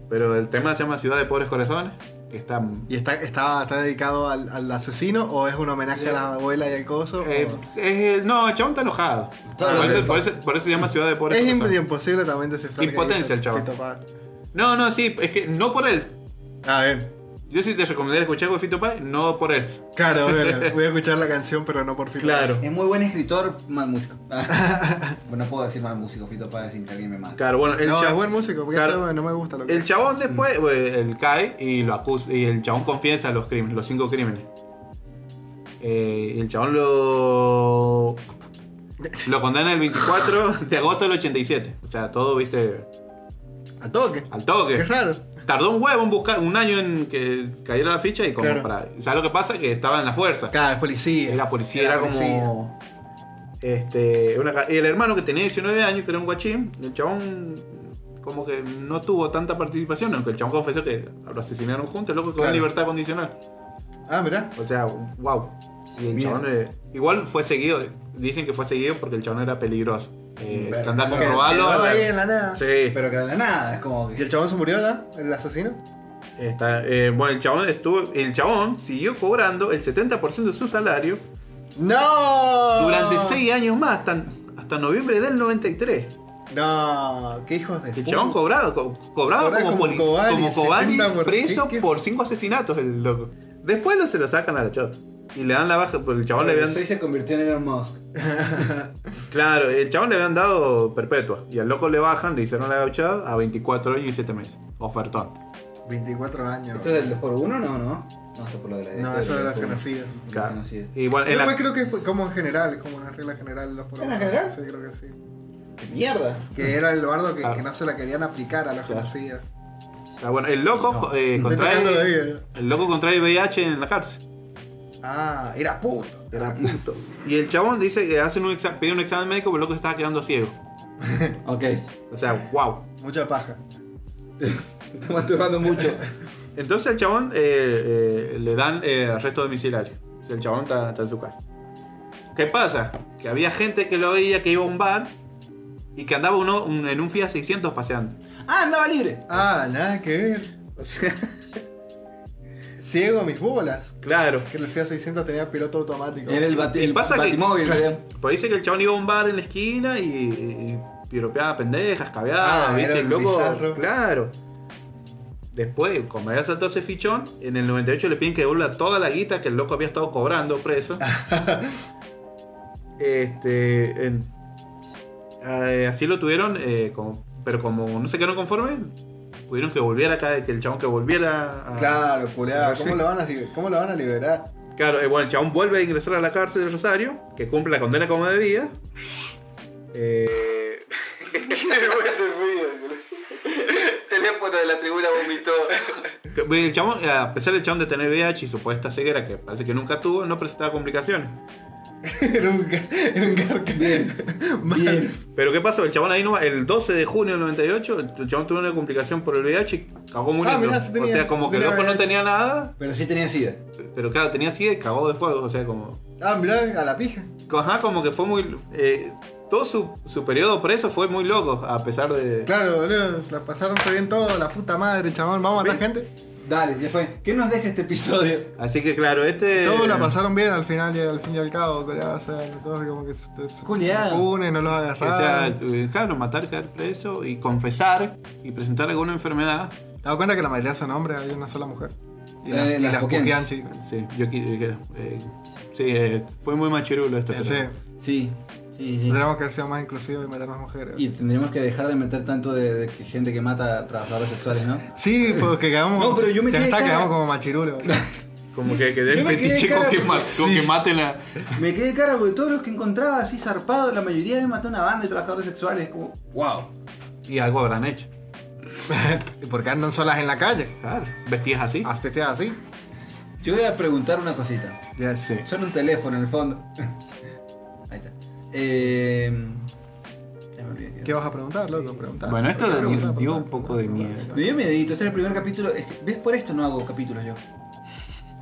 Speaker 6: Pero el tema se llama Ciudad de Pobres Corazones, que está...
Speaker 1: ¿Y está, está, está dedicado al, al asesino o es un homenaje a la abuela y al coso?
Speaker 6: eh,
Speaker 1: o-
Speaker 6: es- no, el chabón está enojado.
Speaker 5: Está
Speaker 6: por, eso,
Speaker 5: loco.
Speaker 6: por eso- por eso se llama Ciudad de Pobres
Speaker 1: Es imp-
Speaker 6: Corazones.
Speaker 1: imposible también descifrar. qué
Speaker 6: Impotencia
Speaker 1: dice
Speaker 6: el chavo.
Speaker 1: Fito Páez.
Speaker 6: No, no, sí, es que no por él.
Speaker 1: A ver.
Speaker 6: Yo sí te recomendaría escuchar algo de Fito Páez, no por él.
Speaker 1: Claro, a ver, voy a escuchar la canción, pero no por Fito Páez.
Speaker 5: Es muy buen escritor, mal músico. Ah. bueno, no puedo decir mal músico, Fito Páez, sin que alguien me mate.
Speaker 6: Claro, bueno, el
Speaker 1: no,
Speaker 6: chabón...
Speaker 1: es buen músico, porque
Speaker 6: Claro.
Speaker 1: eso no me gusta lo que
Speaker 6: El chabón después, eh, él cae y lo acusa, y el chabón confiesa los crímenes, los cinco crímenes. Eh, y el chabón lo. Lo condena el 24 de agosto del 87. O sea, todo, viste,
Speaker 1: A toque.
Speaker 6: al toque.
Speaker 1: Es raro.
Speaker 6: Tardó un huevo en buscar, un año en que cayera la ficha y como
Speaker 1: Claro.
Speaker 6: para. ¿Sabes lo que pasa? Que estaba en la fuerza.
Speaker 1: Claro, es policía.
Speaker 6: Y la policía era, como. Este, una ca- el hermano que tenía 19 años, que era un guachín, el chabón como que no tuvo tanta participación, aunque el chabón confesó que lo asesinaron juntos, loco, con
Speaker 1: Claro.
Speaker 6: libertad condicional.
Speaker 1: Ah, mirá.
Speaker 6: O sea, wow. Y el
Speaker 5: Bien.
Speaker 6: chabón eh, igual fue seguido, dicen que fue seguido porque el chabón era peligroso. Eh,
Speaker 5: Verga.
Speaker 6: que andaba con
Speaker 5: Que
Speaker 6: robarlo.
Speaker 1: Quedaba ahí en la nada.
Speaker 6: Sí.
Speaker 5: Pero que de la nada, es como
Speaker 1: ¿Y
Speaker 5: que.
Speaker 1: el chabón se murió, verdad? ¿El asesino?
Speaker 6: Está- eh, bueno, el chabón estuvo, el chabón siguió cobrando el 70% de su salario
Speaker 1: ¡No!
Speaker 6: durante 6 años más, hasta, hasta noviembre del 93.
Speaker 1: No, qué hijos de
Speaker 6: El
Speaker 1: puta.
Speaker 6: chabón cobrado, co- cobrado
Speaker 1: Cobra
Speaker 6: como,
Speaker 1: como
Speaker 6: polic-
Speaker 1: Cobani,
Speaker 6: como Cobani,
Speaker 1: 70%,
Speaker 6: preso
Speaker 1: ¿qué- qué?
Speaker 6: por cinco asesinatos el loco. Después lo, se lo sacan a la chota. Y le dan la baja, porque el chabón le habían.
Speaker 5: Soy se convirtió en Elon Musk.
Speaker 6: Claro, el chabón le habían dado perpetua. Y al loco le bajan, le hicieron la gauchada a 24 años y 7 meses. Ofertón.
Speaker 1: 24 años.
Speaker 5: ¿Esto es del 2 por 1 No, no. No, esto es por lo de la
Speaker 1: No, eso de los genocidas.
Speaker 6: Claro.
Speaker 5: Genocida.
Speaker 6: Y bueno, en
Speaker 1: Yo
Speaker 6: la-
Speaker 1: pues creo que es como en general, es como una regla general. Los por-
Speaker 5: ¿Era general?
Speaker 1: Sí, creo que sí.
Speaker 5: ¡Qué mierda!
Speaker 1: Que era el bardo que,
Speaker 6: Claro.
Speaker 1: que no se la querían aplicar a los
Speaker 6: Claro.
Speaker 1: genocidas.
Speaker 6: ah, bueno, el loco
Speaker 5: No.
Speaker 6: eh,
Speaker 1: Estoy tocando la
Speaker 6: contrae.
Speaker 1: vida.
Speaker 6: El loco contrae VIH en la cárcel.
Speaker 1: Ah, era puto.
Speaker 6: Era puto. Y el chabón dice que hacen un exa- pide un examen médico, pero el loco se estaba quedando ciego.
Speaker 5: Ok.
Speaker 6: O sea, wow.
Speaker 1: Mucha paja.
Speaker 5: Te estás masturbando mucho.
Speaker 6: Entonces el chabón eh, eh, le dan eh, arresto domiciliario. O sea, El chabón está, está en su casa. ¿Qué pasa? Que había gente que lo veía que iba a un bar y que andaba uno un- en un Fiat 600 paseando.
Speaker 5: ¡Ah, andaba libre!
Speaker 1: Ah, nada que ver.
Speaker 6: O sea,
Speaker 1: Ciego a mis bolas.
Speaker 6: claro.
Speaker 1: Que el Fiat 600 tenía piloto automático.
Speaker 5: Era el, bati-
Speaker 6: Y
Speaker 5: el
Speaker 6: pasa que-
Speaker 5: batimóvil, ¿verdad?
Speaker 6: Pues dice que el chabón iba a un bar en la esquina y, y, y piropeaba pendejas, cabeaba,
Speaker 1: Ah,
Speaker 6: ¿viste?
Speaker 1: era
Speaker 6: el
Speaker 1: un
Speaker 6: loco.
Speaker 1: bizarro.
Speaker 6: Claro. Después, como había saltado ese fichón, en el 98 le piden que devuelva toda la guita que el loco había estado cobrando preso. este. en- eh, así lo tuvieron, eh, como- pero como no se quedaron conformes, tuvieron que volviera acá, que el chabón que volviera a.
Speaker 1: Claro, puleado. ¿Cómo lo van a, liber- cómo lo van a liberar?
Speaker 6: Claro, eh, bueno, el chabón vuelve a ingresar a la cárcel de Rosario, que cumple la condena como debía.
Speaker 3: Teléfono de la tribuna vomitó.
Speaker 6: Que, bueno, El chabón, eh, a pesar del chabón de tener VIH y supuesta ceguera que parece que nunca tuvo, no presentaba complicaciones.
Speaker 1: nunca, nunca. Bien. Bien.
Speaker 6: Pero ¿qué pasó? El chabón ahí no va- el 12 de junio del 98, el- el chabón tuvo una complicación por el VIH y cagó muy
Speaker 1: Ah,
Speaker 6: lindo.
Speaker 1: mirá, sí tenía-
Speaker 6: O sea, como
Speaker 1: sí
Speaker 6: que el
Speaker 1: tenía
Speaker 6: loco no
Speaker 1: VIH.
Speaker 6: tenía nada,
Speaker 5: Pero sí tenía sida.
Speaker 6: pero claro, tenía así y cagó de fuego. O sea, como.
Speaker 1: Ah, mirá, a la pija.
Speaker 6: Ajá, como que fue muy. eh, todo su, su periodo preso fue muy loco, a pesar de.
Speaker 1: Claro, boludo. La pasaron re bien todo. La puta madre, chabón. Vamos a matar gente.
Speaker 5: Dale, ya fue. ¿Qué nos deja este episodio?
Speaker 6: Así que claro, este.
Speaker 1: Todos la pasaron bien al final y al fin y al cabo, colega. O sea, todos como que se- se
Speaker 5: Culeado.
Speaker 1: unen, no los
Speaker 6: Que sea,
Speaker 1: agarraron.
Speaker 6: eh, claro, matar, caer preso y confesar y presentar alguna enfermedad.
Speaker 1: ¿Te das cuenta que la mayoría son hombres? Hay una sola mujer. Y,
Speaker 5: Eh,
Speaker 1: las- y
Speaker 5: las
Speaker 1: las
Speaker 5: poquian.
Speaker 1: poquean, chicos.
Speaker 6: Sí, yo qui- eh, eh, sí, eh, fue muy machirulo esto.
Speaker 1: Sí,
Speaker 6: pero-
Speaker 5: Sí. Sí, sí.
Speaker 1: tendríamos que haber sido más inclusivos y meter más mujeres.
Speaker 5: Y tendríamos que dejar de meter tanto de, de que gente que mata a trabajadores sexuales, ¿no?
Speaker 1: Sí, porque quedamos.
Speaker 5: No, pero yo me
Speaker 1: que
Speaker 5: quedé
Speaker 1: está,
Speaker 5: cara.
Speaker 1: quedamos como machirulo.
Speaker 6: Como que, que del
Speaker 5: Yo me quedé
Speaker 6: fetiche con
Speaker 5: cara-
Speaker 6: que, ma- con
Speaker 1: Sí.
Speaker 6: que maten a.
Speaker 5: Me quedé cara porque todos los que encontraba así zarpados, la mayoría me mató una banda de trabajadores sexuales. Como, wow.
Speaker 6: Y algo habrán hecho.
Speaker 1: ¿Y por qué andan solas en la calle? Ah,
Speaker 6: Claro, vestidas así.
Speaker 1: Aspeteadas así.
Speaker 5: Yo voy a preguntar una cosita.
Speaker 6: Ya sé.
Speaker 5: Suena un teléfono en el fondo. Ahí está. Eh, ya me olvidé.
Speaker 1: ¿Qué vas a preguntar, loco? Preguntar.
Speaker 6: Bueno, esto
Speaker 1: Preguntar,
Speaker 6: dio-
Speaker 1: preguntar,
Speaker 6: dio
Speaker 1: preguntar.
Speaker 6: un poco de miedo.
Speaker 5: Me dio miedito, este es el primer capítulo. Es que, ¿Ves por esto no hago capítulos yo?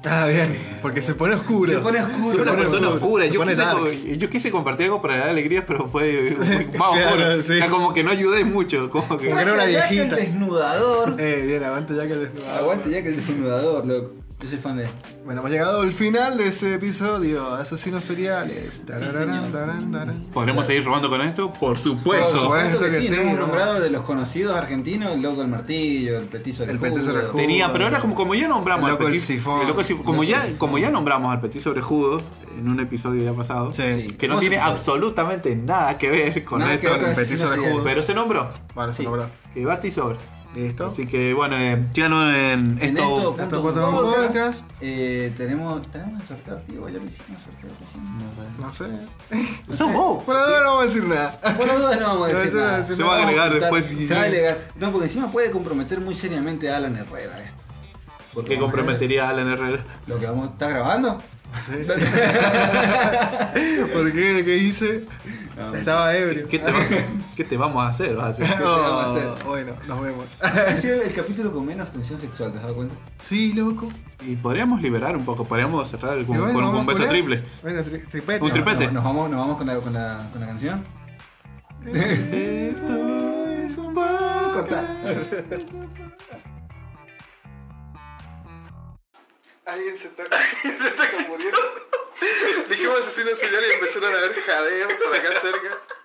Speaker 1: Ah, bien. Porque se pone oscuro.
Speaker 5: Se pone oscuro.
Speaker 6: Soy una
Speaker 5: pone
Speaker 6: persona oscura.
Speaker 1: Se
Speaker 6: Yo
Speaker 1: pone
Speaker 6: quise,
Speaker 1: darks.
Speaker 6: co- yo quise compartir algo para dar alegrías, pero fue eh, muy- más
Speaker 1: Claro,
Speaker 6: oscuro.
Speaker 1: sí.
Speaker 6: O sea, como que no ayudé mucho. Como que...
Speaker 1: Como que era una
Speaker 5: Traje a Jack
Speaker 1: viejita.
Speaker 5: el desnudador.
Speaker 1: Eh, bien, aguante ya que el desnudador.
Speaker 5: Aguante ya que el desnudador, loco. Yo soy fan de él.
Speaker 1: Bueno, hemos llegado al final de ese episodio. Asesinos seriales. Tarararán,
Speaker 5: señor.
Speaker 1: tarán, tarán.
Speaker 6: ¿Podremos seguir robando con esto? Por
Speaker 5: Por
Speaker 6: supuesto.
Speaker 1: supuesto.
Speaker 5: que,
Speaker 1: que
Speaker 5: sí,
Speaker 1: sí,
Speaker 5: lo hemos
Speaker 1: ¿no?
Speaker 5: nombrado de los conocidos argentinos, el loco del martillo, el petizo del
Speaker 1: El petizo del
Speaker 5: judo.
Speaker 1: judo.
Speaker 6: Tenía, pero era como, como ya nombramos
Speaker 1: El loco
Speaker 6: al
Speaker 1: del sifón.
Speaker 6: el loco del sifón, como,
Speaker 5: El loco
Speaker 6: ya,
Speaker 5: del sifón.
Speaker 6: como ya nombramos al Petit Sobrejudo en un episodio ya pasado,
Speaker 1: Sí.
Speaker 6: que no
Speaker 5: Vos
Speaker 6: tiene
Speaker 5: episodio.
Speaker 6: absolutamente nada que ver con
Speaker 5: Nada que
Speaker 6: esto,
Speaker 5: ver con
Speaker 1: el
Speaker 5: asesino
Speaker 1: petizo del
Speaker 5: serial.
Speaker 1: judo.
Speaker 6: pero se nombró.
Speaker 1: Bueno, se
Speaker 5: Sí.
Speaker 1: logró.
Speaker 6: Que basta y sobre.
Speaker 1: Listo.
Speaker 6: Así que bueno, eh, síganos en,
Speaker 5: En
Speaker 6: esto.
Speaker 5: esto,
Speaker 1: Esto
Speaker 5: punto
Speaker 1: fue todo
Speaker 5: podcast,
Speaker 1: podcast.
Speaker 5: eh, tenemos, tenemos el sorteo activo, ya lo hicimos, el sorteo lo hicimos.
Speaker 1: No sé. Oh,
Speaker 5: No
Speaker 6: Son
Speaker 5: sé.
Speaker 6: vos. pues,
Speaker 1: Por ahora no vamos a decir nada.
Speaker 5: Por las dudas no vamos a
Speaker 1: No,
Speaker 5: decir
Speaker 1: eso no
Speaker 5: nada.
Speaker 1: decimos.
Speaker 6: Se va a agregar
Speaker 5: Vamos juntar-
Speaker 6: después.
Speaker 5: Se va a agregar. No, porque encima puede comprometer muy seriamente a Alan Herrera esto. Porque
Speaker 6: Que
Speaker 5: vamos a hacer
Speaker 6: comprometería a Alan Herrera.
Speaker 5: Lo que vamos. ¿Estás grabando?
Speaker 1: Sí. ¿Por qué? ¿Qué hice? Estaba ebrio.
Speaker 6: ¿Qué te, va- qué te vamos a hacer? Vas a hacer?
Speaker 1: Oh,
Speaker 5: ¿Qué te vamos a hacer?
Speaker 1: bueno, nos vemos.
Speaker 5: Ha sido el capítulo con menos tensión sexual, ¿te has dado cuenta?
Speaker 1: sí, loco.
Speaker 6: Y podríamos liberar un poco, podríamos cerrar con,
Speaker 1: Y bueno,
Speaker 6: con- con
Speaker 1: vamos
Speaker 6: un
Speaker 1: a
Speaker 6: beso
Speaker 1: culiar.
Speaker 6: triple.
Speaker 1: Bueno, tri- tripete.
Speaker 6: Un tripete.
Speaker 5: Nos, nos vamos, nos vamos con, la, con, la, con la canción.
Speaker 1: Esto es un podcast.
Speaker 3: Alguien se está, alguien se está muriendo. Dijimos asesinos seriales y empezaron a haber jadeos por acá cerca.